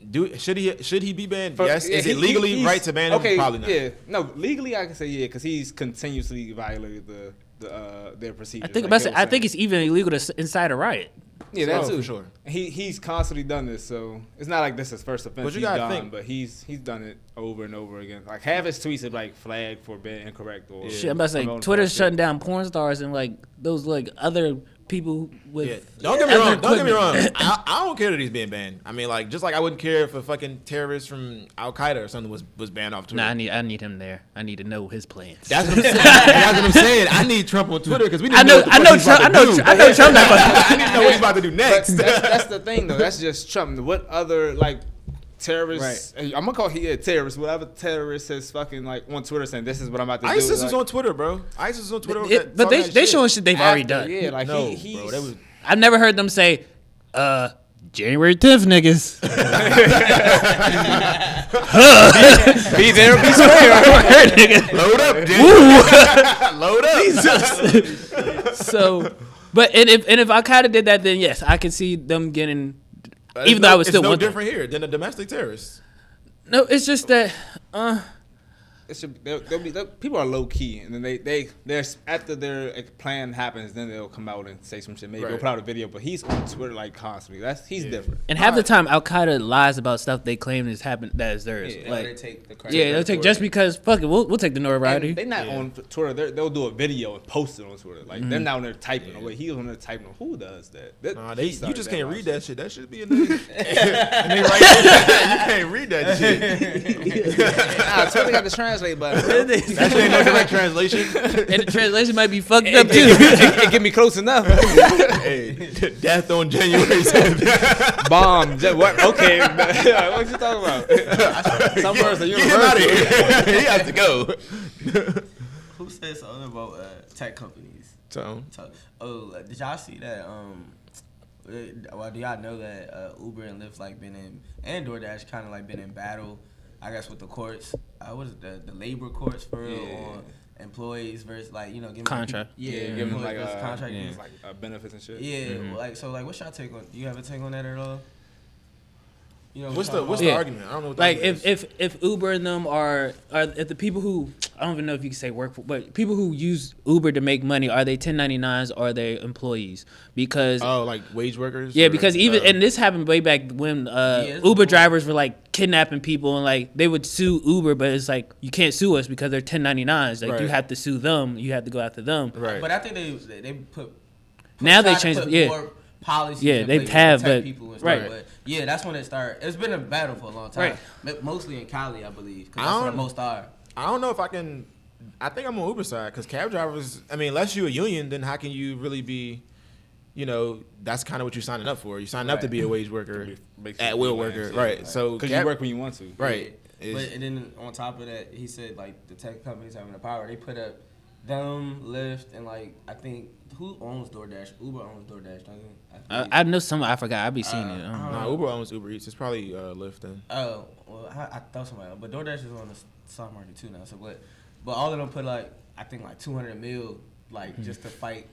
[SPEAKER 2] Do should he should he be banned? yes. Is it legally right to ban him?
[SPEAKER 3] Okay,
[SPEAKER 2] Probably not.
[SPEAKER 3] Yeah, no, legally I can say yeah because he's continuously violated the the uh, their procedures.
[SPEAKER 4] I think
[SPEAKER 3] like
[SPEAKER 4] about
[SPEAKER 3] they
[SPEAKER 4] it,
[SPEAKER 3] were
[SPEAKER 4] I think
[SPEAKER 3] saying.
[SPEAKER 4] it's even illegal to s- incite a riot.
[SPEAKER 3] yeah that
[SPEAKER 2] Oh,
[SPEAKER 3] too.
[SPEAKER 2] for sure.
[SPEAKER 3] He he's constantly done this, so it's not like this is his first offense.
[SPEAKER 2] But you
[SPEAKER 3] he's
[SPEAKER 2] gotta
[SPEAKER 3] done,
[SPEAKER 2] think-
[SPEAKER 3] but he's he's done it over and over again. Like half his tweets are like flagged for being incorrect or
[SPEAKER 4] Shit, I'm about to say
[SPEAKER 3] promoting
[SPEAKER 4] Twitter's
[SPEAKER 3] bullshit.
[SPEAKER 4] shutting down porn stars and like those like other people with.
[SPEAKER 2] Yeah. Don't get me
[SPEAKER 4] other
[SPEAKER 2] wrong. Don't get me wrong.
[SPEAKER 4] equipment.
[SPEAKER 2] I, I don't care that he's being banned. I mean, like, just like I wouldn't care if a fucking terrorist from Al Qaeda or something was, was banned off Twitter.
[SPEAKER 4] Nah, I need I need him there. I need to know his plans.
[SPEAKER 2] that's what I'm saying. that's what I'm saying. I need Trump on Twitter because we need
[SPEAKER 4] I
[SPEAKER 2] to know.
[SPEAKER 4] know
[SPEAKER 2] what the
[SPEAKER 4] I
[SPEAKER 2] fuck
[SPEAKER 4] know
[SPEAKER 2] he's about
[SPEAKER 4] Trump, I
[SPEAKER 2] to
[SPEAKER 4] know
[SPEAKER 2] do.
[SPEAKER 4] Tr- I know Trump. not about
[SPEAKER 2] I need to know what he's about to do
[SPEAKER 3] But
[SPEAKER 2] next.
[SPEAKER 3] that's, that's the thing, though. That's just Trump. What other like terrorists? I'm gonna call he a terrorist. Whatever terrorist is fucking like on Twitter saying this is what I'm about to do.
[SPEAKER 2] ISIS
[SPEAKER 3] like,
[SPEAKER 2] is on Twitter, bro. ISIS is on Twitter.
[SPEAKER 4] to-
[SPEAKER 2] with that-
[SPEAKER 4] it- but they
[SPEAKER 2] talking that
[SPEAKER 4] they
[SPEAKER 2] shit.
[SPEAKER 4] showing shit they've
[SPEAKER 3] after,
[SPEAKER 4] already done.
[SPEAKER 3] Yeah, like
[SPEAKER 2] No,
[SPEAKER 3] he, he's,
[SPEAKER 2] bro. That was
[SPEAKER 4] I've never heard them say, uh, January 10th, niggas. Huh.
[SPEAKER 3] be there, be
[SPEAKER 4] Heard, nigga.
[SPEAKER 2] load up, dude. load up.
[SPEAKER 4] so, but and if and if Al Qaeda did that, then yes, I can see them getting.
[SPEAKER 2] But
[SPEAKER 4] Even
[SPEAKER 2] Uh, it's
[SPEAKER 4] though
[SPEAKER 2] no-
[SPEAKER 4] I would still
[SPEAKER 2] it's no
[SPEAKER 4] want them.
[SPEAKER 2] different here than a domestic terrorist.
[SPEAKER 4] No, it's just that. Uh,
[SPEAKER 3] It should, be- they'll, they'll be, they'll, people are low key, and then they they they're after their like, plan happens, then they'll come out and say some shit. Maybe they'll
[SPEAKER 2] Right.
[SPEAKER 3] put out a video, but he's on Twitter like constantly. That's he's different.
[SPEAKER 4] and half the time, Al Qaeda lies about stuff they claim is happened that is theirs.
[SPEAKER 1] Yeah,
[SPEAKER 4] like,
[SPEAKER 1] they take the credit
[SPEAKER 4] yeah, they'll
[SPEAKER 1] for
[SPEAKER 4] take
[SPEAKER 1] it.
[SPEAKER 4] just because. Fuck it, we'll, we'll take the
[SPEAKER 3] And
[SPEAKER 4] notoriety.
[SPEAKER 3] They're not on Twitter. They're, they'll do a video and post it on Twitter. Like they're not on there typing away. He's on there typing. Who does that? that
[SPEAKER 2] Nah, they,
[SPEAKER 3] he
[SPEAKER 2] you
[SPEAKER 3] started
[SPEAKER 2] just can't read
[SPEAKER 3] last
[SPEAKER 2] that shit. That should be in the. and they write that- you can't read that shit.
[SPEAKER 3] year. nah, Twitter got the translate button. bro. it,
[SPEAKER 2] That shit ain't no direct translation.
[SPEAKER 4] and the translation might be fucked up
[SPEAKER 3] it,
[SPEAKER 4] too.
[SPEAKER 3] it, it get me close enough.
[SPEAKER 2] hey, death on January 7th.
[SPEAKER 3] Bomb. Just, what? Okay. what you talking about? Some words are
[SPEAKER 2] Get him out
[SPEAKER 3] universal.
[SPEAKER 2] of here. he has to go.
[SPEAKER 1] Who said something about uh, tech companies?
[SPEAKER 2] So,
[SPEAKER 1] So- Oh, uh, did y'all see that? Um, uh, well, do y'all know that uh, Uber and Lyft like been in and DoorDash kind of like been in battle, I guess, with the courts. Uh, what is it, the the labor courts for real
[SPEAKER 3] Yeah.
[SPEAKER 1] on employees versus like you know giving
[SPEAKER 4] Contract.
[SPEAKER 1] Yeah,
[SPEAKER 3] Yeah,
[SPEAKER 1] yeah
[SPEAKER 3] give them like
[SPEAKER 1] versus
[SPEAKER 3] uh, Mm-hmm.
[SPEAKER 1] contract.
[SPEAKER 3] yeah.
[SPEAKER 1] Yeah,
[SPEAKER 3] like uh, benefits and shit.
[SPEAKER 1] well, like so, like what's y'all take on? Do you have a take on that at all? You know,
[SPEAKER 2] what's
[SPEAKER 1] what
[SPEAKER 2] the
[SPEAKER 1] y'all
[SPEAKER 2] what's
[SPEAKER 1] about?
[SPEAKER 2] the
[SPEAKER 4] Yeah.
[SPEAKER 2] argument? I don't know. What the
[SPEAKER 4] like
[SPEAKER 2] argument
[SPEAKER 4] if, if if Uber and them are are if the people who I don't even know if you can say work for, but people who use Uber to make money are they 1099s or are they employees because
[SPEAKER 2] is. oh, like wage workers.
[SPEAKER 4] yeah
[SPEAKER 2] or-
[SPEAKER 4] because even
[SPEAKER 2] uh,
[SPEAKER 4] and this happened way back when uh,
[SPEAKER 1] Yeah, it's
[SPEAKER 4] Uber
[SPEAKER 1] before.
[SPEAKER 4] drivers were like kidnapping people and like they would sue Uber but it's like you can't sue us because they're 1099s like you
[SPEAKER 2] Right.
[SPEAKER 4] have to sue them you have to go after them
[SPEAKER 2] right.
[SPEAKER 1] But I think they they put
[SPEAKER 4] Now they
[SPEAKER 1] tried to
[SPEAKER 4] changed-
[SPEAKER 1] put
[SPEAKER 4] yeah.
[SPEAKER 1] more policies.
[SPEAKER 4] Yeah,
[SPEAKER 1] in
[SPEAKER 4] they
[SPEAKER 1] place to
[SPEAKER 4] have,
[SPEAKER 1] protect
[SPEAKER 4] but-
[SPEAKER 1] people and
[SPEAKER 4] right.
[SPEAKER 1] stuff, But yeah, that's when it started. It's been a battle for a long time,
[SPEAKER 4] Right.
[SPEAKER 1] right. mostly in Cali, I believe,
[SPEAKER 2] I
[SPEAKER 1] because that's where
[SPEAKER 2] don't-
[SPEAKER 1] the most are.
[SPEAKER 2] I don't know if I can. I think I'm on Uber side because cab drivers. I mean, unless you're a union, then how can you really be? You know, that's kind of what you're signing up for. You sign up to
[SPEAKER 3] Right.
[SPEAKER 2] be a wage worker,
[SPEAKER 3] be-
[SPEAKER 2] at will
[SPEAKER 3] basically
[SPEAKER 2] worker,
[SPEAKER 3] freelance, yeah.
[SPEAKER 2] right? So
[SPEAKER 3] Because
[SPEAKER 2] cab-
[SPEAKER 3] you work when you want to.
[SPEAKER 2] right?
[SPEAKER 1] Yeah.
[SPEAKER 2] Is-
[SPEAKER 1] But and then on top of that, he said like the tech companies having the power. They put up them, Lyft, and like I think who owns DoorDash? Uber owns DoorDash, doesn't it?
[SPEAKER 4] I,
[SPEAKER 1] think.
[SPEAKER 4] I know some I forgot I be seeing it I don't know.
[SPEAKER 2] nah, Uber owns Uber Eats. It's probably uh, Lyft then.
[SPEAKER 1] Oh, well, I, I thought somebody, else, but DoorDash is on the s- stock market too now. So, but but all of them put like I think like two hundred mil, like
[SPEAKER 3] Hmm.
[SPEAKER 1] just to fight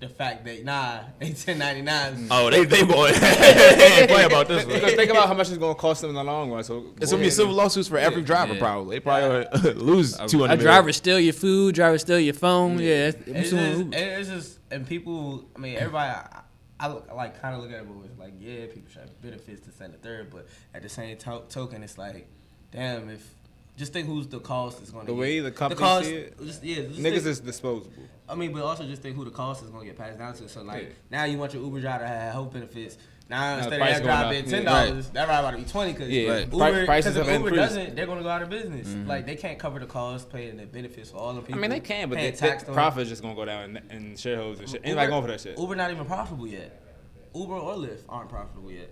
[SPEAKER 1] the fact that nah, they ten ninety
[SPEAKER 3] Hmm.
[SPEAKER 1] nine.
[SPEAKER 2] Oh, they they boy. they ain't play about this
[SPEAKER 3] Because
[SPEAKER 2] one.
[SPEAKER 3] think about how much it's gonna cost them in the long run. So
[SPEAKER 2] It's gonna be civil lawsuits for every driver
[SPEAKER 4] Yeah.
[SPEAKER 2] probably. They probably uh, lose two
[SPEAKER 4] a
[SPEAKER 2] hundred.
[SPEAKER 4] driver steal your food driver steal your phone yeah, that's- I'm
[SPEAKER 1] It's
[SPEAKER 4] suing
[SPEAKER 1] just,
[SPEAKER 4] Uber.
[SPEAKER 1] it's just, and people. I mean, everybody. I, I look- I, like kind of look at it, but it's like, yeah, people should have benefits to send a third, but at the same to- token, it's like, damn, if just think who's the cost is going to
[SPEAKER 3] The way the company
[SPEAKER 1] cost,
[SPEAKER 3] see it,
[SPEAKER 1] just, yeah, just
[SPEAKER 3] niggas
[SPEAKER 1] think-
[SPEAKER 3] is disposable.
[SPEAKER 1] I mean, but also just think who the cost is gonna get passed down to. So like
[SPEAKER 3] Yeah.
[SPEAKER 1] now you want your Uber driver to have health benefits. Now instead
[SPEAKER 3] price
[SPEAKER 1] of that
[SPEAKER 3] going
[SPEAKER 1] drive
[SPEAKER 3] up.
[SPEAKER 1] being
[SPEAKER 3] Yeah.
[SPEAKER 1] ten dollars, that ride about to be twenty because
[SPEAKER 3] Yeah. Right. Pri-
[SPEAKER 1] Uber
[SPEAKER 3] prices
[SPEAKER 1] because if
[SPEAKER 3] have
[SPEAKER 1] Uber
[SPEAKER 3] increased. Mm-hmm.
[SPEAKER 1] doesn't, they're gonna go out of business. Like they can't cover the cost, paying the benefits for all the
[SPEAKER 3] I
[SPEAKER 1] people.
[SPEAKER 3] mean, they can, but
[SPEAKER 1] paying
[SPEAKER 3] the tax
[SPEAKER 1] on it.
[SPEAKER 3] profit is just gonna go down and, and shareholders and shit. Anybody going for that shit?
[SPEAKER 1] Uber not even profitable yet. Uber or Lyft aren't profitable yet.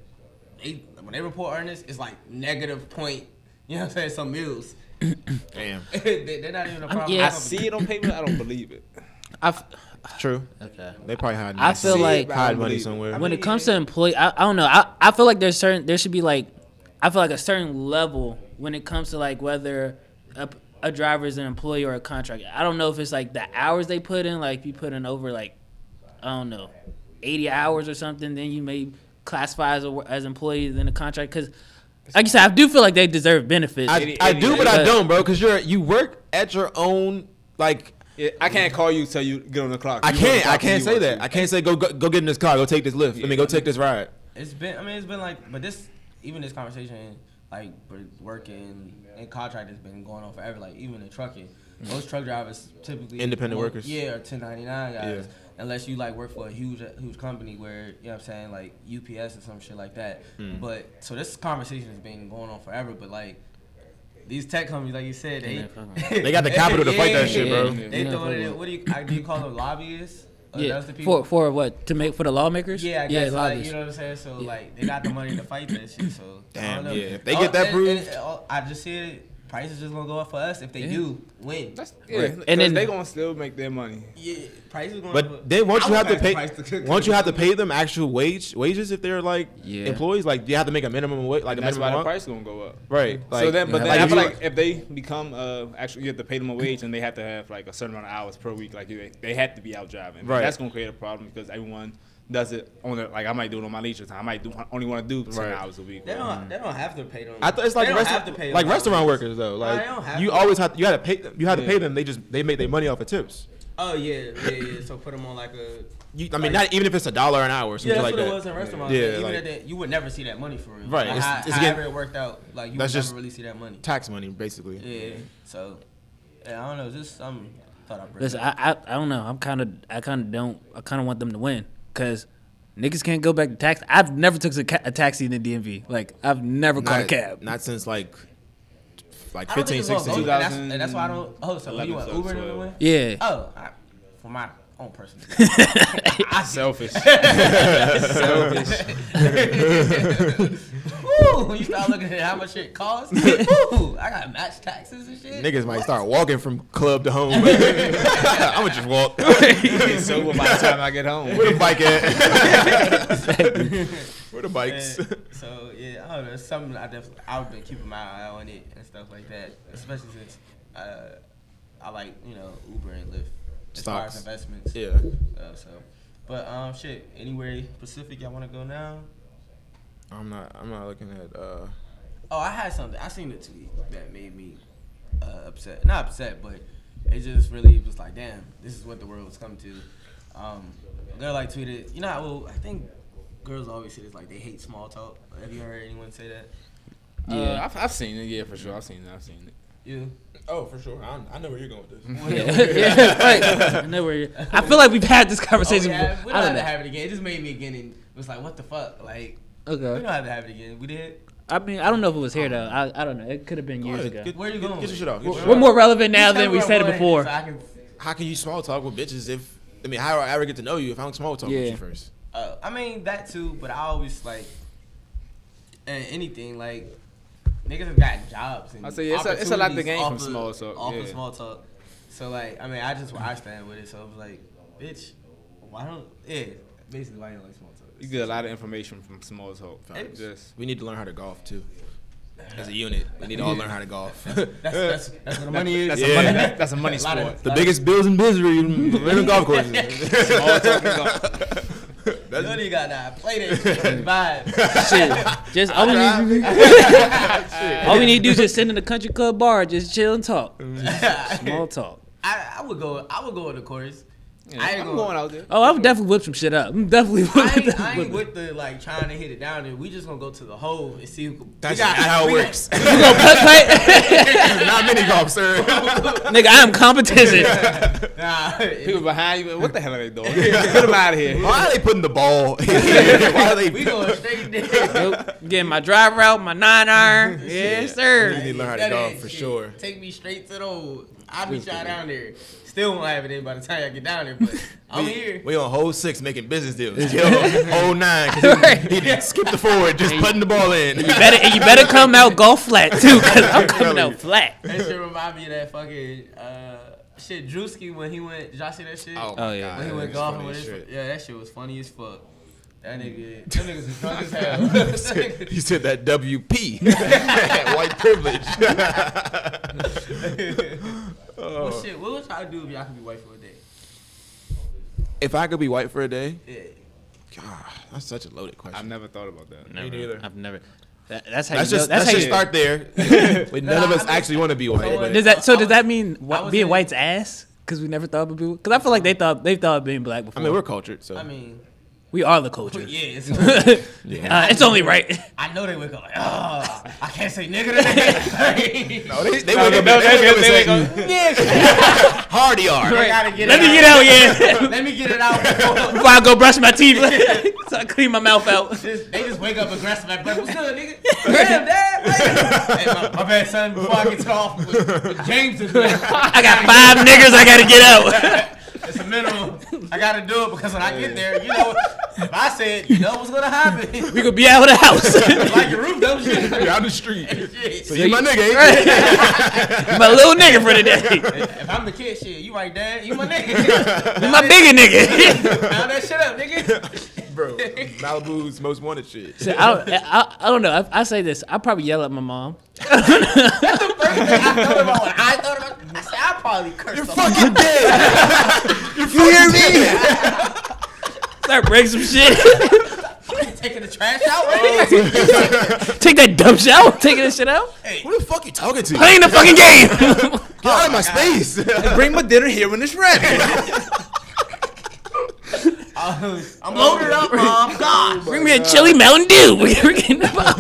[SPEAKER 1] They, when they report earnings, it's like negative point. You know what I'm saying? Some meals.
[SPEAKER 2] Damn.
[SPEAKER 1] they, are not even a profitable
[SPEAKER 4] yeah.
[SPEAKER 3] I
[SPEAKER 1] company.
[SPEAKER 3] see it on paper. I don't believe it.
[SPEAKER 4] I f-
[SPEAKER 2] True.
[SPEAKER 4] okay
[SPEAKER 2] They probably hide.
[SPEAKER 4] I feel
[SPEAKER 2] money.
[SPEAKER 4] like-
[SPEAKER 2] hide money somewhere.
[SPEAKER 4] when it comes to employee, I, I don't know. I, I feel like there's certain there should be like, I feel like a certain level when it comes to like whether a, a driver is an employee or a contractor. I don't know if it's like the hours they put in. Like if you put in over like, I don't know, eighty hours or something, then you may classify as a, as employee than a contract because. Like you said, I do feel like they deserve benefits.
[SPEAKER 2] I,
[SPEAKER 3] Idiot,
[SPEAKER 2] I do,
[SPEAKER 3] idiot.
[SPEAKER 2] but I don't, bro. Because you're you work at your own like.
[SPEAKER 3] Yeah, I can't call you till you get on the clock.
[SPEAKER 2] I
[SPEAKER 3] You on the
[SPEAKER 2] can't.
[SPEAKER 3] clock
[SPEAKER 2] I
[SPEAKER 3] when
[SPEAKER 2] can't
[SPEAKER 3] you
[SPEAKER 2] say
[SPEAKER 3] want
[SPEAKER 2] that.
[SPEAKER 3] to.
[SPEAKER 2] I can't say go go, go get in this car. Go take this lift. I mean, go
[SPEAKER 3] Yeah.
[SPEAKER 2] take this ride.
[SPEAKER 1] It's been. I mean, it's been like, but this even this conversation, like for working and contract, has been going on forever. Like even in trucking, most truck drivers typically
[SPEAKER 2] Mm-hmm. Independent
[SPEAKER 1] work-
[SPEAKER 2] workers.
[SPEAKER 1] Yeah, or ten ninety nine guys.
[SPEAKER 2] Yeah.
[SPEAKER 1] Unless you like work for a huge huge company where you know what I'm saying like UPS or some shit like that.
[SPEAKER 2] Mm-hmm.
[SPEAKER 1] But so this conversation has been going on forever. But like. These tech companies, like you said, they,
[SPEAKER 2] They got the capital to fight that shit, bro.
[SPEAKER 1] They
[SPEAKER 4] Yeah.
[SPEAKER 1] throwing it. in- What do you, I- do you call them lobbyists? Or
[SPEAKER 4] yeah,
[SPEAKER 1] that's the people-
[SPEAKER 4] for for what to make for the lawmakers?
[SPEAKER 1] yeah, I guess like,
[SPEAKER 4] lobbyists.
[SPEAKER 1] you know what I'm saying. So like they got the money to fight that shit. So I
[SPEAKER 2] Damn,
[SPEAKER 1] don't know.
[SPEAKER 2] yeah. If they
[SPEAKER 1] Oh,
[SPEAKER 2] get that
[SPEAKER 1] and- and-
[SPEAKER 2] proved-
[SPEAKER 1] oh, I just see it. Prices just gonna go up for us if they
[SPEAKER 4] Yeah.
[SPEAKER 1] do win.
[SPEAKER 3] That's, yeah,
[SPEAKER 4] Right. And
[SPEAKER 3] And
[SPEAKER 4] then-
[SPEAKER 3] then they gonna still make their money.
[SPEAKER 1] yeah, prices going up.
[SPEAKER 2] But then once you
[SPEAKER 3] I
[SPEAKER 2] have
[SPEAKER 3] would
[SPEAKER 2] to
[SPEAKER 3] pay
[SPEAKER 2] pay,
[SPEAKER 3] the price to-
[SPEAKER 2] once you have to pay them actual wage wages if they're like
[SPEAKER 4] Yeah.
[SPEAKER 2] employees, like you have to make a minimum wage, like a
[SPEAKER 3] And that's
[SPEAKER 2] minimum
[SPEAKER 3] why the
[SPEAKER 2] amount.
[SPEAKER 3] price gonna go up.
[SPEAKER 2] right?
[SPEAKER 3] so then, but then
[SPEAKER 2] if
[SPEAKER 3] I feel
[SPEAKER 2] you-
[SPEAKER 3] like if they become uh, actually, you have to pay them a wage, and they have to have like a certain amount of hours per week. Like they, they have to be out driving.
[SPEAKER 2] Right.
[SPEAKER 3] That's gonna create a problem because everyone does it on their like I might do it on my leisure time. I might do only want to do ten
[SPEAKER 2] Right.
[SPEAKER 3] hours a week. Mm.
[SPEAKER 1] they don't. They don't have to pay them.
[SPEAKER 2] I thought it's
[SPEAKER 1] they
[SPEAKER 2] like
[SPEAKER 1] don't
[SPEAKER 2] restaurant,
[SPEAKER 1] have to pay them
[SPEAKER 2] like
[SPEAKER 1] hourly.
[SPEAKER 2] restaurant workers though. Like
[SPEAKER 1] they don't have
[SPEAKER 2] you
[SPEAKER 1] to.
[SPEAKER 2] always have you had to pay them. You had to
[SPEAKER 3] Yeah.
[SPEAKER 2] pay them. They just they make their money off of tips.
[SPEAKER 1] Oh yeah, yeah, yeah. So put them on like a.
[SPEAKER 2] You, I mean, not even if it's a dollar an hour or something
[SPEAKER 1] Yeah, that's
[SPEAKER 2] like
[SPEAKER 1] what
[SPEAKER 2] that.
[SPEAKER 1] it was in restaurants.
[SPEAKER 2] Yeah,
[SPEAKER 1] Yeah, even
[SPEAKER 2] like-
[SPEAKER 1] at that, you would never see that money for real.
[SPEAKER 2] Right,
[SPEAKER 1] Like,
[SPEAKER 2] it's-
[SPEAKER 1] how-
[SPEAKER 2] it's
[SPEAKER 1] however
[SPEAKER 2] getting-
[SPEAKER 1] it worked out, like you would
[SPEAKER 2] That's
[SPEAKER 1] never
[SPEAKER 2] just-
[SPEAKER 1] really see that money.
[SPEAKER 2] Tax money, basically.
[SPEAKER 1] Yeah. So, yeah, I don't know. Just something. Thought I'd bring
[SPEAKER 4] Listen,
[SPEAKER 1] up.
[SPEAKER 4] I, I I don't know. I'm kind of I kind of don't. I kind of want them to win because niggas can't go back to tax. I've never took a, ca- a taxi in the DMV. Like I've never caught a
[SPEAKER 2] Not,
[SPEAKER 4] cab.
[SPEAKER 2] not since like like
[SPEAKER 1] I don't think
[SPEAKER 2] 15,
[SPEAKER 1] it's gonna
[SPEAKER 2] 16.
[SPEAKER 1] go- And that's, and that's why I don't. Oh, so you
[SPEAKER 3] 2011,
[SPEAKER 1] want Uber to
[SPEAKER 3] 12.
[SPEAKER 1] win?
[SPEAKER 4] yeah.
[SPEAKER 1] Oh, I, for my own personal.
[SPEAKER 3] I selfish.
[SPEAKER 1] Woo! You start looking at how much shit costs. Woo! I got match taxes and shit.
[SPEAKER 2] Niggas might start walking from club to home. I'ma just walk. Where
[SPEAKER 3] Be sober by the time I get home.
[SPEAKER 2] the bike at? Where the bikes?
[SPEAKER 1] And so yeah, I don't know. It's something I definitely I've been keeping my eye on it and stuff like that. Especially since uh, I like you know Uber and Lyft as far as
[SPEAKER 2] Stocks.
[SPEAKER 1] investments.
[SPEAKER 2] Yeah.
[SPEAKER 1] Uh, so, but um, shit. Anywhere specific y'all want to go now?
[SPEAKER 2] I'm not. I'm not looking at. Uh,
[SPEAKER 1] Oh, I had something. I seen a tweet that made me uh, upset. Not upset, but it just really was like, damn, this is what the world's come to. Um, a girl like tweeted, you know, how, well, I think girls always say this, like they hate small talk. Have you heard anyone say that?
[SPEAKER 4] Yeah.
[SPEAKER 3] Uh, I've, I've seen it. Yeah, for sure. I've seen it. I've seen it.
[SPEAKER 1] You?
[SPEAKER 2] oh, for sure. i I know where you're going with this.
[SPEAKER 3] Mm-hmm.
[SPEAKER 1] Oh,
[SPEAKER 4] yeah. yeah. Right. I know where you're. I feel like we've had this
[SPEAKER 1] Oh, we
[SPEAKER 4] conversation
[SPEAKER 1] have, we
[SPEAKER 4] before.
[SPEAKER 1] don't
[SPEAKER 4] I
[SPEAKER 1] have
[SPEAKER 4] don't
[SPEAKER 1] to
[SPEAKER 4] know.
[SPEAKER 1] have it again. It just made me again and was like, what the fuck? Like, we
[SPEAKER 4] Okay.
[SPEAKER 1] don't have to have it again. We did.
[SPEAKER 4] I mean, I don't know if it was here though. I, I don't know. It could have been years ago.
[SPEAKER 1] Where you going with
[SPEAKER 2] Get your
[SPEAKER 1] it?
[SPEAKER 2] shit off. Get your
[SPEAKER 1] We're-
[SPEAKER 2] shit
[SPEAKER 4] We're
[SPEAKER 2] off.
[SPEAKER 4] more relevant now
[SPEAKER 1] You tell
[SPEAKER 4] than
[SPEAKER 1] me
[SPEAKER 4] we
[SPEAKER 1] where
[SPEAKER 4] said
[SPEAKER 1] I'm going,
[SPEAKER 4] it before.
[SPEAKER 1] so I can-
[SPEAKER 2] How can you small talk with bitches if? I mean, how do I ever get to know you if I don't small talk with
[SPEAKER 4] Yeah.
[SPEAKER 2] you first?
[SPEAKER 1] Uh, I mean that too, but I always like uh, anything like niggas have got jobs. And
[SPEAKER 3] I say it's a- it's a lot to
[SPEAKER 1] opportunities
[SPEAKER 3] gain from
[SPEAKER 1] off of-
[SPEAKER 3] small talk,
[SPEAKER 1] Off of
[SPEAKER 3] yeah.
[SPEAKER 1] small talk. So like, I mean, I just where I stand with it. So I was like, bitch, why don't? Yeah, basically, why you don't like small talk?
[SPEAKER 3] You get a lot of information from small talk.
[SPEAKER 1] It's-
[SPEAKER 3] Just
[SPEAKER 2] We need to learn how to golf too. As a unit, we need to all learn how to golf.
[SPEAKER 1] That's that's that's what the money is.
[SPEAKER 3] that's,
[SPEAKER 2] Yeah.
[SPEAKER 3] a money, that's, that's a money
[SPEAKER 1] A lot of-
[SPEAKER 3] sport.
[SPEAKER 2] the biggest bills in misery in golf courses.
[SPEAKER 3] Small talk and golf.
[SPEAKER 1] You know you got that. Play that shit. Vibe.
[SPEAKER 4] Shit. Just all we, need, all we need to do is just sit in the country club bar, just chill and talk. Small talk.
[SPEAKER 1] I, I would go. I would go with the chorus.
[SPEAKER 3] Yeah,
[SPEAKER 1] I ain't
[SPEAKER 3] I'm
[SPEAKER 1] gonna-
[SPEAKER 3] going out there.
[SPEAKER 4] Oh, I've definitely whipped some shit up. I'm definitely
[SPEAKER 1] I
[SPEAKER 4] whipped.
[SPEAKER 1] ain't, I ain't
[SPEAKER 4] definitely whipped.
[SPEAKER 1] with the like trying to hit it down there. We just gonna go to the hole and see who. can-
[SPEAKER 2] That's
[SPEAKER 1] we got-
[SPEAKER 2] not how it
[SPEAKER 1] we got-
[SPEAKER 2] works.
[SPEAKER 4] Play-
[SPEAKER 2] not mini golf, sir.
[SPEAKER 4] Nigga, I am competition.
[SPEAKER 1] Nah,
[SPEAKER 3] People behind you, what the hell are they doing? Get them out of here.
[SPEAKER 2] Why are they putting the ball? Why are they?
[SPEAKER 1] we going straight there.
[SPEAKER 4] nope. Getting my driver out, my nine iron. Yes,
[SPEAKER 2] We
[SPEAKER 4] sir.
[SPEAKER 2] need to learn how to
[SPEAKER 1] That
[SPEAKER 2] golf
[SPEAKER 1] is
[SPEAKER 2] for
[SPEAKER 1] shit.
[SPEAKER 2] sure.
[SPEAKER 1] Take me straight to the hole. I'll meet y'all down there. Still won't have it in by the time I get down there, but I'm here.
[SPEAKER 2] We on hole six making business deals. Yo, hole nine. 'cause He, he didn't skip the forward, just putting the ball in.
[SPEAKER 4] You better, and you better come out golf flat too, cause I'm coming out flat.
[SPEAKER 1] That shit remind me of that fucking uh, shit Drewski when he went. Did y'all see that shit?
[SPEAKER 2] my
[SPEAKER 4] Oh, yeah.
[SPEAKER 2] God,
[SPEAKER 1] when he
[SPEAKER 2] that
[SPEAKER 1] went
[SPEAKER 2] was
[SPEAKER 1] golfing
[SPEAKER 2] funny
[SPEAKER 1] with
[SPEAKER 2] as
[SPEAKER 1] his.
[SPEAKER 2] shit.
[SPEAKER 1] Yeah, that shit was funny as fuck. That nigga, them niggas was drunk as hell.
[SPEAKER 2] You said that WP, white privilege.
[SPEAKER 1] Well, shit, what would y'all do if y'all could be white for a day?
[SPEAKER 2] if I could be white for a day,
[SPEAKER 1] Yeah.
[SPEAKER 2] God, that's such a loaded
[SPEAKER 3] I've
[SPEAKER 2] question.
[SPEAKER 3] neither thought about that.
[SPEAKER 2] neither.
[SPEAKER 4] I've never. That, that's how
[SPEAKER 2] Let's
[SPEAKER 4] you know-
[SPEAKER 2] just
[SPEAKER 4] that's
[SPEAKER 2] let's just
[SPEAKER 4] how you
[SPEAKER 2] start there. Wait, none of
[SPEAKER 1] Nah,
[SPEAKER 2] us
[SPEAKER 1] I mean-
[SPEAKER 2] actually want to be white. but-
[SPEAKER 4] Does that so?
[SPEAKER 1] I
[SPEAKER 4] Does that
[SPEAKER 1] was-
[SPEAKER 4] mean
[SPEAKER 1] why was
[SPEAKER 4] being
[SPEAKER 1] it-
[SPEAKER 4] white's ass? Because we never thought about people. Because I feel like they thought they thought being black
[SPEAKER 2] I
[SPEAKER 4] before.
[SPEAKER 2] mean, we're cultured, so
[SPEAKER 1] I mean,
[SPEAKER 4] we are the culture.
[SPEAKER 1] yeah, it's,
[SPEAKER 2] Yeah.
[SPEAKER 4] Uh, it's only right.
[SPEAKER 1] I know they would go like, oh, I can't say nigga today.
[SPEAKER 2] no, they, they
[SPEAKER 3] No,
[SPEAKER 2] wake
[SPEAKER 3] no,
[SPEAKER 2] up
[SPEAKER 3] no,
[SPEAKER 2] and
[SPEAKER 3] they-
[SPEAKER 2] they wake up and
[SPEAKER 3] they
[SPEAKER 2] say,
[SPEAKER 3] wake up-
[SPEAKER 2] "Mm, hard you are.
[SPEAKER 1] I gotta get
[SPEAKER 4] Let me
[SPEAKER 1] it
[SPEAKER 4] get out here
[SPEAKER 1] Let me get it out. before-
[SPEAKER 4] before I go brush my teeth. so I clean my mouth out.
[SPEAKER 1] Just, they just wake up aggressive like, "What's good, nigga? Damn, dad. Hey, my, my bad, son. Before I get to the office, with, with James is here.
[SPEAKER 4] I got five niggas I gotta get out.
[SPEAKER 1] It's a minimum. I gotta do it because when I get there, you know, if I said, you know what's gonna happen.
[SPEAKER 4] we could be out of the house.
[SPEAKER 1] like your roof, don't you?
[SPEAKER 2] You're out in the street.
[SPEAKER 1] Shit.
[SPEAKER 2] So you my nigga, ain't you?
[SPEAKER 4] my little nigga for the day.
[SPEAKER 1] If I'm the kid, shit, you right, dad. You my nigga.
[SPEAKER 4] My bigger nigga.
[SPEAKER 1] Now that shit up, nigga.
[SPEAKER 2] bro. Malibu's most wanted shit.
[SPEAKER 4] So I, don't, I, I don't know. I, I say this. I probably yell at my mom.
[SPEAKER 1] First thing I thought about when I thought about, I said, I probably cursed the fuck.
[SPEAKER 2] Fucking dead. you hear me?
[SPEAKER 4] Start break some shit.
[SPEAKER 1] Taking the trash out. Right?
[SPEAKER 4] Take that dumb shit out. Taking this shit out.
[SPEAKER 2] Who the fuck you talking to?
[SPEAKER 4] Playing the fucking game.
[SPEAKER 2] Get out of my space.
[SPEAKER 3] Bring my dinner here when it's ready.
[SPEAKER 1] I'm loaded up, mom. God.
[SPEAKER 4] Bring me a chili Mountain Dew. We're getting the fuck-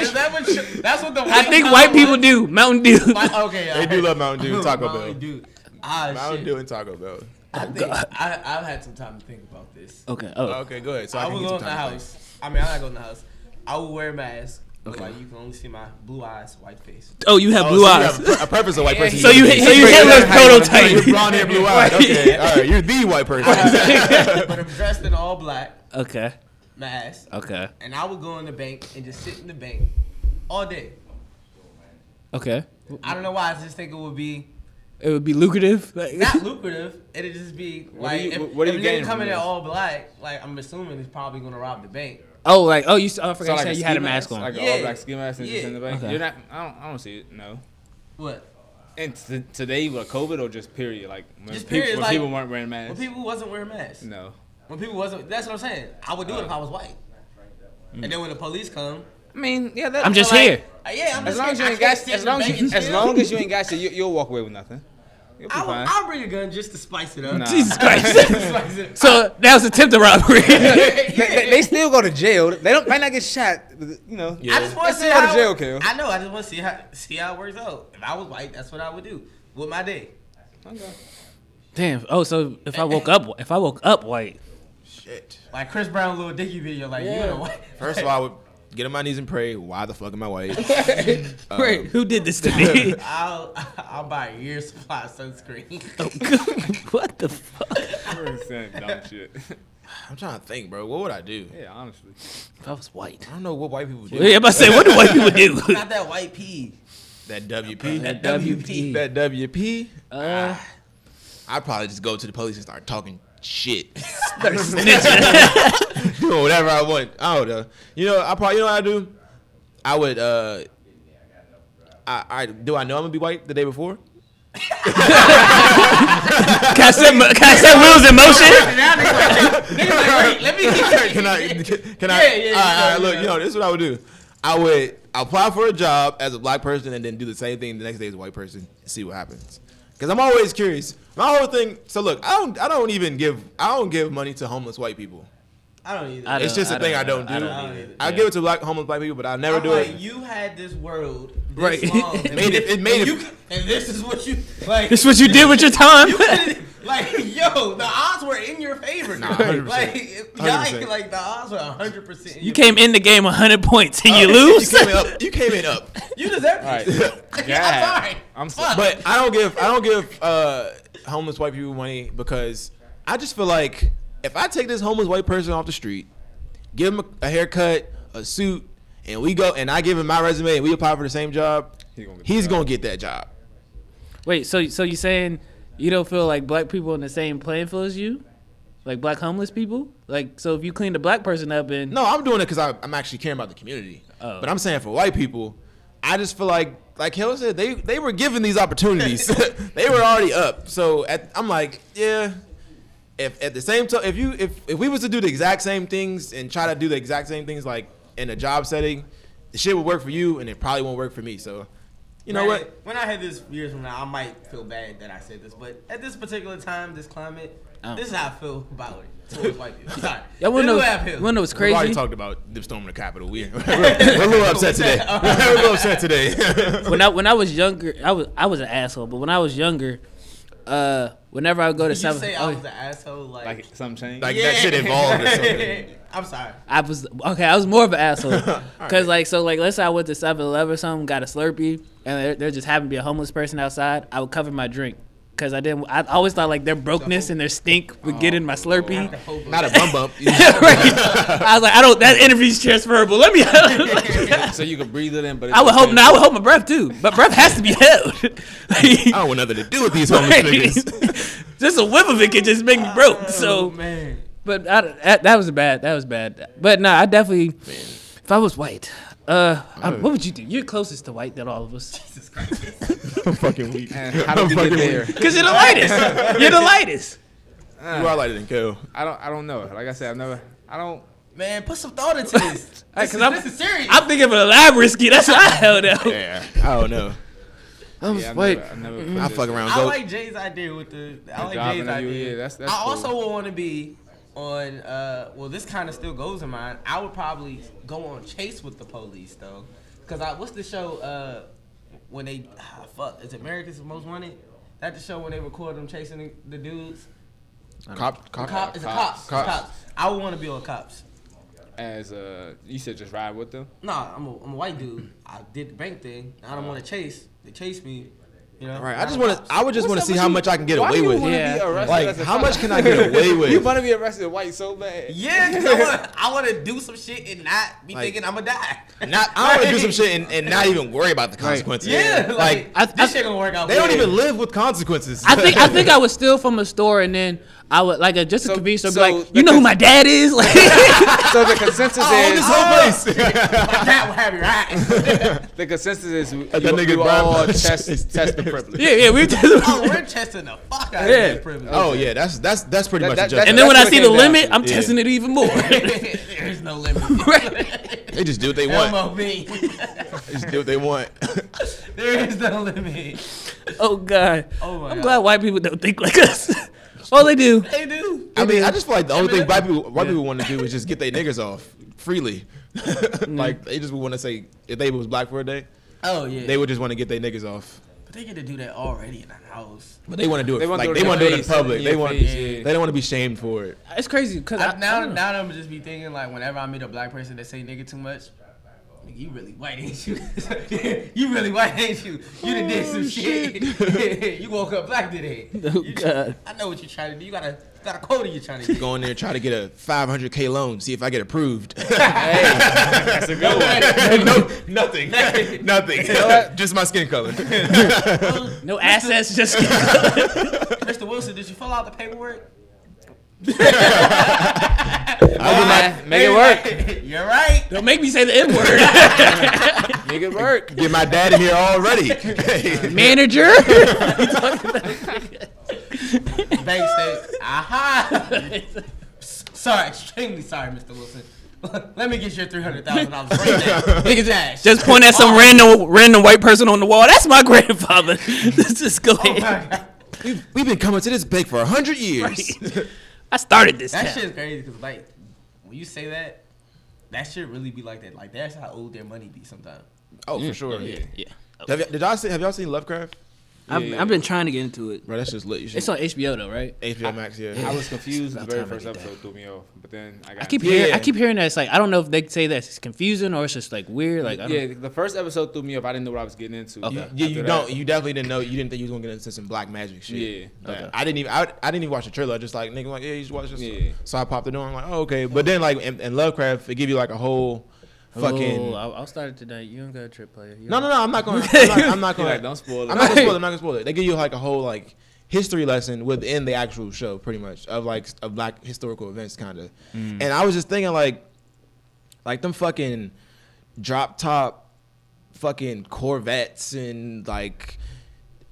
[SPEAKER 1] Is that what you- that's what the
[SPEAKER 4] I think white people do Mountain Dew.
[SPEAKER 1] I, okay,
[SPEAKER 2] they do love Mountain Dew and Taco
[SPEAKER 1] Mountain
[SPEAKER 2] Bell.
[SPEAKER 1] Dew. Ah,
[SPEAKER 2] Mountain
[SPEAKER 1] shit.
[SPEAKER 2] Dew and Taco Bell.
[SPEAKER 1] I think I, I've had some time to think about this.
[SPEAKER 4] Okay. Oh.
[SPEAKER 2] Okay, go ahead. So I,
[SPEAKER 1] I,
[SPEAKER 2] can
[SPEAKER 1] would
[SPEAKER 2] get
[SPEAKER 1] go
[SPEAKER 2] some
[SPEAKER 1] in the
[SPEAKER 2] time to think.
[SPEAKER 1] house. I mean, I'm not going in the house. I would wear a mask. but,
[SPEAKER 4] Okay.
[SPEAKER 1] Like you can only see my blue eyes, white face.
[SPEAKER 4] Oh, you have
[SPEAKER 2] Oh,
[SPEAKER 4] blue
[SPEAKER 2] so you
[SPEAKER 4] eyes.
[SPEAKER 2] have a pre- a preference of white person.
[SPEAKER 4] So you hit- so you
[SPEAKER 2] Straight
[SPEAKER 4] Hitler's
[SPEAKER 2] hair, how you wanna
[SPEAKER 4] prototype.
[SPEAKER 2] play. You're blonde hair, blue eyes. Okay, all right. You're the white person.
[SPEAKER 1] but I'm dressed in all black
[SPEAKER 4] okay.
[SPEAKER 1] mask,
[SPEAKER 4] Okay.
[SPEAKER 1] and I would go in the bank and just sit in the bank all day.
[SPEAKER 4] Okay.
[SPEAKER 1] I don't know why. I just think it would be
[SPEAKER 4] It would be lucrative. Like,
[SPEAKER 1] not lucrative. It'd just be
[SPEAKER 3] are
[SPEAKER 1] like
[SPEAKER 3] you-
[SPEAKER 1] if,
[SPEAKER 3] what are
[SPEAKER 1] if
[SPEAKER 3] you
[SPEAKER 1] a
[SPEAKER 3] getting
[SPEAKER 1] nigga
[SPEAKER 3] from
[SPEAKER 1] coming in
[SPEAKER 3] this?
[SPEAKER 1] all black, like I'm assuming it's probably gonna rob the bank.
[SPEAKER 4] oh, like oh, you. s- Oh, I forgot
[SPEAKER 3] So
[SPEAKER 4] you
[SPEAKER 3] like
[SPEAKER 4] said you
[SPEAKER 3] ski
[SPEAKER 4] had a mask on.
[SPEAKER 3] Like an
[SPEAKER 1] Yeah.
[SPEAKER 3] all black ski mask and just in the
[SPEAKER 1] Yeah.
[SPEAKER 3] bank.
[SPEAKER 4] Okay.
[SPEAKER 3] You're not. I don't. I don't see it. No.
[SPEAKER 1] What?
[SPEAKER 3] And t- today with COVID or just period, like when,
[SPEAKER 1] Just
[SPEAKER 3] peop-
[SPEAKER 1] period,
[SPEAKER 3] when
[SPEAKER 1] like-
[SPEAKER 3] people weren't wearing masks.
[SPEAKER 1] When people wasn't wearing masks.
[SPEAKER 3] no.
[SPEAKER 1] When people wasn't, that's what I'm saying. I would do it if I was white.
[SPEAKER 3] Mm.
[SPEAKER 1] And then when the police come,
[SPEAKER 3] I mean, yeah. That,
[SPEAKER 4] I'm just
[SPEAKER 1] but like,
[SPEAKER 4] here.
[SPEAKER 1] uh, yeah, I'm
[SPEAKER 3] As
[SPEAKER 1] just
[SPEAKER 3] long as you
[SPEAKER 1] here. I
[SPEAKER 3] ain't
[SPEAKER 1] can't
[SPEAKER 3] got,
[SPEAKER 1] sit
[SPEAKER 3] as
[SPEAKER 1] in the
[SPEAKER 3] long as
[SPEAKER 1] bank
[SPEAKER 3] you,
[SPEAKER 1] and
[SPEAKER 3] as
[SPEAKER 1] chill.
[SPEAKER 3] long as you ain't got shit, you, you'll walk away with nothing. You'll be
[SPEAKER 1] I will,
[SPEAKER 3] fine.
[SPEAKER 1] I'll bring a gun just to spice it up.
[SPEAKER 3] Nah.
[SPEAKER 4] Jesus Christ.
[SPEAKER 1] Spice it up.
[SPEAKER 4] so that was attempted robbery.
[SPEAKER 3] they, they- they still go to jail. They don't might not get shot. You know.
[SPEAKER 2] Yeah.
[SPEAKER 1] I just want
[SPEAKER 3] Let's
[SPEAKER 1] to
[SPEAKER 3] see
[SPEAKER 1] see
[SPEAKER 3] how the
[SPEAKER 1] how
[SPEAKER 3] jail kill.
[SPEAKER 1] I know. I just want to see how see how it works out. If I was white, that's what I would do with my day.
[SPEAKER 4] Damn. Oh, so if I woke up, if I woke up white,
[SPEAKER 2] Shit.
[SPEAKER 1] Like Chris Brown, little Dicky video. Like you know what?
[SPEAKER 2] First of all, I would get on my knees and pray. Why the fuck am I white?
[SPEAKER 4] wait, Um, who did this to me?
[SPEAKER 1] I'll I'll buy a year's supply of sunscreen.
[SPEAKER 4] what the fuck?
[SPEAKER 3] Saying dumb shit.
[SPEAKER 2] I'm trying to think, bro. What would I do?
[SPEAKER 3] yeah, honestly.
[SPEAKER 4] If I was white.
[SPEAKER 2] I don't know what white people do.
[SPEAKER 4] Yeah, I'm about to say, what do white people do?
[SPEAKER 1] Not that white pea.
[SPEAKER 2] That WP.
[SPEAKER 1] That
[SPEAKER 4] WP.
[SPEAKER 2] That WP.
[SPEAKER 4] Uh,
[SPEAKER 2] I'd probably just go to the police and start talking shit.
[SPEAKER 4] snitching.
[SPEAKER 2] doing whatever I want. I don't know. You know, I probably you know what I do. I would. uh I, I do. I know I'm gonna be white the day before.
[SPEAKER 4] Can I set, mo- can I set wheels in motion?
[SPEAKER 1] Now they like, niggas like, wait, let me
[SPEAKER 2] can I? Can I?
[SPEAKER 1] Yeah, yeah, you know,
[SPEAKER 2] all right, all right,
[SPEAKER 1] you
[SPEAKER 2] look,
[SPEAKER 1] know.
[SPEAKER 2] you know, this is what I would do. I would apply for a job as a black person and then do the same thing the next day as a white person. and See what happens. Because I'm always curious. My whole thing. So look, I don't. I don't even give. I don't give money to homeless white people.
[SPEAKER 1] I don't either.
[SPEAKER 4] I
[SPEAKER 2] It's
[SPEAKER 4] don't-
[SPEAKER 2] just a
[SPEAKER 4] I
[SPEAKER 2] thing I
[SPEAKER 4] don't-
[SPEAKER 2] don't
[SPEAKER 4] I
[SPEAKER 2] do.
[SPEAKER 4] don't
[SPEAKER 1] either.
[SPEAKER 2] I
[SPEAKER 4] Yeah.
[SPEAKER 2] give it to black homeless black people, but I never
[SPEAKER 1] I'm
[SPEAKER 2] do
[SPEAKER 1] like,
[SPEAKER 2] it.
[SPEAKER 1] you had this world this
[SPEAKER 4] Right.
[SPEAKER 1] long,
[SPEAKER 4] It
[SPEAKER 1] and,
[SPEAKER 2] made it- it
[SPEAKER 1] and
[SPEAKER 2] made it-
[SPEAKER 1] you- and this is what you like.
[SPEAKER 4] This what you did with your time.
[SPEAKER 1] like, yo, the odds were in your favor.
[SPEAKER 2] Nah,
[SPEAKER 1] Nah,
[SPEAKER 2] 100%.
[SPEAKER 1] like, it- y'all,
[SPEAKER 2] 100%.
[SPEAKER 1] like the odds were hundred percent.
[SPEAKER 4] You came in the game 100 points and you lose?
[SPEAKER 2] You came in up. You came in up.
[SPEAKER 1] You deserve
[SPEAKER 3] All right.
[SPEAKER 1] this. I'm
[SPEAKER 3] God.
[SPEAKER 1] sorry.
[SPEAKER 3] I'm so-
[SPEAKER 1] Fuck.
[SPEAKER 2] but I don't give I don't give uh, homeless white people money because I just feel like if I take this homeless white person off the street, give him a, a haircut, a suit, and we go and I give him my resume and we apply for the same job,
[SPEAKER 3] He gonna get the
[SPEAKER 2] he's
[SPEAKER 3] job.
[SPEAKER 2] gonna get that job.
[SPEAKER 4] Wait, so so you saying you don't feel like black people in the same playing field as you? Like black homeless people? Like so if you clean the black person up and
[SPEAKER 2] No, I'm doing it because I'm actually caring about the community.
[SPEAKER 4] Oh.
[SPEAKER 2] But I'm saying for white people, I just feel like, like Hill said, they they were given these opportunities. they were already up. So at, I'm like, yeah. If at the same time, if you if if we was to do the exact same things and try to do the exact same things, like in a job setting, the shit would work for you, and it probably won't work for me. So, you know
[SPEAKER 1] Granted,
[SPEAKER 2] what?
[SPEAKER 1] When I had this years from now, I might feel bad that I said this, but at this particular time, this climate,
[SPEAKER 4] Oh.
[SPEAKER 1] this is how I feel about it towards white people. Sorry,
[SPEAKER 4] Y'all
[SPEAKER 1] This
[SPEAKER 4] wanna know,
[SPEAKER 1] is what I feel.
[SPEAKER 4] wanna know what's
[SPEAKER 2] We've already
[SPEAKER 4] crazy?
[SPEAKER 2] talked about them storming the Capitol. We, we're, we're a little upset today. we're a little upset today.
[SPEAKER 4] when I when I was younger, I was I was an asshole. But when I was younger, uh, whenever I would go to
[SPEAKER 1] Did you
[SPEAKER 4] South,
[SPEAKER 1] say I
[SPEAKER 4] oh,
[SPEAKER 1] was an asshole? Like,
[SPEAKER 3] Like something changed.
[SPEAKER 2] Like- that shit involved or something.
[SPEAKER 1] I'm sorry.
[SPEAKER 4] I was okay. I was more of an asshole because like so like let's say I went to 7-Eleven or something, got a Slurpee, and there, there just happened to be a homeless person outside. I would cover my drink because I didn't. I always thought like their brokenness and their stink would get in
[SPEAKER 1] Oh,
[SPEAKER 4] my Slurpee.
[SPEAKER 1] Not the whole
[SPEAKER 2] Not a bum bump.
[SPEAKER 4] Right. I was like, I don't. That energy's transferable. Let me.
[SPEAKER 3] so you could breathe it in, but it
[SPEAKER 4] I would
[SPEAKER 3] just
[SPEAKER 4] hope.
[SPEAKER 3] didn't.
[SPEAKER 4] No, I would hold my breath too. But breath has to be held.
[SPEAKER 2] I don't want nothing to do with these homeless niggas.
[SPEAKER 4] just a whiff of it could just make me broke.
[SPEAKER 1] oh,
[SPEAKER 4] So,
[SPEAKER 1] man,
[SPEAKER 4] but I, that, that was bad. That was bad. But no, I definitely. If I was white, uh, I- what would you do? You're closest to white than all of us.
[SPEAKER 2] I'm fucking weak.
[SPEAKER 3] And how did we get there?
[SPEAKER 4] Cause you're the lightest. you're the lightest.
[SPEAKER 2] You are lighter than Kel.
[SPEAKER 3] I don't. I don't know. Like I said, I've never. I don't.
[SPEAKER 1] man, put some thought into this. This,
[SPEAKER 4] Hey, 'cause
[SPEAKER 1] is,
[SPEAKER 4] I'm-
[SPEAKER 1] this is serious.
[SPEAKER 4] I'm thinking of a lab risky. That's what I held out.
[SPEAKER 2] Yeah. I don't know.
[SPEAKER 4] I was
[SPEAKER 3] Yeah, I've
[SPEAKER 4] white.
[SPEAKER 3] never. I've never
[SPEAKER 2] Mm-hmm. I fuck around.
[SPEAKER 1] I
[SPEAKER 2] Go.
[SPEAKER 1] like Jay's idea with the. I like
[SPEAKER 3] job
[SPEAKER 1] Jay's
[SPEAKER 3] interview,
[SPEAKER 1] idea.
[SPEAKER 3] yeah, that's- that's
[SPEAKER 1] I
[SPEAKER 3] cool.
[SPEAKER 1] also would want to be on. Uh, well, this kind of still goes in mine. I would probably go on chase with the police though, because I what's the show? Uh, when they ah, fuck is it America's Most Wanted? That the show when they record them chasing the, the dudes.
[SPEAKER 2] cop, cop,
[SPEAKER 1] Cop, is it cops?
[SPEAKER 3] Cops.
[SPEAKER 1] It's
[SPEAKER 2] Uh, Cops.
[SPEAKER 1] Cops. I would want to be on cops.
[SPEAKER 3] As uh, you said, just ride with them.
[SPEAKER 1] Nah, I'm a, I'm a white dude. I did the bank thing. I don't want to chase. They chase me. You know.
[SPEAKER 2] Right. I just
[SPEAKER 1] don't-
[SPEAKER 2] want to. I would just want to see how much I can get away with.
[SPEAKER 4] wanna- Yeah.
[SPEAKER 3] Yeah.
[SPEAKER 2] Like, how much can I get away with?
[SPEAKER 3] You want to be arrested white so bad.
[SPEAKER 1] Yeah, 'cause I want, I want to do some shit and not be
[SPEAKER 2] Like-
[SPEAKER 1] thinking I'm gonna die.
[SPEAKER 2] Not, I want to do some shit and, and not even worry about the consequences.
[SPEAKER 1] Yeah, like,
[SPEAKER 4] I-
[SPEAKER 1] this
[SPEAKER 4] I-
[SPEAKER 1] shit gonna work out.
[SPEAKER 2] they don't
[SPEAKER 1] weird.
[SPEAKER 2] even live with consequences.
[SPEAKER 4] I think I think I would steal from a store and then I would like a, just a
[SPEAKER 3] So-
[SPEAKER 4] convenience store.
[SPEAKER 3] so
[SPEAKER 4] be like, you
[SPEAKER 3] the
[SPEAKER 4] know who
[SPEAKER 3] cons-
[SPEAKER 4] my dad is? Like,
[SPEAKER 3] So the consensus
[SPEAKER 2] I own
[SPEAKER 3] is
[SPEAKER 2] this whole place.
[SPEAKER 1] My dad will have your eyes.
[SPEAKER 3] the consensus is you,
[SPEAKER 2] That nigga
[SPEAKER 3] you
[SPEAKER 2] Brian
[SPEAKER 3] all
[SPEAKER 2] Bunch
[SPEAKER 3] test
[SPEAKER 2] is
[SPEAKER 3] test the
[SPEAKER 2] dead.
[SPEAKER 3] privilege.
[SPEAKER 4] yeah, yeah, we just.
[SPEAKER 1] oh, we're testing the fuck out
[SPEAKER 4] Yeah.
[SPEAKER 1] of this privilege.
[SPEAKER 2] oh yeah, that's that's that's pretty
[SPEAKER 3] That-
[SPEAKER 2] much.
[SPEAKER 3] that-
[SPEAKER 2] the judgment.
[SPEAKER 4] and then when
[SPEAKER 3] That's
[SPEAKER 4] I
[SPEAKER 3] what it
[SPEAKER 4] see the
[SPEAKER 3] came down
[SPEAKER 4] limit,
[SPEAKER 3] to.
[SPEAKER 4] I'm
[SPEAKER 2] Yeah.
[SPEAKER 4] testing it even more.
[SPEAKER 1] There's no limit.
[SPEAKER 4] Right.
[SPEAKER 2] they just do what they want.
[SPEAKER 1] MOB.
[SPEAKER 2] They just do what they want.
[SPEAKER 1] there is no limit.
[SPEAKER 4] oh god.
[SPEAKER 1] Oh, my
[SPEAKER 4] I'm
[SPEAKER 1] God.
[SPEAKER 4] glad white people don't think like us. All they do.
[SPEAKER 1] They do.
[SPEAKER 2] I mean, I just feel like the only thing
[SPEAKER 1] mean,
[SPEAKER 2] white people white people want to do is just get their niggas off freely. like they just would want to say if they was black for a day,
[SPEAKER 1] Oh yeah.
[SPEAKER 2] they would just want to get their niggas off.
[SPEAKER 1] but they get to do that already in the house.
[SPEAKER 2] But they want to do it.
[SPEAKER 3] They wanna
[SPEAKER 2] like
[SPEAKER 3] do it
[SPEAKER 2] they
[SPEAKER 3] in
[SPEAKER 2] want to
[SPEAKER 3] your
[SPEAKER 2] do it in
[SPEAKER 3] face,
[SPEAKER 2] public.
[SPEAKER 3] in
[SPEAKER 2] They
[SPEAKER 3] your
[SPEAKER 2] want.
[SPEAKER 3] face,
[SPEAKER 2] They
[SPEAKER 3] yeah.
[SPEAKER 2] don't want to be shamed for it.
[SPEAKER 4] It's crazy because
[SPEAKER 1] I,
[SPEAKER 4] I,
[SPEAKER 1] now,
[SPEAKER 4] I don't know.
[SPEAKER 1] now I'm just be thinking like whenever I meet a black person that say nigga too much, nigga, you really white ain't you? you really white ain't you? You done did some shit. you woke up black today.
[SPEAKER 4] Oh,
[SPEAKER 1] You-
[SPEAKER 4] God.
[SPEAKER 1] I know what you're trying to do. You got a you got a quota you're trying to get.
[SPEAKER 2] Go in there, try to get a 500k loan, see if I get approved.
[SPEAKER 3] That's a good one.
[SPEAKER 2] no, nothing,
[SPEAKER 1] Nothing.
[SPEAKER 2] nothing. just my skin color.
[SPEAKER 4] No assets, just
[SPEAKER 1] Mr. Wilson, did you fill out the paperwork?
[SPEAKER 3] Make it make it work.
[SPEAKER 1] you're right.
[SPEAKER 4] don't make me say the N word.
[SPEAKER 3] Make it work.
[SPEAKER 2] Get my dad in here already.
[SPEAKER 4] Manager.
[SPEAKER 1] Bank said, aha. sorry, extremely sorry, Mr. Wilson. Let me get your three hundred thousand dollars right now. Nigga, Dash.
[SPEAKER 4] Just point at some random random white person on the wall. That's my grandfather. Let's just go
[SPEAKER 1] Oh
[SPEAKER 4] ahead.
[SPEAKER 1] my God.
[SPEAKER 2] we've, we've been coming to this bank for hundred years.
[SPEAKER 4] I started this.
[SPEAKER 1] That
[SPEAKER 4] town.
[SPEAKER 1] shit's crazy because like when you say that, that shit really be like that. Like that's how old their money be sometimes.
[SPEAKER 2] Oh, for sure.
[SPEAKER 4] Yeah. yeah.
[SPEAKER 2] Have, y- did y'all see, have y'all seen Lovecraft?
[SPEAKER 4] I've,
[SPEAKER 3] Yeah.
[SPEAKER 4] I've been trying to get into it.
[SPEAKER 2] Bro, that's just lit. You should-
[SPEAKER 4] It's on HBO though, right?
[SPEAKER 2] HBO Max, yeah.
[SPEAKER 3] I was confused. The
[SPEAKER 4] about
[SPEAKER 3] very
[SPEAKER 4] time I
[SPEAKER 3] first
[SPEAKER 4] did that.
[SPEAKER 3] episode threw me off, but then I got.
[SPEAKER 4] I keep
[SPEAKER 2] Yeah,
[SPEAKER 4] hearing
[SPEAKER 2] yeah.
[SPEAKER 4] I keep hearing that it's like I don't know if they say that it's confusing or it's just like weird. Like I don't,
[SPEAKER 3] Yeah, the first episode threw me off. I didn't know what I was getting into.
[SPEAKER 4] Okay.
[SPEAKER 2] You-
[SPEAKER 4] After
[SPEAKER 2] yeah, you
[SPEAKER 3] that.
[SPEAKER 2] don't. You definitely didn't know. You didn't think you was gonna get into some black magic shit.
[SPEAKER 3] Yeah.
[SPEAKER 2] Like,
[SPEAKER 4] Okay.
[SPEAKER 2] I didn't even. I, I didn't even watch the trailer. I just like nigga, like yeah, you should watch this.
[SPEAKER 3] Yeah.
[SPEAKER 2] So I popped it on. I'm like, oh okay. But then like in, in Lovecraft, it give you like a whole fucking.
[SPEAKER 4] Oh, I'll, I'll start it tonight. You don't got a trip player. You
[SPEAKER 2] No,
[SPEAKER 4] don't-
[SPEAKER 2] no, no. I'm not going. I'm not, I'm not
[SPEAKER 3] You're
[SPEAKER 2] going.
[SPEAKER 3] like, don't spoil it.
[SPEAKER 2] I'm not gonna spoil it. I'm not gonna spoil it. They give you like a whole like history lesson within the actual show, pretty much of like of black historical events, kind of. And I was just thinking like, like them fucking drop top, fucking Corvettes and like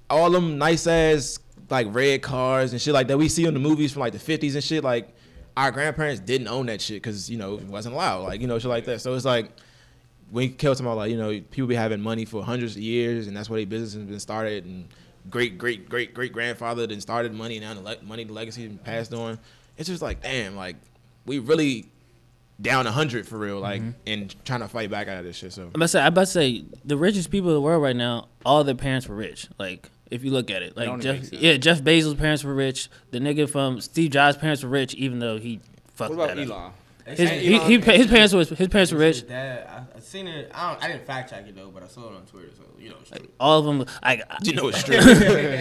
[SPEAKER 2] all them nice ass like red cars and shit like that we see in the movies from like the 50s and shit like. our grandparents didn't own that shit because you know it wasn't allowed, like you know shit like that. So it's like when Kel talking about like you know people be having money for hundreds of years, and that's where their business has been started, and great great great great grandfather then started money, now the le- money the legacy been passed on. It's just like damn, like we really down a hundred for real, like and trying to fight back out of this shit. So
[SPEAKER 4] I'm about to say, I'm about to say, the richest people in the world right now, all their parents were rich. Like, if you look at it, like
[SPEAKER 3] only
[SPEAKER 4] Jeff,
[SPEAKER 3] makes sense.
[SPEAKER 4] yeah, Jeff Bezos' parents were rich. The nigga from Steve Jobs' parents were rich, even though he fucked
[SPEAKER 3] What about
[SPEAKER 4] that up.
[SPEAKER 3] Elon?
[SPEAKER 4] His,
[SPEAKER 3] And
[SPEAKER 4] he,
[SPEAKER 1] "Oh,
[SPEAKER 3] Elon-
[SPEAKER 4] he, his parents was his parents were rich.
[SPEAKER 1] Dad, I, I seen it. I, don't, I didn't fact check it though, but I saw it on Twitter, so you know. It's true.
[SPEAKER 4] All of them. Like,
[SPEAKER 2] you know it's true.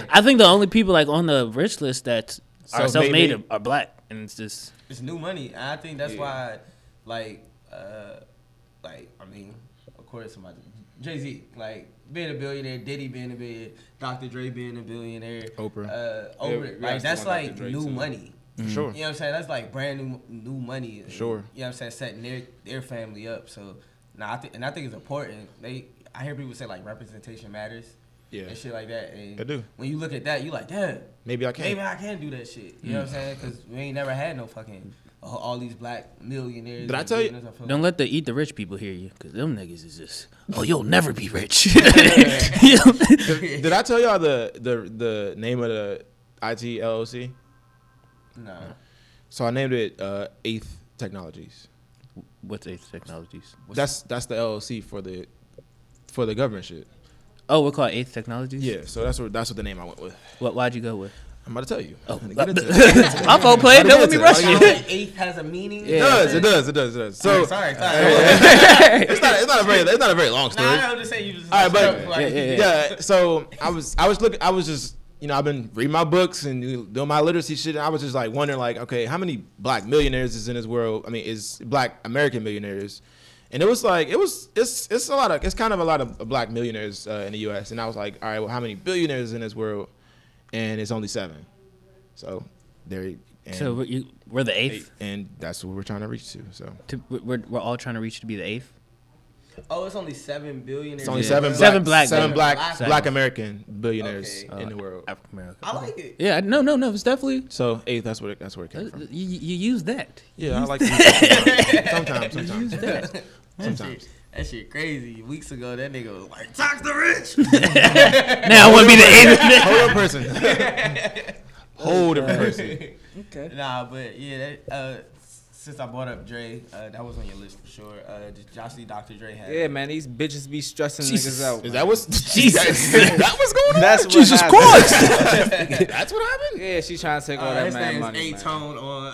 [SPEAKER 4] I think the only people like on the rich list that are
[SPEAKER 2] Self-made
[SPEAKER 4] self-made
[SPEAKER 2] people.
[SPEAKER 4] are, are black, and it's just
[SPEAKER 1] It's new money, and I think that's
[SPEAKER 3] Yeah.
[SPEAKER 1] why, like, uh, like I mean, of course, somebody, Jay Z, like being a billionaire, Diddy being a billionaire, Dr. Dre being a billionaire,
[SPEAKER 2] Oprah.
[SPEAKER 1] uh,
[SPEAKER 3] Yeah, we
[SPEAKER 1] Oprah,
[SPEAKER 3] actually
[SPEAKER 1] like that's
[SPEAKER 3] want Dr.
[SPEAKER 1] like
[SPEAKER 3] Dre,
[SPEAKER 1] new
[SPEAKER 3] too.
[SPEAKER 1] money.
[SPEAKER 2] sure.
[SPEAKER 1] You know what I'm saying? That's like brand new new money. You
[SPEAKER 2] Sure.
[SPEAKER 1] know what I'm saying? Setting their their family up. So now I think and I think it's important. They I hear people say like representation matters.
[SPEAKER 2] Yeah.
[SPEAKER 1] And shit like that. And
[SPEAKER 2] They do.
[SPEAKER 1] When you look at that, you like, damn.
[SPEAKER 2] Maybe I can.
[SPEAKER 1] Maybe I can do that shit. You know what I'm
[SPEAKER 2] Mm.
[SPEAKER 1] saying? Because we ain't never had no fucking all- all these black millionaires.
[SPEAKER 2] Did I
[SPEAKER 1] and
[SPEAKER 2] tell you-
[SPEAKER 1] billionaires, I feel-
[SPEAKER 4] don't let the eat the rich people hear you, cause them niggas is just oh you'll never be rich. You know?
[SPEAKER 2] Did I tell y'all the the the name of the IT LLC?
[SPEAKER 1] No.
[SPEAKER 2] So I named it uh, Eighth Technologies.
[SPEAKER 4] What's eighth technologies?
[SPEAKER 2] that's that's the LLC for the for the government shit.
[SPEAKER 4] Oh, we're called eighth technologies.
[SPEAKER 2] Yeah, so that's what that's what the name I went with.
[SPEAKER 4] What? Why'd you go with?
[SPEAKER 2] I'm about to tell you.
[SPEAKER 4] Oh,
[SPEAKER 2] I'm gonna get into it.
[SPEAKER 4] my fault, player. Don't let me rush
[SPEAKER 1] Sound
[SPEAKER 4] you.
[SPEAKER 1] like eighth has a meaning.
[SPEAKER 2] It
[SPEAKER 4] Yeah.
[SPEAKER 2] does, it does, it does, it does. So
[SPEAKER 1] sorry, sorry.
[SPEAKER 2] it's not it's not a very it's not a very long
[SPEAKER 1] Nah,
[SPEAKER 2] story.
[SPEAKER 1] I'm just saying you just.
[SPEAKER 2] All right, but
[SPEAKER 1] like,
[SPEAKER 4] yeah,
[SPEAKER 2] yeah, So I was, I was looking, I was just, you know, I've been reading my books and doing my literacy shit. And I was just like wondering, like, okay, how many black millionaires is in this world? I mean, is black American millionaires? And it was like, it was, it's, it's a lot of, it's kind of a lot of black millionaires uh, in the U.S. And I was like, all right, well, how many billionaires in this world? And it's only seven. So there. you- And,
[SPEAKER 4] So we're, you, we're the eighth.
[SPEAKER 2] and that's what we're trying to reach to. So
[SPEAKER 4] To, we're, we're all trying to reach to be the eighth.
[SPEAKER 1] Oh, it's only seven billionaires.
[SPEAKER 2] it's only
[SPEAKER 4] Yeah.
[SPEAKER 2] seven,
[SPEAKER 4] Seven black
[SPEAKER 2] black, seven
[SPEAKER 1] millionaires.
[SPEAKER 2] black,
[SPEAKER 1] Seven.
[SPEAKER 2] black American billionaires
[SPEAKER 1] Okay.
[SPEAKER 2] in the world.
[SPEAKER 4] African American.
[SPEAKER 1] I like it.
[SPEAKER 4] Yeah. No. No. No. It's definitely. uh,
[SPEAKER 2] So eighth, that's where it, that's where it came
[SPEAKER 4] You,
[SPEAKER 2] from.
[SPEAKER 4] you use that.
[SPEAKER 2] Uh, Yeah, I like to sometimes, sometimes,
[SPEAKER 4] Use
[SPEAKER 2] sometimes.
[SPEAKER 4] that.
[SPEAKER 2] sometimes.
[SPEAKER 1] That shit crazy. Weeks ago, that nigga was like, tax the rich.
[SPEAKER 4] now I want to be the eighth.
[SPEAKER 2] Whole different person. Whole different person.
[SPEAKER 4] okay.
[SPEAKER 1] nah, but yeah, that, uh, since I brought up Dre, uh, that was on your list for sure. Uh, just Josh Lee, Dr. Dre had.
[SPEAKER 3] Yeah, man, these bitches be stressing
[SPEAKER 4] Jesus.
[SPEAKER 3] niggas out.
[SPEAKER 2] Is that what's Jesus? that was going on.
[SPEAKER 3] That's what
[SPEAKER 2] Jesus
[SPEAKER 3] happened.
[SPEAKER 2] Christ. that's what happened
[SPEAKER 3] Yeah, she trying to take all
[SPEAKER 1] Uh,
[SPEAKER 3] that
[SPEAKER 1] his
[SPEAKER 3] man
[SPEAKER 1] name is
[SPEAKER 3] money.
[SPEAKER 1] A
[SPEAKER 3] man.
[SPEAKER 1] Tone on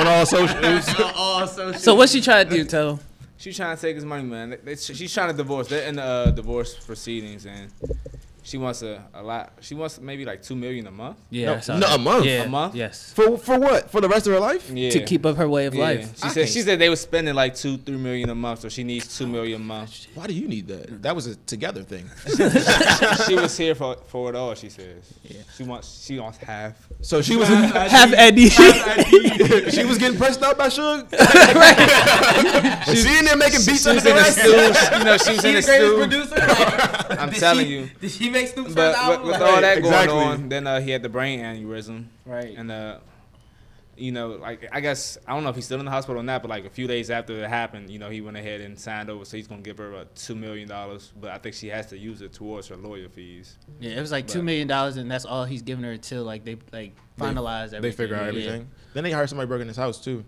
[SPEAKER 1] uh,
[SPEAKER 2] on all socials.
[SPEAKER 1] on all social.
[SPEAKER 4] So what's she trying to do, Toe?
[SPEAKER 3] She trying to take his money, man. They- they- she's trying to divorce. They're in the uh, divorce proceedings, and she wants a, a lot. She wants maybe like two million a month.
[SPEAKER 4] Yeah.
[SPEAKER 2] No,
[SPEAKER 4] I saw
[SPEAKER 2] no,
[SPEAKER 4] that.
[SPEAKER 2] a month.
[SPEAKER 4] Yeah,
[SPEAKER 3] A month?
[SPEAKER 4] Yes.
[SPEAKER 2] For for what? For the rest of her life?
[SPEAKER 3] Yeah.
[SPEAKER 4] To keep up her way of
[SPEAKER 3] Yeah.
[SPEAKER 4] life.
[SPEAKER 3] She
[SPEAKER 2] I
[SPEAKER 3] said
[SPEAKER 2] can't-
[SPEAKER 3] she said they was spending like two, three million a month, so she needs two million a month.
[SPEAKER 2] Why do you need that? That was a together thing.
[SPEAKER 3] she was here for for it all. She says. She wants she wants half.
[SPEAKER 2] So she was in,
[SPEAKER 4] Have Eddie.
[SPEAKER 2] she was getting pressed out by Suge. She's in there making beats
[SPEAKER 3] She
[SPEAKER 2] under
[SPEAKER 3] was
[SPEAKER 2] the
[SPEAKER 3] in the
[SPEAKER 2] rest.
[SPEAKER 3] stew. You know she was
[SPEAKER 1] She
[SPEAKER 3] in the
[SPEAKER 1] the greatest
[SPEAKER 3] stew.
[SPEAKER 1] producer. Like,
[SPEAKER 3] I'm
[SPEAKER 1] did
[SPEAKER 3] telling
[SPEAKER 1] she-
[SPEAKER 3] you.
[SPEAKER 1] Did she make Snoop Dogg's
[SPEAKER 3] But, but
[SPEAKER 1] album?
[SPEAKER 3] with
[SPEAKER 1] Like-
[SPEAKER 3] all that
[SPEAKER 2] Exactly.
[SPEAKER 3] going on, then uh, he had the brain aneurysm.
[SPEAKER 1] Right.
[SPEAKER 3] And uh, you know, like I guess I don't know if he's still in the hospital or not, but like a few days after it happened, you know, he went ahead and signed over, so he's gonna give her uh, two million dollars. But I think she has to use it towards her lawyer fees.
[SPEAKER 4] Yeah, it was like two million dollars, and that's all he's giving her until like they like finalize everything.
[SPEAKER 2] They figure out
[SPEAKER 4] Yeah.
[SPEAKER 2] everything. Then they hire somebody broke in his house too.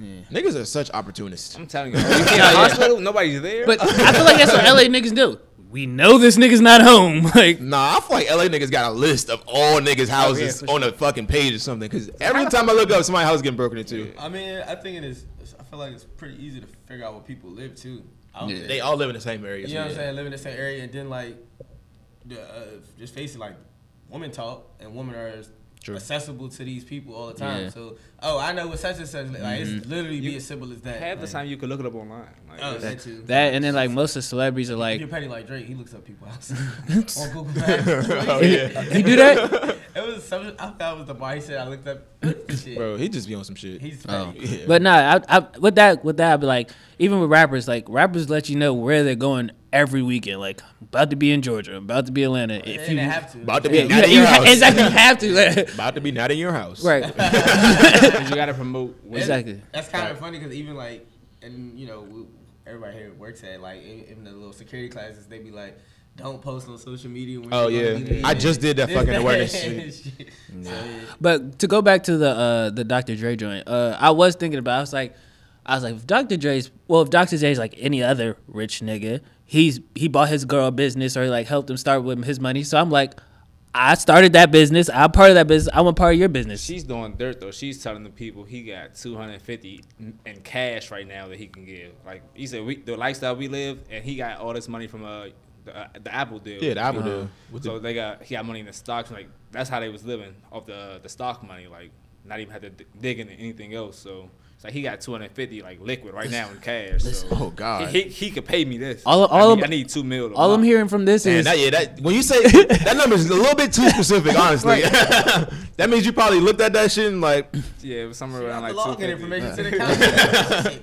[SPEAKER 2] Niggas are such opportunists.
[SPEAKER 3] I'm telling you, you in the hospital, nobody's there.
[SPEAKER 4] But I feel like that's what LA niggas do. We know this nigga's not home. Like
[SPEAKER 2] Nah, I feel like LA niggas got a list of all niggas' houses
[SPEAKER 4] for
[SPEAKER 2] on a fucking page or something. Cause every time I look up, somebody's house getting broken into.
[SPEAKER 1] I mean, I think it is. I feel like it's pretty easy to figure out what people live to. out there.
[SPEAKER 2] They all live in the same area.
[SPEAKER 1] You know what I'm saying? Live in the same area, and then like, the, uh, just face it, like, women talk and women are as
[SPEAKER 2] True.
[SPEAKER 1] accessible to these people all the time.
[SPEAKER 4] Yeah.
[SPEAKER 1] So, oh, I know what such and such. Like,
[SPEAKER 2] Mm-hmm.
[SPEAKER 1] it's literally be as simple as that.
[SPEAKER 3] half the
[SPEAKER 1] Like,
[SPEAKER 3] time you could look it up online. Like,
[SPEAKER 1] Oh,
[SPEAKER 3] it's-
[SPEAKER 1] that too.
[SPEAKER 4] that, and then like most of the celebrities are
[SPEAKER 1] Like,
[SPEAKER 4] like,
[SPEAKER 1] you're petty like Drake. He looks up people house on Google Maps.
[SPEAKER 2] Oh yeah,
[SPEAKER 4] you do that?
[SPEAKER 1] It was some. I thought it was the bar. He said I looked up this shit.
[SPEAKER 2] bro, he just be on some shit.
[SPEAKER 1] He's
[SPEAKER 4] Oh.
[SPEAKER 1] petty.
[SPEAKER 2] yeah.
[SPEAKER 4] But nah, I, I, with that, with that, I'd be like, even with rappers, like rappers let you know where they're going every weekend. Like I'm about to be in Georgia, I'm about to be in Atlanta. If you,
[SPEAKER 1] to.
[SPEAKER 2] About to be
[SPEAKER 4] you,
[SPEAKER 2] not in
[SPEAKER 4] you
[SPEAKER 2] your
[SPEAKER 4] ha-
[SPEAKER 2] house.
[SPEAKER 4] exactly, you have to. like-
[SPEAKER 2] About to be not in your house.
[SPEAKER 4] right,
[SPEAKER 3] Because you got to promote. when-
[SPEAKER 4] exactly.
[SPEAKER 1] That's kind of funny because even like, and you know, we, everybody here works at like in, in the little security classes. They be like, "Don't post on social media." When
[SPEAKER 2] Oh,
[SPEAKER 1] you're
[SPEAKER 2] yeah.
[SPEAKER 1] gonna be
[SPEAKER 2] I
[SPEAKER 1] leaving."
[SPEAKER 2] just did that
[SPEAKER 1] This,
[SPEAKER 2] fucking awareness
[SPEAKER 1] and shit. So,
[SPEAKER 4] But to go back to the uh, the Dr. Dre joint, uh, I was thinking about. I was like, I was like, if Dr. Dre's well, if Dr. Dre's like any other rich nigga, he's he bought his girl a business or like helped him start with his money. So I'm like, I started that business. I'm part of that business. I'm a part of your business.
[SPEAKER 3] She's doing dirt though. She's telling the people he got 250 in- in cash right now that he can give. Like he said, we the lifestyle we live, and he got all this money from uh the, uh, the Apple deal. Uh-huh.
[SPEAKER 2] Yeah, the Apple deal. With
[SPEAKER 3] So they got he got money in the stocks. Like that's how they was living off the the stock money. Like not even had to d- dig into anything else. So it's like he got 250 like liquid right now in cash. So
[SPEAKER 2] Oh, God.
[SPEAKER 3] he, he, he could pay me this.
[SPEAKER 4] All- all
[SPEAKER 3] I
[SPEAKER 4] of-
[SPEAKER 3] need, I need two mil. a
[SPEAKER 4] All I'm
[SPEAKER 3] month.
[SPEAKER 4] hearing from this
[SPEAKER 2] Man,
[SPEAKER 4] is
[SPEAKER 2] that, yeah, that, when you say that number is a little bit too specific, honestly. that means you probably looked at that shit and like,
[SPEAKER 3] yeah, it was somewhere
[SPEAKER 1] I'm
[SPEAKER 3] around like
[SPEAKER 1] logging
[SPEAKER 3] 250.
[SPEAKER 1] information to the company.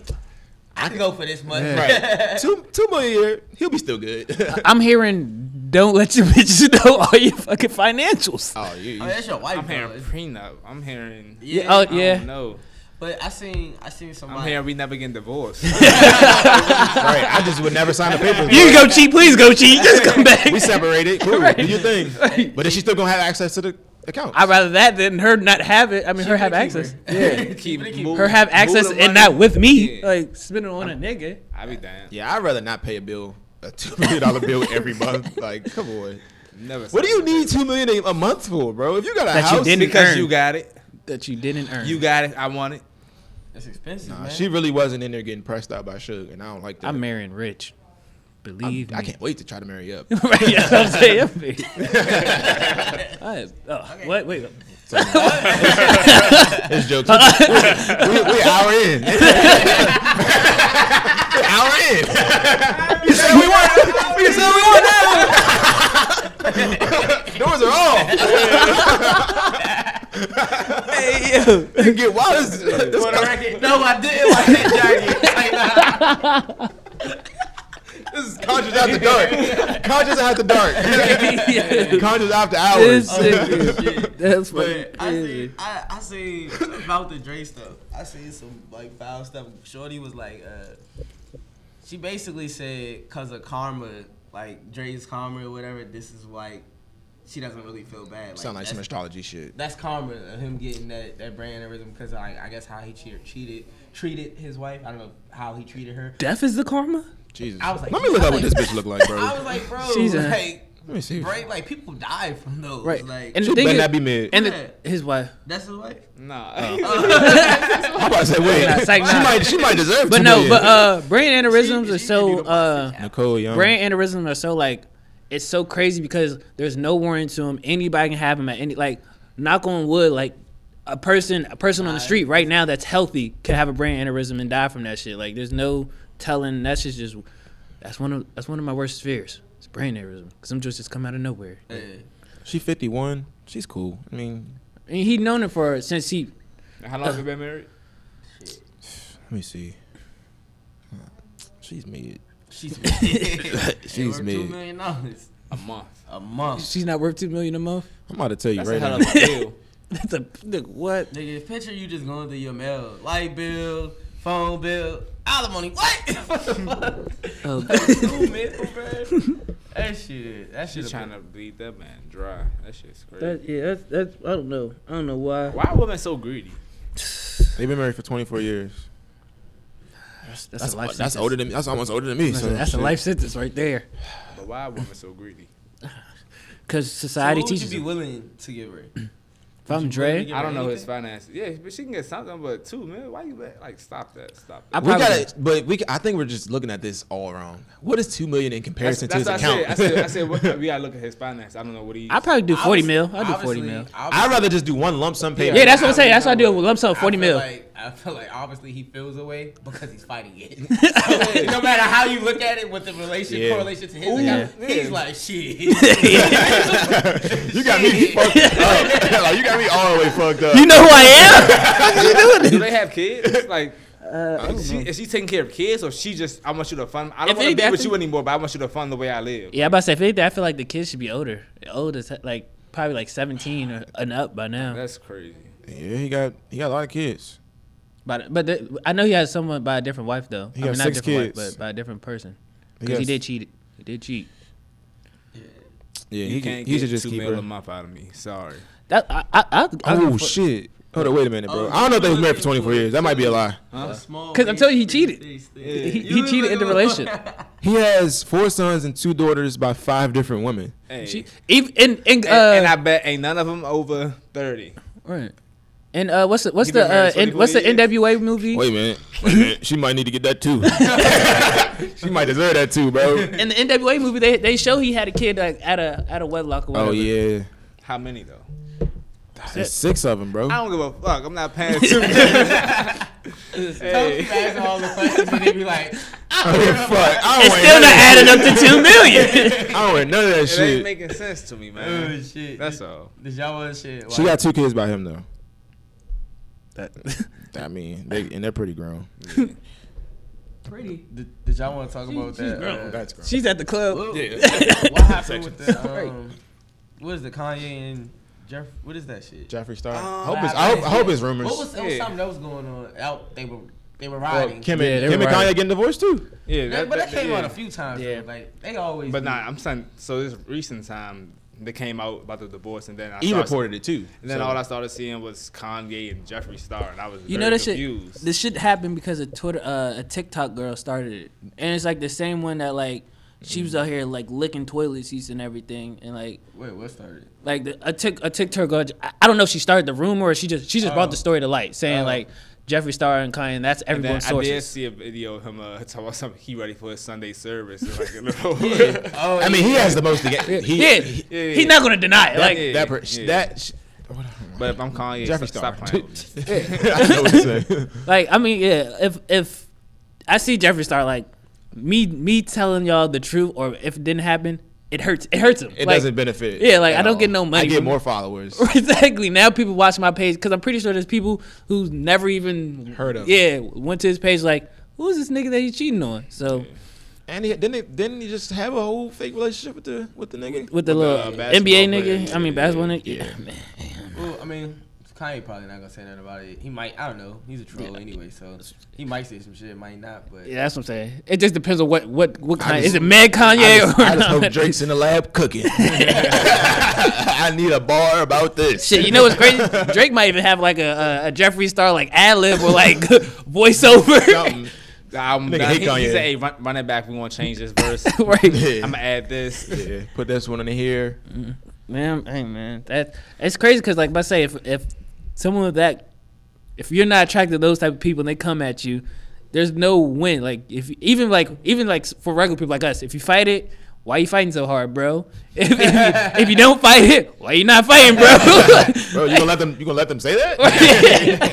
[SPEAKER 1] I can go for this much.
[SPEAKER 2] right, two two million a year, he'll be still good.
[SPEAKER 4] I'm hearing. Don't let your bitches know all your fucking financials.
[SPEAKER 2] oh, you, you
[SPEAKER 1] I mean, that's your wife.
[SPEAKER 3] I'm
[SPEAKER 1] though.
[SPEAKER 3] hearing
[SPEAKER 1] It's-
[SPEAKER 3] prenup. I'm hearing.
[SPEAKER 1] Yeah,
[SPEAKER 4] oh,
[SPEAKER 3] I
[SPEAKER 4] Yeah.
[SPEAKER 3] don't know.
[SPEAKER 1] but I seen I seen somebody.
[SPEAKER 3] I'm hearing we never getting divorced.
[SPEAKER 2] right? I just would never sign the paper.
[SPEAKER 4] You can go cheat. Please go cheat. Just come back.
[SPEAKER 2] we separated. Cool, do your thing. But is she still gonna have access to the account?
[SPEAKER 4] I'd rather that than her not have it. I mean, her have access.
[SPEAKER 1] Yeah,
[SPEAKER 3] Keep
[SPEAKER 4] Her have access
[SPEAKER 3] the
[SPEAKER 4] and
[SPEAKER 3] money.
[SPEAKER 4] not with me.
[SPEAKER 3] Yeah.
[SPEAKER 4] Like spending on a nigga.
[SPEAKER 3] I be down.
[SPEAKER 2] yeah, I'd rather not pay a bill, a two million dollar bill every month. Like, come on.
[SPEAKER 3] Never.
[SPEAKER 2] What do you
[SPEAKER 3] sign
[SPEAKER 2] need two million a- a month for, bro? If you got a
[SPEAKER 4] That you
[SPEAKER 2] house,
[SPEAKER 3] it.
[SPEAKER 4] didn't-
[SPEAKER 3] Because
[SPEAKER 4] earn?
[SPEAKER 3] you got it.
[SPEAKER 4] that you didn't earn.
[SPEAKER 3] You
[SPEAKER 2] Mm-hmm.
[SPEAKER 3] got it. I want it.
[SPEAKER 1] That's expensive,
[SPEAKER 2] Nah,
[SPEAKER 1] man.
[SPEAKER 2] she really wasn't in there getting pressed out by Suge, and I don't like that.
[SPEAKER 4] I'm marrying
[SPEAKER 2] I,
[SPEAKER 4] rich. Believe
[SPEAKER 2] I
[SPEAKER 4] me.
[SPEAKER 2] can't wait to try to marry up.
[SPEAKER 4] right, that's what I'm saying. I'm married. I- oh,
[SPEAKER 1] Okay.
[SPEAKER 4] What? Wait.
[SPEAKER 2] It's jokes. we, we, we hour in. hour in. you said we weren't. You said we weren't now. Doors are off.
[SPEAKER 4] Hey, yo.
[SPEAKER 2] You get wild. This, this
[SPEAKER 1] For the
[SPEAKER 2] co-
[SPEAKER 1] record, no, I didn't like that
[SPEAKER 2] this is conscious after dark. Conscious after dark. conscious after
[SPEAKER 4] This
[SPEAKER 2] hours.
[SPEAKER 4] nigga.
[SPEAKER 1] jacket. Like, nah.
[SPEAKER 4] That's fucking
[SPEAKER 1] But I
[SPEAKER 4] crazy.
[SPEAKER 1] seen, I, I seen about the Dre stuff. I seen some like foul stuff. Shorty was like, uh, she basically said, cause of karma, like Dre's karma or whatever. This is like, she doesn't really feel bad. Like,
[SPEAKER 2] Sound like some
[SPEAKER 1] that's,
[SPEAKER 2] astrology shit.
[SPEAKER 1] that's karma of him getting that that brain aneurysm because I, I guess how he cheated, cheated treated his wife. I don't know how he treated her.
[SPEAKER 4] Death is the karma.
[SPEAKER 2] Jesus.
[SPEAKER 1] I was like-
[SPEAKER 2] Let me look
[SPEAKER 1] I
[SPEAKER 2] up what
[SPEAKER 1] was-
[SPEAKER 2] this bitch look like, bro.
[SPEAKER 1] I was like, bro,
[SPEAKER 4] She's a-
[SPEAKER 1] like.
[SPEAKER 2] Let me see.
[SPEAKER 1] Right, like people die from those.
[SPEAKER 4] Right.
[SPEAKER 1] Like
[SPEAKER 4] and
[SPEAKER 2] She
[SPEAKER 4] the thing
[SPEAKER 2] better
[SPEAKER 4] is,
[SPEAKER 2] not be mid.
[SPEAKER 4] And the, his wife.
[SPEAKER 1] that's his wife.
[SPEAKER 3] Nah.
[SPEAKER 2] Oh. I'm about to say, wait.
[SPEAKER 4] Nah, it's like,
[SPEAKER 2] she
[SPEAKER 4] nah.
[SPEAKER 2] might. She might deserve.
[SPEAKER 4] But
[SPEAKER 2] two
[SPEAKER 4] no,
[SPEAKER 2] million.
[SPEAKER 4] but uh, brain aneurysms
[SPEAKER 1] She-
[SPEAKER 4] are
[SPEAKER 1] she
[SPEAKER 4] so
[SPEAKER 1] could do the
[SPEAKER 4] uh,
[SPEAKER 2] Nicole Young.
[SPEAKER 4] brain aneurysms are so like it's so crazy because there's no warrant to them. Anybody can have them at any like knock on wood like a person a person on the street right now that's healthy could have a brain aneurysm and die from that shit. Like there's no telling. That's just just that's one of that's one of my worst fears. It's brain aneurysm because some just just come out of nowhere.
[SPEAKER 2] She 51. She's cool. I mean,
[SPEAKER 4] And he'd known it for since he
[SPEAKER 3] How long have you been married?
[SPEAKER 2] let me see. She's mid.
[SPEAKER 1] She's she's
[SPEAKER 2] She's
[SPEAKER 1] worth
[SPEAKER 2] mid.
[SPEAKER 1] two million dollars
[SPEAKER 3] A month.
[SPEAKER 1] a month.
[SPEAKER 4] she's not worth two million a month.
[SPEAKER 2] I'm about to tell you
[SPEAKER 3] That's
[SPEAKER 2] right
[SPEAKER 3] a hell
[SPEAKER 2] now.
[SPEAKER 3] of a deal.
[SPEAKER 4] That's a look, what
[SPEAKER 1] Nigga, picture you just going through your mail, light bill, phone bill, alimony. What?
[SPEAKER 4] Oh.
[SPEAKER 1] Two million, bruh. That shit. That shit.
[SPEAKER 3] She's trying to bleed that man dry. That shit's crazy.
[SPEAKER 4] that yeah that's that's I don't know I don't know why
[SPEAKER 3] Why are women so greedy?
[SPEAKER 2] They've been married for 24 years.
[SPEAKER 4] that's,
[SPEAKER 2] That's,
[SPEAKER 4] a life
[SPEAKER 2] that's
[SPEAKER 4] sentence.
[SPEAKER 2] older than me. That's almost older than me.
[SPEAKER 4] That's,
[SPEAKER 2] so
[SPEAKER 4] a, that's a
[SPEAKER 2] shit.
[SPEAKER 4] life sentence right there.
[SPEAKER 3] But why are women so greedy?
[SPEAKER 4] Because
[SPEAKER 1] So what
[SPEAKER 4] society
[SPEAKER 1] would you
[SPEAKER 4] teaches.
[SPEAKER 1] be
[SPEAKER 4] them.
[SPEAKER 1] willing to give her?
[SPEAKER 4] if I'm
[SPEAKER 1] willing to
[SPEAKER 4] Dre,
[SPEAKER 1] give
[SPEAKER 3] I
[SPEAKER 1] her
[SPEAKER 3] don't know his
[SPEAKER 1] anything?
[SPEAKER 3] finances. Yeah, but she can get something, but two man. Why you let- like stop that? Stop
[SPEAKER 4] I
[SPEAKER 3] that.
[SPEAKER 2] We
[SPEAKER 4] probably
[SPEAKER 2] got but we. ca- I think we're just looking at this all wrong. What is two million in comparison
[SPEAKER 3] that's
[SPEAKER 2] to
[SPEAKER 3] what
[SPEAKER 2] his
[SPEAKER 3] I said.
[SPEAKER 2] account?
[SPEAKER 3] I said, I said what, we gotta look at his finance. I don't know what he.
[SPEAKER 4] I probably do forty
[SPEAKER 1] Obvi-
[SPEAKER 4] mil. I do forty
[SPEAKER 1] obviously,
[SPEAKER 4] mil.
[SPEAKER 1] obviously-
[SPEAKER 2] would rather just do one lump sum payment.
[SPEAKER 4] Yeah, that's what I'm saying.
[SPEAKER 1] I
[SPEAKER 4] That's what I do.
[SPEAKER 1] feel
[SPEAKER 4] with lump sum
[SPEAKER 1] I
[SPEAKER 4] forty
[SPEAKER 1] feel
[SPEAKER 4] mil.
[SPEAKER 1] Like, I feel like obviously he feels away because he's fighting it. So, no matter how you look at it, with the relation
[SPEAKER 2] Yeah.
[SPEAKER 1] correlation to his
[SPEAKER 3] Ooh,
[SPEAKER 1] account,
[SPEAKER 3] yeah.
[SPEAKER 1] he's like shit.
[SPEAKER 2] you got me fucked up. Like, you got me all the way fucked up.
[SPEAKER 4] you know who I am?
[SPEAKER 3] do they have kids? Like
[SPEAKER 4] uh,
[SPEAKER 3] Is she, is she taking care of kids or she just I want you to fund? I don't
[SPEAKER 4] If
[SPEAKER 3] want to
[SPEAKER 4] anything,
[SPEAKER 3] be
[SPEAKER 4] I
[SPEAKER 3] with
[SPEAKER 4] think-
[SPEAKER 3] you anymore, but I want you to fund the way I live.
[SPEAKER 4] yeah, I'm about to say, if anything, I feel like the kids should be older, old as he- like probably like 17 or and up by now.
[SPEAKER 3] That's crazy.
[SPEAKER 2] Yeah, he got he got a lot of kids.
[SPEAKER 4] But but the, I know he has someone by a different wife though.
[SPEAKER 2] He
[SPEAKER 4] I
[SPEAKER 2] got
[SPEAKER 4] mean, not
[SPEAKER 2] six
[SPEAKER 4] different wife,
[SPEAKER 2] kids.
[SPEAKER 4] but by a different person
[SPEAKER 2] He
[SPEAKER 4] because he,
[SPEAKER 2] got-
[SPEAKER 4] did cheat. He did cheat.
[SPEAKER 2] Yeah,
[SPEAKER 3] You
[SPEAKER 2] he,
[SPEAKER 3] can't
[SPEAKER 2] can't he
[SPEAKER 3] get
[SPEAKER 2] should just
[SPEAKER 3] two
[SPEAKER 2] keep
[SPEAKER 3] mil a
[SPEAKER 2] her.
[SPEAKER 3] month out of me. Sorry.
[SPEAKER 4] That I I, I, I
[SPEAKER 2] Oh shit! Hold on, wait a minute, bro.
[SPEAKER 1] Oh,
[SPEAKER 2] I don't know if they was married for
[SPEAKER 1] really?
[SPEAKER 2] 24 years. That might be a lie.
[SPEAKER 1] Because
[SPEAKER 4] Because I'm telling you, he cheated. He- he cheated in the
[SPEAKER 2] He has four sons and two daughters by five different women.
[SPEAKER 3] Hey.
[SPEAKER 4] She, even in in uh,
[SPEAKER 3] and, and I bet ain't none of them over thirty.
[SPEAKER 4] right. And uh, what's the what's
[SPEAKER 3] He been
[SPEAKER 4] the uh,
[SPEAKER 3] married
[SPEAKER 4] N- what's the
[SPEAKER 3] 24 years?
[SPEAKER 4] NWA movie?
[SPEAKER 2] Wait a minute. Wait a minute. she might need to get that too. she might deserve that too, bro.
[SPEAKER 4] In the NWA movie, they they show he had a kid like at a at a wedlock or whatever.
[SPEAKER 2] Oh yeah,
[SPEAKER 3] How many though?
[SPEAKER 2] there's six of them, bro.
[SPEAKER 3] I don't give a fuck. I'm not paying two. hey.
[SPEAKER 5] all the questions and they be like,
[SPEAKER 2] I don't give a fuck. I
[SPEAKER 4] It's
[SPEAKER 2] don't
[SPEAKER 4] still
[SPEAKER 2] want
[SPEAKER 4] not
[SPEAKER 2] none
[SPEAKER 4] adding up to two million.
[SPEAKER 2] of- I don't want none of that
[SPEAKER 3] It ain't
[SPEAKER 2] shit.
[SPEAKER 3] making sense to me, man.
[SPEAKER 5] oh shit.
[SPEAKER 3] That's all.
[SPEAKER 5] This y'all was shit.
[SPEAKER 2] She got two kids by him though.
[SPEAKER 4] That-
[SPEAKER 2] I mean, they and they're pretty grown.
[SPEAKER 5] pretty. Did, did y'all want to talk about that?
[SPEAKER 1] Oh,
[SPEAKER 5] uh,
[SPEAKER 2] grown.
[SPEAKER 4] She's at the club.
[SPEAKER 5] what happened with the um, what is the Kanye and Jeff? What is that shit?
[SPEAKER 2] Jeffree Star.
[SPEAKER 3] Oh,
[SPEAKER 2] I hope it's I hope, I hope it's rumors.
[SPEAKER 5] What was, it was
[SPEAKER 3] Yeah.
[SPEAKER 5] something that was going on? Out they were they were
[SPEAKER 2] Well,
[SPEAKER 5] riding.
[SPEAKER 2] Kim
[SPEAKER 4] Yeah,
[SPEAKER 2] and
[SPEAKER 4] they
[SPEAKER 2] Kim
[SPEAKER 4] were
[SPEAKER 2] and Kanye
[SPEAKER 4] right.
[SPEAKER 2] getting divorced too.
[SPEAKER 3] Yeah,
[SPEAKER 5] That- but that came
[SPEAKER 3] yeah.
[SPEAKER 5] out a few times.
[SPEAKER 4] Yeah.
[SPEAKER 5] Yeah. Like they always.
[SPEAKER 3] But
[SPEAKER 5] do.
[SPEAKER 3] nah, I'm saying so. This recent time they came out about the divorce, and then I
[SPEAKER 2] He
[SPEAKER 3] started-
[SPEAKER 2] reported it too.
[SPEAKER 3] And then
[SPEAKER 2] so-
[SPEAKER 3] all I started seeing was Kanye and Jeffree Star, and I was
[SPEAKER 4] You
[SPEAKER 3] very
[SPEAKER 4] know that
[SPEAKER 3] confused.
[SPEAKER 4] shit. This shit happened because a Twitter, uh, a TikTok girl started it, and it's like the same one that like she was out here like licking toilet seats and everything, and like
[SPEAKER 5] Wait, what started?
[SPEAKER 4] like the, a tick a TikTok girl. I, I don't know if she started the rumor or she just she just
[SPEAKER 5] Oh.
[SPEAKER 4] brought the story to light, saying
[SPEAKER 5] Oh.
[SPEAKER 4] like Jeffree Star and Kanye. and That's
[SPEAKER 3] And then
[SPEAKER 4] everyone's
[SPEAKER 3] I did
[SPEAKER 4] sources.
[SPEAKER 3] see a video of him uh, talking about something. He ready for his Sunday service. It's Like, a little-
[SPEAKER 5] Oh,
[SPEAKER 2] I mean, he has the most. to get- He,
[SPEAKER 4] yeah,
[SPEAKER 3] yeah, yeah.
[SPEAKER 4] he's not gonna deny it.
[SPEAKER 3] That-
[SPEAKER 4] like
[SPEAKER 3] yeah.
[SPEAKER 2] That per-
[SPEAKER 3] Yeah.
[SPEAKER 2] that. Sh-
[SPEAKER 3] But if I'm Kanye,
[SPEAKER 2] Jeffree
[SPEAKER 3] Jeffree
[SPEAKER 2] Star.
[SPEAKER 3] stop playing. with me.
[SPEAKER 2] I know what you're saying.
[SPEAKER 4] Like I mean, yeah. If if I see Jeffree Star, like me me telling y'all the truth, or if it didn't happen, it hurts. It hurts him.
[SPEAKER 2] It
[SPEAKER 4] Like,
[SPEAKER 2] doesn't benefit.
[SPEAKER 4] yeah, like,
[SPEAKER 2] at
[SPEAKER 4] I don't get no money
[SPEAKER 2] I get
[SPEAKER 4] from-
[SPEAKER 2] more followers.
[SPEAKER 4] Exactly. Now people watch my page because I'm pretty sure there's people who never even
[SPEAKER 2] Heard of him.
[SPEAKER 4] Yeah, went to his page like, who's this nigga that he's cheating on? So
[SPEAKER 2] And he didn't. He, didn't he just have a whole fake relationship with the with the nigga?
[SPEAKER 4] with the
[SPEAKER 3] With the,
[SPEAKER 4] little
[SPEAKER 3] uh,
[SPEAKER 4] NBA
[SPEAKER 3] basketball
[SPEAKER 4] nigga,
[SPEAKER 3] player,
[SPEAKER 4] I
[SPEAKER 3] yeah,
[SPEAKER 4] mean basketball
[SPEAKER 3] yeah,
[SPEAKER 4] nigga. Yeah, man.
[SPEAKER 5] Well, I mean, Kanye probably not gonna say nothing about it. He might. I don't know. He's a troll anyway, so he might say some shit, might not. But
[SPEAKER 4] Yeah, that's what I'm saying. It just depends on what what what
[SPEAKER 2] I
[SPEAKER 4] kind.
[SPEAKER 2] just-
[SPEAKER 4] is it mad
[SPEAKER 2] I
[SPEAKER 4] Kanye
[SPEAKER 2] just,
[SPEAKER 4] or
[SPEAKER 2] I just
[SPEAKER 4] not?
[SPEAKER 2] hope Drake's in the lab cooking. I need a bar about this.
[SPEAKER 4] Shit, you know what's crazy? Drake might even have like a a, a Jeffree Star like ad lib or like voiceover.
[SPEAKER 2] Something.
[SPEAKER 3] Mm, The album
[SPEAKER 2] Nigga
[SPEAKER 3] done.
[SPEAKER 2] hate
[SPEAKER 3] he, he
[SPEAKER 2] Kanye.
[SPEAKER 3] said, "Hey, run, run it back. We want to change this verse.
[SPEAKER 4] right,
[SPEAKER 2] Yeah.
[SPEAKER 3] I'm gonna add this."
[SPEAKER 2] yeah. Put this one in here.
[SPEAKER 4] man. Hey, man, that it's crazy because like, if I say if if someone with that, if you're not attracted to those type of people and they come at you, there's no win. Like if even like even like for regular people like us, if you fight it. Why you fighting so hard, bro? If, if, you, if you don't fight it, why you not fighting, bro?
[SPEAKER 2] Bro, you gonna let them? You gonna let them say that?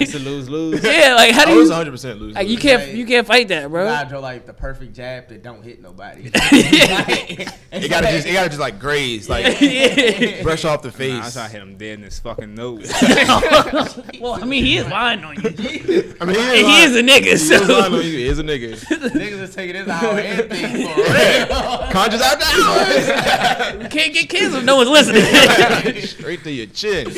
[SPEAKER 3] It's a lose lose.
[SPEAKER 4] yeah, like how do
[SPEAKER 2] Oh, it's
[SPEAKER 4] you?
[SPEAKER 2] 100 percent losing.
[SPEAKER 4] Like you can't you can't fight that,
[SPEAKER 5] You
[SPEAKER 4] bro.
[SPEAKER 5] gotta draw like the perfect jab that don't hit nobody.
[SPEAKER 2] It gotta just it gotta just like graze, like
[SPEAKER 4] Yeah.
[SPEAKER 2] brush off the
[SPEAKER 3] Nah, I'm
[SPEAKER 2] face.
[SPEAKER 3] trying to hit him dead in his fucking nose.
[SPEAKER 4] Well, I mean, he is lying on you.
[SPEAKER 2] I mean,
[SPEAKER 4] And he is a nigga,
[SPEAKER 2] He is lying on
[SPEAKER 4] so.
[SPEAKER 2] you. He is a nigga.
[SPEAKER 5] Niggas is taking this hour and thing for real.
[SPEAKER 2] Conscious out the
[SPEAKER 4] You can't get kids if no one's listening.
[SPEAKER 2] hours. Straight to your chin.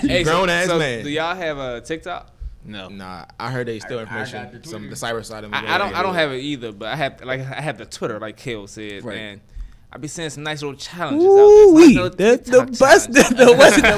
[SPEAKER 3] hey,
[SPEAKER 2] Grown ass man.
[SPEAKER 3] Do y'all have a TikTok?
[SPEAKER 4] no.
[SPEAKER 2] Nah, I heard they still
[SPEAKER 5] I- I
[SPEAKER 2] information.
[SPEAKER 5] got the
[SPEAKER 2] some the
[SPEAKER 5] Twitter.
[SPEAKER 2] cyber side of me.
[SPEAKER 3] I, I don't. I don't have it either. But I have like I have the Twitter, like Kale said, and I be seeing some nice little challenges out there. Some nice little TikTok challenges.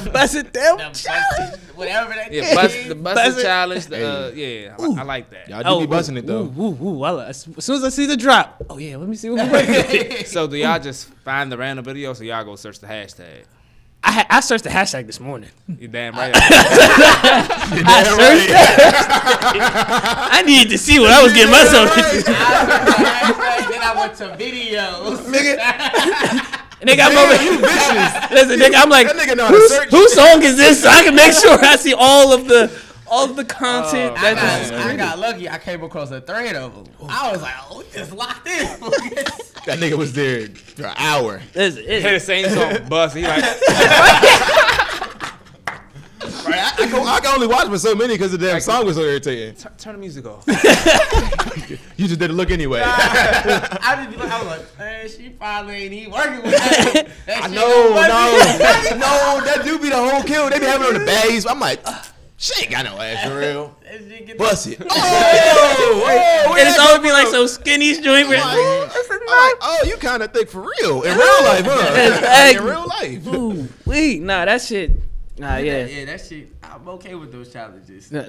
[SPEAKER 4] the busted them
[SPEAKER 5] Them busted- Whatever that
[SPEAKER 3] Yeah, bust, the
[SPEAKER 5] is.
[SPEAKER 3] busted
[SPEAKER 4] Bust it.
[SPEAKER 3] challenge. The, uh, yeah, I, I like that.
[SPEAKER 2] Y'all do
[SPEAKER 4] Oh,
[SPEAKER 2] be busting it though.
[SPEAKER 4] Ooh, ooh, ooh, I li- as soon as I see the drop, oh yeah, let me see what we working. with.
[SPEAKER 3] So do y'all just find the random videos, or y'all go search the hashtag?
[SPEAKER 4] I ha- I searched the hashtag this morning.
[SPEAKER 3] You damn right. I-
[SPEAKER 4] I searched that. I needed to see what I was getting myself into.
[SPEAKER 5] Hashtag, then I went to videos.
[SPEAKER 4] Nigga, I'm over. You vicious. Listen, nigga, I'm like,
[SPEAKER 2] That nigga know how to
[SPEAKER 4] whose,
[SPEAKER 2] search.
[SPEAKER 4] whose song is this? So I can make sure I see all of the all of the content.
[SPEAKER 5] I
[SPEAKER 4] that
[SPEAKER 5] got, I got lucky. I came across a thread of them. I was like, "Oh, we just locked in."
[SPEAKER 2] That nigga was there for an hour.
[SPEAKER 4] Listen,
[SPEAKER 3] Hear
[SPEAKER 4] it-
[SPEAKER 3] the same song, bust. He like,
[SPEAKER 2] Right, I, I can, I can only watch but so many because the damn
[SPEAKER 3] Like-
[SPEAKER 2] song was so irritating.
[SPEAKER 3] Tur- turn the music off.
[SPEAKER 2] You just didn't look anyway.
[SPEAKER 5] I just be like, I was like, man, she probably ain't even working with that. that
[SPEAKER 2] I
[SPEAKER 5] shit
[SPEAKER 2] know,
[SPEAKER 5] don't work."
[SPEAKER 2] no, no, that do be the whole kill. They be having on the bags. I'm like, she ain't got no ass for real.
[SPEAKER 5] That shit get-
[SPEAKER 2] Bust it. Oh, oh, where
[SPEAKER 4] and it's
[SPEAKER 2] that
[SPEAKER 4] always
[SPEAKER 2] come
[SPEAKER 4] be like
[SPEAKER 2] from?
[SPEAKER 4] so skinny joint.
[SPEAKER 2] I'm like,
[SPEAKER 4] Where,
[SPEAKER 2] I'm like, oh, you kind of thick for real in real life, huh?
[SPEAKER 4] Exactly.
[SPEAKER 2] in real life.
[SPEAKER 4] ooh, wait, nah, that shit. Nah,
[SPEAKER 5] Yeah,
[SPEAKER 4] yeah.
[SPEAKER 5] yeah, that shit. I'm okay with those challenges.
[SPEAKER 4] Nah,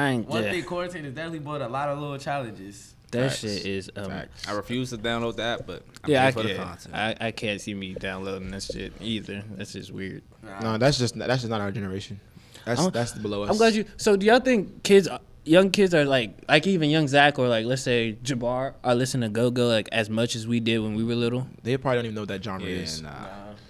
[SPEAKER 4] I ain't
[SPEAKER 5] One
[SPEAKER 4] yeah.
[SPEAKER 5] thing quarantine has definitely brought a lot of little challenges.
[SPEAKER 4] That
[SPEAKER 3] Facts.
[SPEAKER 4] shit is um.
[SPEAKER 3] I refuse to download the app, but I'm
[SPEAKER 4] Yeah,
[SPEAKER 3] here
[SPEAKER 4] I,
[SPEAKER 3] for the
[SPEAKER 4] yeah.
[SPEAKER 3] content.
[SPEAKER 4] I I can't see me downloading that shit either. That's just weird.
[SPEAKER 2] No, that's just that's just not our generation. That's
[SPEAKER 4] I'm-
[SPEAKER 2] that's below us.
[SPEAKER 4] I'm glad you. So, do y'all think kids, young kids, are like, like even young Zach or like, let's say Jabbar, are listening to Go Go like as much as we did when we were little?
[SPEAKER 2] They probably don't even know what that genre
[SPEAKER 3] Yeah,
[SPEAKER 2] is.
[SPEAKER 3] nah.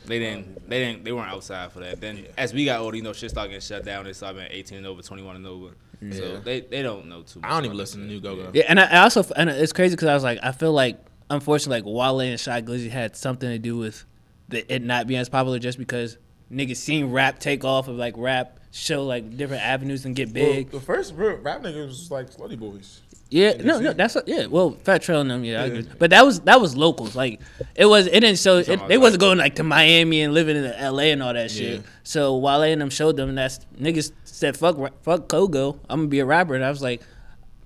[SPEAKER 3] They didn't. They didn't. They weren't outside for that. Then, as we got older, you know, shit started getting shut down. They started being 18 and over, 21 and over. So they, they don't know too
[SPEAKER 2] I
[SPEAKER 3] much.
[SPEAKER 2] don't
[SPEAKER 3] about
[SPEAKER 2] even
[SPEAKER 3] that
[SPEAKER 2] listen to
[SPEAKER 3] shit.
[SPEAKER 2] New Go Go.
[SPEAKER 4] Yeah, and I, I also, and it's crazy because I was like, I feel like unfortunately, like Wale and Shy Glizzy had something to do with the, it not being as popular just because niggas seen rap take off of like rap show like different avenues and get big.
[SPEAKER 2] the first real rap niggas was like Slutty Boys.
[SPEAKER 4] Yeah, no, no, that's what, yeah. Well, Fat Trail and them, yeah, I agree. But that was that was locals. Like it was, it didn't show. It,
[SPEAKER 3] about
[SPEAKER 4] they
[SPEAKER 3] that.
[SPEAKER 4] wasn't going like to Miami and living in L.A. and all that shit.
[SPEAKER 2] Yeah.
[SPEAKER 4] So Wale and them showed them that's niggas said fuck ra- fuck Kogo. I'm gonna be a rapper, and I was like,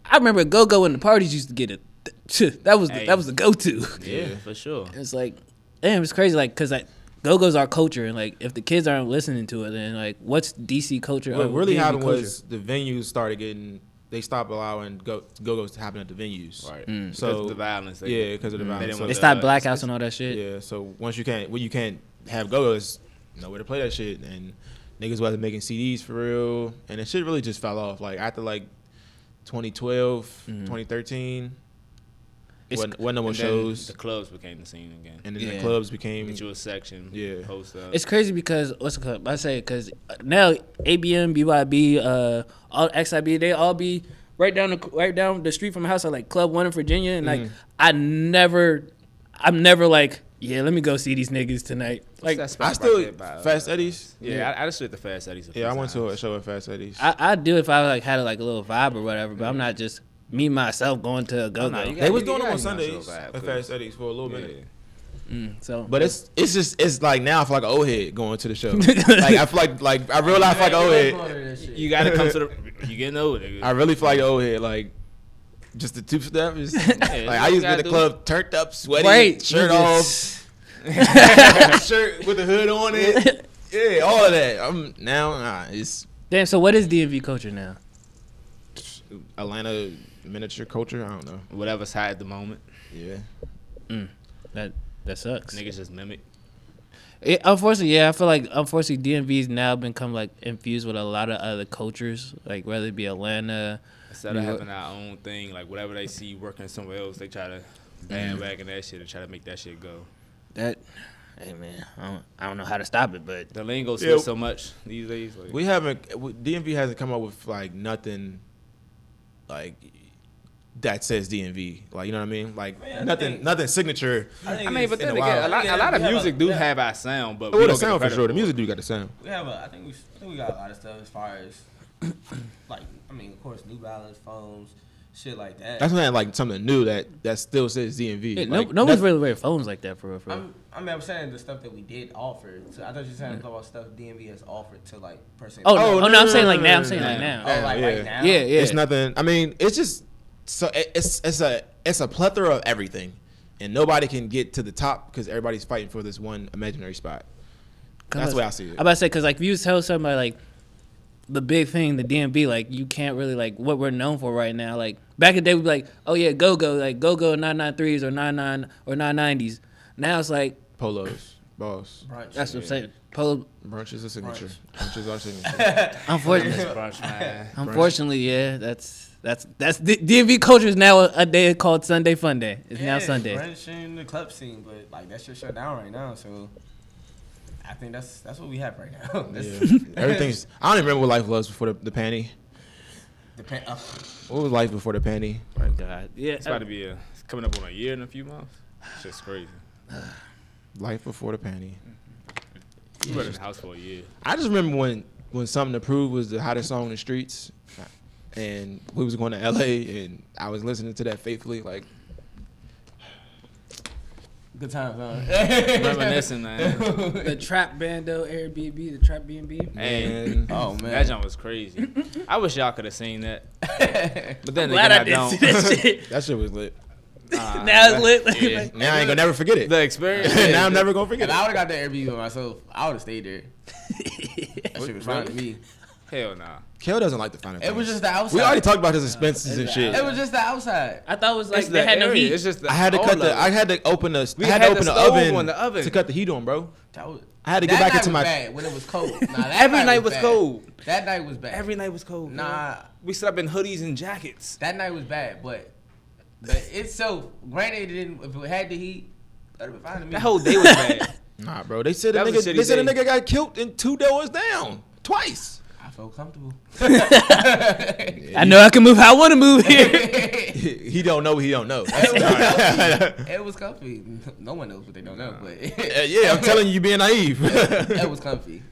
[SPEAKER 4] I remember Go and the parties used to get it. That was the,
[SPEAKER 3] Hey.
[SPEAKER 4] that was the go to.
[SPEAKER 3] Yeah, for sure.
[SPEAKER 4] It's like, damn, it's crazy. Like, cause like Go Go's our culture, and like if the kids aren't listening to it, then like what's DC culture?
[SPEAKER 2] What
[SPEAKER 4] or
[SPEAKER 2] really
[SPEAKER 4] DMV
[SPEAKER 2] happened
[SPEAKER 4] culture?
[SPEAKER 2] was the venues started getting they stopped allowing go go go's to happen at the venues.
[SPEAKER 3] Right.
[SPEAKER 4] Mm.
[SPEAKER 2] So
[SPEAKER 3] Because of the violence. They,
[SPEAKER 2] yeah, because of the violence.
[SPEAKER 3] didn't
[SPEAKER 2] So
[SPEAKER 3] want
[SPEAKER 4] it's
[SPEAKER 2] that-
[SPEAKER 4] not
[SPEAKER 3] uh,
[SPEAKER 4] blackouts and all that shit.
[SPEAKER 2] yeah. So once you can't when you can't have go go's, nowhere to play that shit, and niggas wasn't making CDs for real, and the shit really just fell off. Like after like 2012, 2013,
[SPEAKER 4] It's-
[SPEAKER 2] wasn't, wasn't no more
[SPEAKER 3] Mm-hmm. and then
[SPEAKER 2] shows,
[SPEAKER 3] The clubs became the scene again.
[SPEAKER 2] and then the
[SPEAKER 4] Yeah.
[SPEAKER 2] clubs became
[SPEAKER 3] Get you a section.
[SPEAKER 2] Yeah.
[SPEAKER 3] Post up.
[SPEAKER 4] It's crazy because what's it called? I say because now ABM, BYB, uh, all XIB, they all be right down the right down the street from my house at like Club One in Virginia, and
[SPEAKER 2] Mm.
[SPEAKER 4] like I never, I'm never like, yeah, let me go see these niggas tonight. Like
[SPEAKER 3] What's that spot
[SPEAKER 2] I
[SPEAKER 3] right
[SPEAKER 2] still
[SPEAKER 3] there by, uh,
[SPEAKER 2] Fast Eddie's.
[SPEAKER 3] Yeah, I, I just did the Fast Eddie's. a few
[SPEAKER 2] Yeah, I went to a
[SPEAKER 3] times.
[SPEAKER 2] show at Fast Eddie's.
[SPEAKER 4] I, I do if I like had like a little vibe or whatever,
[SPEAKER 2] Mm.
[SPEAKER 4] but I'm not just me myself going
[SPEAKER 2] Oh,
[SPEAKER 4] to a go
[SPEAKER 3] nah,
[SPEAKER 4] go.
[SPEAKER 3] you
[SPEAKER 2] they was
[SPEAKER 3] you
[SPEAKER 2] doing them
[SPEAKER 3] gotta
[SPEAKER 2] on
[SPEAKER 3] get my show
[SPEAKER 2] Sundays
[SPEAKER 3] vibe,
[SPEAKER 2] at
[SPEAKER 3] cause-
[SPEAKER 2] Fast Eddie's for a little minute.
[SPEAKER 3] Yeah.
[SPEAKER 4] So,
[SPEAKER 2] But it's it's just it's like now I feel like an old head going to the show. like I feel like like I really I feel like an old head.
[SPEAKER 3] You gotta come to the. You getting old, nigga.
[SPEAKER 2] I really feel like an old head. Like just the two step is like I
[SPEAKER 3] you
[SPEAKER 2] used to be
[SPEAKER 3] gotta
[SPEAKER 2] in the
[SPEAKER 3] do
[SPEAKER 2] club turned up, sweaty,
[SPEAKER 4] Right,
[SPEAKER 2] shirt
[SPEAKER 4] you
[SPEAKER 2] off,
[SPEAKER 4] just-
[SPEAKER 2] shirt with the hood on it. Yeah, all of that. I'm now nah, it's
[SPEAKER 4] damn. So what is DMV culture now?
[SPEAKER 2] Atlanta miniature culture. I don't know.
[SPEAKER 3] Whatever's hot at the moment,
[SPEAKER 2] Yeah,
[SPEAKER 4] That that sucks.
[SPEAKER 3] niggas just mimic.
[SPEAKER 4] It, unfortunately, yeah, I feel like unfortunately DMV's now become like infused with a lot of other cultures, like whether it be Atlanta.
[SPEAKER 3] Instead of
[SPEAKER 4] Yeah.
[SPEAKER 3] having our own thing, like whatever they see working somewhere else, they try to
[SPEAKER 2] Mm-hmm.
[SPEAKER 3] bandwagon that shit and try to make that shit go.
[SPEAKER 4] That, hey man, I don't, I don't know how to stop it, but
[SPEAKER 3] The lingo
[SPEAKER 2] Yeah.
[SPEAKER 3] switch so much these days. Like,
[SPEAKER 2] we haven't w- DMV hasn't come up with like nothing like that says DMV. Like you know what I mean? Like
[SPEAKER 5] Man, I
[SPEAKER 2] nothing
[SPEAKER 5] think-
[SPEAKER 2] nothing signature.
[SPEAKER 5] I,
[SPEAKER 3] I mean, but
[SPEAKER 2] in
[SPEAKER 3] then
[SPEAKER 2] a
[SPEAKER 3] again,
[SPEAKER 2] while.
[SPEAKER 3] a lot,
[SPEAKER 5] Yeah,
[SPEAKER 3] a lot of
[SPEAKER 5] we have
[SPEAKER 3] music
[SPEAKER 5] a-
[SPEAKER 3] do
[SPEAKER 5] yeah.
[SPEAKER 3] have our sound, but
[SPEAKER 2] Oh, the
[SPEAKER 3] we don't get
[SPEAKER 2] sound for
[SPEAKER 3] credit
[SPEAKER 2] sure. The
[SPEAKER 3] it.
[SPEAKER 2] music do got the sound.
[SPEAKER 5] We have a, I think we, I think we got a lot of stuff as far as, like, I mean, of course, New Balance phones, shit like that.
[SPEAKER 2] That's not like something new that that still says DMV.
[SPEAKER 4] yeah,
[SPEAKER 2] like,
[SPEAKER 4] no, no one's
[SPEAKER 2] nothing-
[SPEAKER 4] really wearing phones like that for real. For real.
[SPEAKER 5] I'm, I mean, I'm saying the stuff that we did offer. So I thought you were saying about stuff DMV has offered to like person.
[SPEAKER 4] oh,
[SPEAKER 2] Oh,
[SPEAKER 4] no, oh no,
[SPEAKER 2] no,
[SPEAKER 4] I'm
[SPEAKER 2] no,
[SPEAKER 4] saying
[SPEAKER 2] no,
[SPEAKER 4] like
[SPEAKER 2] no,
[SPEAKER 4] now.
[SPEAKER 2] no,
[SPEAKER 4] I'm saying
[SPEAKER 2] no,
[SPEAKER 4] like
[SPEAKER 5] oh,
[SPEAKER 2] no.
[SPEAKER 4] now.
[SPEAKER 5] like
[SPEAKER 2] yeah.
[SPEAKER 5] right now.
[SPEAKER 4] Yeah, yeah.
[SPEAKER 2] It's nothing. I mean, it's just so it, it's it's a it's a plethora of everything, and nobody can get to the top because everybody's fighting for this one imaginary spot. That's the way I see it.
[SPEAKER 4] I'm about to say because like if you tell somebody like the big thing, the DMV, like you can't really like what we're known for right now. Like back in the day, we'd be like, oh yeah, go go, like go go nine nine threes or nine nine or nine nineties. Now it's like
[SPEAKER 2] Polos, balls,
[SPEAKER 5] Brunch.
[SPEAKER 4] that's what I'm saying. Polo,
[SPEAKER 2] brunch is a signature.
[SPEAKER 5] Brunch.
[SPEAKER 2] Brunch is our signature.
[SPEAKER 4] unfortunately,
[SPEAKER 3] Brunch, man.
[SPEAKER 4] Unfortunately, yeah, that's that's that's D- DMV culture is now a, a day called Sunday Fun Day. It's now
[SPEAKER 5] Yeah,
[SPEAKER 4] Sunday.
[SPEAKER 5] Brunch in the club scene, but like that shit shut down right now. So I think that's that's what we have right now.
[SPEAKER 2] Yeah. Everything's. I don't even remember what life was before the, the panty.
[SPEAKER 5] depend. Uh,
[SPEAKER 2] What was life before the panty?
[SPEAKER 4] Oh God, yeah,
[SPEAKER 3] It's about to be a, it's coming up on a year in a few months. It's just crazy.
[SPEAKER 2] Life before the panty.
[SPEAKER 3] You been in the house for a year.
[SPEAKER 2] I just remember when when something to prove was the hottest song in the streets, and we was going to LA, and I was listening to that faithfully. Like
[SPEAKER 1] Good times, huh?
[SPEAKER 3] Reminiscing, man.
[SPEAKER 4] uh,
[SPEAKER 6] The trap bando Airbnb, the trap B and B.
[SPEAKER 3] Hey,
[SPEAKER 2] man,
[SPEAKER 1] oh
[SPEAKER 3] that
[SPEAKER 1] man.
[SPEAKER 3] jump was crazy. I wish y'all could have seen that. But then
[SPEAKER 4] Glad I
[SPEAKER 3] again, I,
[SPEAKER 4] didn't see that shit.
[SPEAKER 2] that shit was lit.
[SPEAKER 3] don't.
[SPEAKER 4] now it's lit. Like,
[SPEAKER 3] Yeah.
[SPEAKER 4] like,
[SPEAKER 2] Now I ain't gonna never forget it.
[SPEAKER 3] The experience.
[SPEAKER 2] now I'm never gonna forget
[SPEAKER 1] If
[SPEAKER 2] it.
[SPEAKER 1] I would have got the Airbnb by myself, I would have stayed there. That shit was fine to me.
[SPEAKER 3] Hell nah.
[SPEAKER 2] Kale doesn't like the final.
[SPEAKER 1] It was
[SPEAKER 2] things.
[SPEAKER 1] just the outside.
[SPEAKER 2] We already talked about his expenses and shit.
[SPEAKER 1] It was just the outside.
[SPEAKER 4] I thought it was like
[SPEAKER 3] It's
[SPEAKER 4] they
[SPEAKER 3] the
[SPEAKER 4] had no
[SPEAKER 3] area.
[SPEAKER 4] heat.
[SPEAKER 3] It's just the
[SPEAKER 2] I had to
[SPEAKER 3] all
[SPEAKER 2] cut
[SPEAKER 3] of
[SPEAKER 2] the.
[SPEAKER 3] it.
[SPEAKER 2] I had to open the.
[SPEAKER 3] We
[SPEAKER 2] I had,
[SPEAKER 3] had
[SPEAKER 2] to
[SPEAKER 3] the
[SPEAKER 2] open the,
[SPEAKER 3] stove
[SPEAKER 2] oven
[SPEAKER 3] on the oven.
[SPEAKER 2] to cut the heat on, bro.
[SPEAKER 1] That was,
[SPEAKER 2] I had to
[SPEAKER 1] that
[SPEAKER 2] get back
[SPEAKER 1] night
[SPEAKER 2] into
[SPEAKER 1] was
[SPEAKER 2] my-
[SPEAKER 1] bad when it was cold. Nah, that
[SPEAKER 3] Every night was
[SPEAKER 1] bad.
[SPEAKER 3] cold.
[SPEAKER 1] That night was bad.
[SPEAKER 3] Every night was cold. bro.
[SPEAKER 1] Nah.
[SPEAKER 3] We slept in hoodies and jackets.
[SPEAKER 1] That night was bad, but but itself, granted, it didn't. If it had the heat, that'd been fine to me.
[SPEAKER 3] That whole day was bad.
[SPEAKER 2] Nah, bro. They said a
[SPEAKER 3] That was
[SPEAKER 2] nigga.
[SPEAKER 3] a shitty
[SPEAKER 2] They said a
[SPEAKER 3] day.
[SPEAKER 2] nigga got killed in two doors down twice.
[SPEAKER 1] I felt comfortable.
[SPEAKER 4] I know I can move how I want to move here.
[SPEAKER 2] he don't know. He don't know.
[SPEAKER 1] It was comfy. No one knows what they don't know, but
[SPEAKER 2] Uh, yeah, I'm telling you, you being naive.
[SPEAKER 1] it was comfy.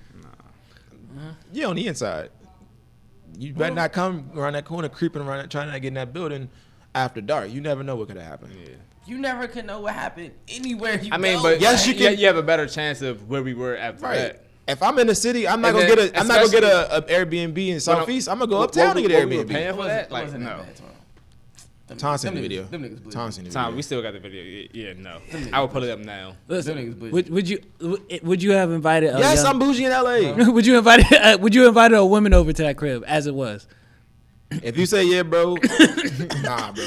[SPEAKER 2] you on the inside. You better not come around that corner, creeping around, that, trying to get in that building after dark. You never know what could have happened.
[SPEAKER 1] You never could know what happened anywhere you
[SPEAKER 3] I mean,
[SPEAKER 1] go,
[SPEAKER 3] but
[SPEAKER 2] Yes, you
[SPEAKER 3] you,
[SPEAKER 2] can-
[SPEAKER 3] you have a better chance of where we were after
[SPEAKER 2] Right.
[SPEAKER 3] that.
[SPEAKER 2] If I'm in the city, I'm not
[SPEAKER 3] And
[SPEAKER 2] gonna
[SPEAKER 3] then
[SPEAKER 2] get a. I'm not gonna get a, a
[SPEAKER 3] especially-
[SPEAKER 2] Airbnb in
[SPEAKER 3] I'm-
[SPEAKER 2] Southeast. I'm gonna go
[SPEAKER 3] what-
[SPEAKER 2] uptown
[SPEAKER 3] what
[SPEAKER 2] to
[SPEAKER 3] we-
[SPEAKER 2] get
[SPEAKER 3] what we were
[SPEAKER 2] Airbnb.
[SPEAKER 3] paying for that?
[SPEAKER 1] It
[SPEAKER 3] Like,
[SPEAKER 1] wasn't that
[SPEAKER 3] no.
[SPEAKER 1] bad, Toronto. Them niggas-
[SPEAKER 2] Thompson
[SPEAKER 1] them
[SPEAKER 2] video.
[SPEAKER 1] niggas- Them niggas blew.
[SPEAKER 2] Thompson video.
[SPEAKER 3] Tom, we still got the video. Y- Yeah, no. I will put it up now.
[SPEAKER 1] Them niggas
[SPEAKER 4] Listen,
[SPEAKER 1] bougie.
[SPEAKER 4] would, would you would- would you have invited? A
[SPEAKER 2] yes,
[SPEAKER 4] young-
[SPEAKER 2] I'm bougie in LA.
[SPEAKER 4] would you invite uh, Would you invite a woman over to that crib as it was?
[SPEAKER 2] if you say yeah, bro, nah, bro,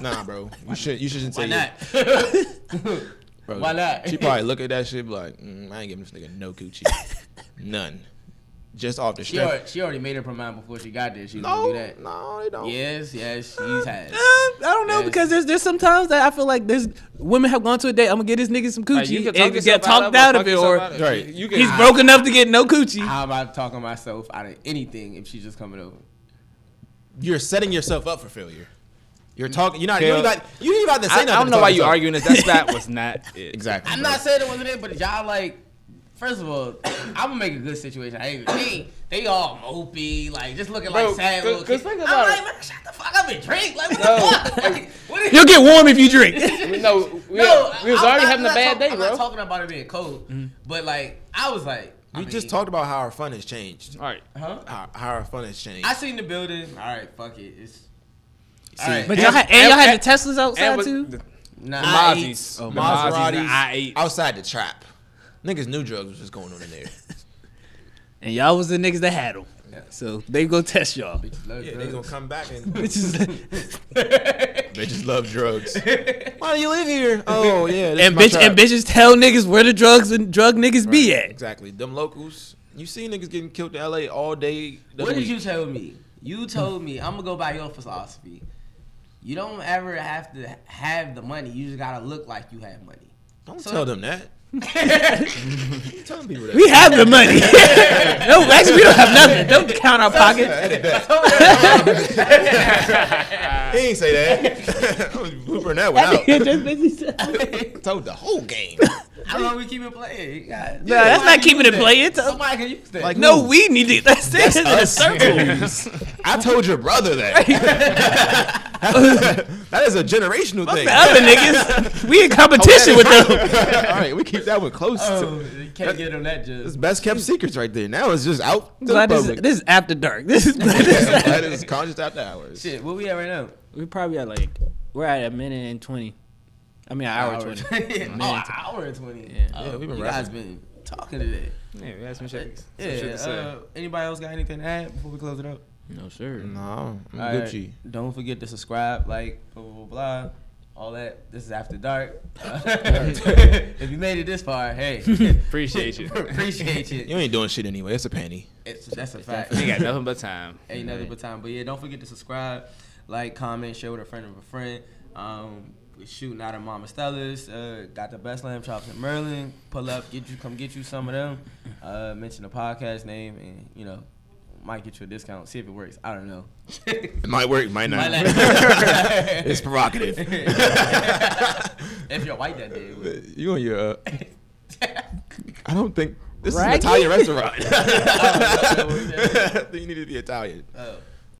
[SPEAKER 2] nah, bro. You should you shouldn't say
[SPEAKER 1] Why
[SPEAKER 2] yeah.
[SPEAKER 1] not?
[SPEAKER 2] Bro,
[SPEAKER 1] Why not?
[SPEAKER 2] She probably look at that shit be like, mm, I ain't giving this nigga no coochie, none, just off the
[SPEAKER 1] She
[SPEAKER 2] strength.
[SPEAKER 1] already, she already made up her mind before she got there. She was
[SPEAKER 2] No,
[SPEAKER 1] gonna do that.
[SPEAKER 2] no, they don't.
[SPEAKER 1] Yes, yes, she's
[SPEAKER 4] Uh,
[SPEAKER 1] had.
[SPEAKER 4] I don't know
[SPEAKER 1] Yeah.
[SPEAKER 4] because there's there's sometimes that I feel like there's women have gone to a date. I'm gonna get this nigga some
[SPEAKER 3] Like,
[SPEAKER 4] coochie
[SPEAKER 3] you could
[SPEAKER 4] and
[SPEAKER 3] talk
[SPEAKER 4] get talked out of it, or
[SPEAKER 2] Right.
[SPEAKER 3] You can,
[SPEAKER 4] he's broke enough to get no coochie.
[SPEAKER 1] How am I talking myself out of anything if she's just coming over?
[SPEAKER 2] You're setting yourself up for failure. You're talking. You're not.
[SPEAKER 3] Kale.
[SPEAKER 2] You're not. You ain't about to say
[SPEAKER 3] I, I
[SPEAKER 2] nothing.
[SPEAKER 3] don't
[SPEAKER 2] to
[SPEAKER 3] know
[SPEAKER 2] talk
[SPEAKER 3] why you
[SPEAKER 2] yourself.
[SPEAKER 3] arguing this. That stat was not it.
[SPEAKER 2] Exactly.
[SPEAKER 1] I'm
[SPEAKER 2] bro.
[SPEAKER 1] not saying it wasn't it, but y'all like. First of all, I'm gonna make a good situation. I ain't, they, they all mopey, like just looking
[SPEAKER 3] Bro,
[SPEAKER 1] like sad
[SPEAKER 3] cause-
[SPEAKER 1] little
[SPEAKER 3] cause
[SPEAKER 1] kids.
[SPEAKER 3] think
[SPEAKER 1] I'm
[SPEAKER 3] about
[SPEAKER 1] like,
[SPEAKER 3] it.
[SPEAKER 1] man, shut the fuck up and drink. Like, what
[SPEAKER 3] No.
[SPEAKER 1] the fuck? Like, what is-
[SPEAKER 4] You'll get warm if you drink.
[SPEAKER 3] No, we,
[SPEAKER 1] no,
[SPEAKER 3] we was
[SPEAKER 1] I'm
[SPEAKER 3] already
[SPEAKER 1] not-
[SPEAKER 3] having a
[SPEAKER 1] I'm not
[SPEAKER 3] bad
[SPEAKER 1] talk-
[SPEAKER 3] day,
[SPEAKER 1] I'm
[SPEAKER 3] bro.
[SPEAKER 1] not talking about it being cold,
[SPEAKER 3] Mm-hmm.
[SPEAKER 1] but like, I was like, I
[SPEAKER 2] We
[SPEAKER 1] mean,
[SPEAKER 2] just talked about how our fun has changed.
[SPEAKER 3] All right.
[SPEAKER 1] Huh?
[SPEAKER 2] How, how our fun has changed.
[SPEAKER 1] I seen the building. All right, fuck it. It's all
[SPEAKER 2] See,
[SPEAKER 1] right.
[SPEAKER 4] But y'all had, and, y'all had the Teslas
[SPEAKER 3] And
[SPEAKER 4] outside
[SPEAKER 3] was-
[SPEAKER 4] too.
[SPEAKER 3] the
[SPEAKER 1] nah, I ate-
[SPEAKER 3] Mazzies.
[SPEAKER 4] Oh,
[SPEAKER 2] The
[SPEAKER 3] The Mazzies, the
[SPEAKER 2] Maseratis
[SPEAKER 3] I8.
[SPEAKER 2] outside the trap. Niggas knew drugs was just going on in there.
[SPEAKER 4] And y'all was the niggas that had them. So they go test y'all.
[SPEAKER 1] Bitches love
[SPEAKER 2] yeah, they
[SPEAKER 1] drugs.
[SPEAKER 2] gonna come back and
[SPEAKER 4] Which is
[SPEAKER 2] they just love drugs. Why do you live here? Oh yeah, this
[SPEAKER 4] and
[SPEAKER 2] is my
[SPEAKER 4] bitch
[SPEAKER 2] trap.
[SPEAKER 4] and bitches tell niggas where the drugs and drug niggas be at.
[SPEAKER 2] Exactly. Them locals. You see niggas getting killed in LA all day. the
[SPEAKER 1] What did
[SPEAKER 2] week.
[SPEAKER 1] you tell me? You told me I'm gonna go by your philosophy. You don't ever have to have the money. You just gotta look like you have money.
[SPEAKER 2] Don't
[SPEAKER 1] So-
[SPEAKER 2] tell them that. tell people that.
[SPEAKER 4] We have the money. no, actually we don't have nothing. Don't count our pockets.
[SPEAKER 2] He ain't say that. I was bloopering that one out.
[SPEAKER 4] Just basically said-
[SPEAKER 2] Told the whole game.
[SPEAKER 1] How long we keep it playing? God.
[SPEAKER 4] Nah, that's not keeping it playing. It's a-
[SPEAKER 1] Somebody can use that.
[SPEAKER 2] Like
[SPEAKER 4] no, we need it. That's, it. It's a circle.
[SPEAKER 2] I told your brother that. that is a generational thing.
[SPEAKER 4] The other niggas, we in competition with them.
[SPEAKER 2] All right, we keep that one close.
[SPEAKER 1] oh,
[SPEAKER 2] to
[SPEAKER 1] you can't get on that
[SPEAKER 2] It's
[SPEAKER 1] just.
[SPEAKER 2] best kept secrets right there. Now it's just out to the
[SPEAKER 4] Glad this,
[SPEAKER 2] public.
[SPEAKER 4] this is after dark. This is.
[SPEAKER 2] that is conscious after hours.
[SPEAKER 1] Shit, what we at right now?
[SPEAKER 4] we probably at like we're at a minute and twenty. I mean, an hour, twenty.
[SPEAKER 1] oh, an hour and twenty.
[SPEAKER 4] Yeah.
[SPEAKER 1] Oh,
[SPEAKER 2] Yeah, we been
[SPEAKER 1] you guys been talking today.
[SPEAKER 3] Yeah, we had some shit. some shit
[SPEAKER 1] Yeah.
[SPEAKER 3] to say.
[SPEAKER 1] Uh, anybody else got anything to add before we close it up?
[SPEAKER 4] No sir.
[SPEAKER 2] No, I'm
[SPEAKER 1] All right.
[SPEAKER 2] Gucci.
[SPEAKER 1] Don't forget to subscribe, like, blah blah blah, blah all that. This is after dark. if you made it this far, hey,
[SPEAKER 3] Appreciate you.
[SPEAKER 1] appreciate it.
[SPEAKER 2] You ain't doing shit anyway. It's a panty.
[SPEAKER 1] It's, that's a fact.
[SPEAKER 3] We got nothing but time.
[SPEAKER 1] Ain't nothing but time. But yeah, don't forget to subscribe, like, comment, share with a friend of a friend. Um, we shooting out at Mama Stella's. Uh, got the best lamb chops in Maryland. Pull up, get you, come get you some of them. Uh, mention the podcast name, and you know, might get you a discount. See if it works. I don't know.
[SPEAKER 2] It might work, might not.
[SPEAKER 1] Might not.
[SPEAKER 2] it's provocative.
[SPEAKER 1] if you're white that day, it would.
[SPEAKER 2] you and your. Uh, I don't think This is an
[SPEAKER 4] Raggy?
[SPEAKER 2] Italian restaurant. you need to be Italian.
[SPEAKER 5] Oh.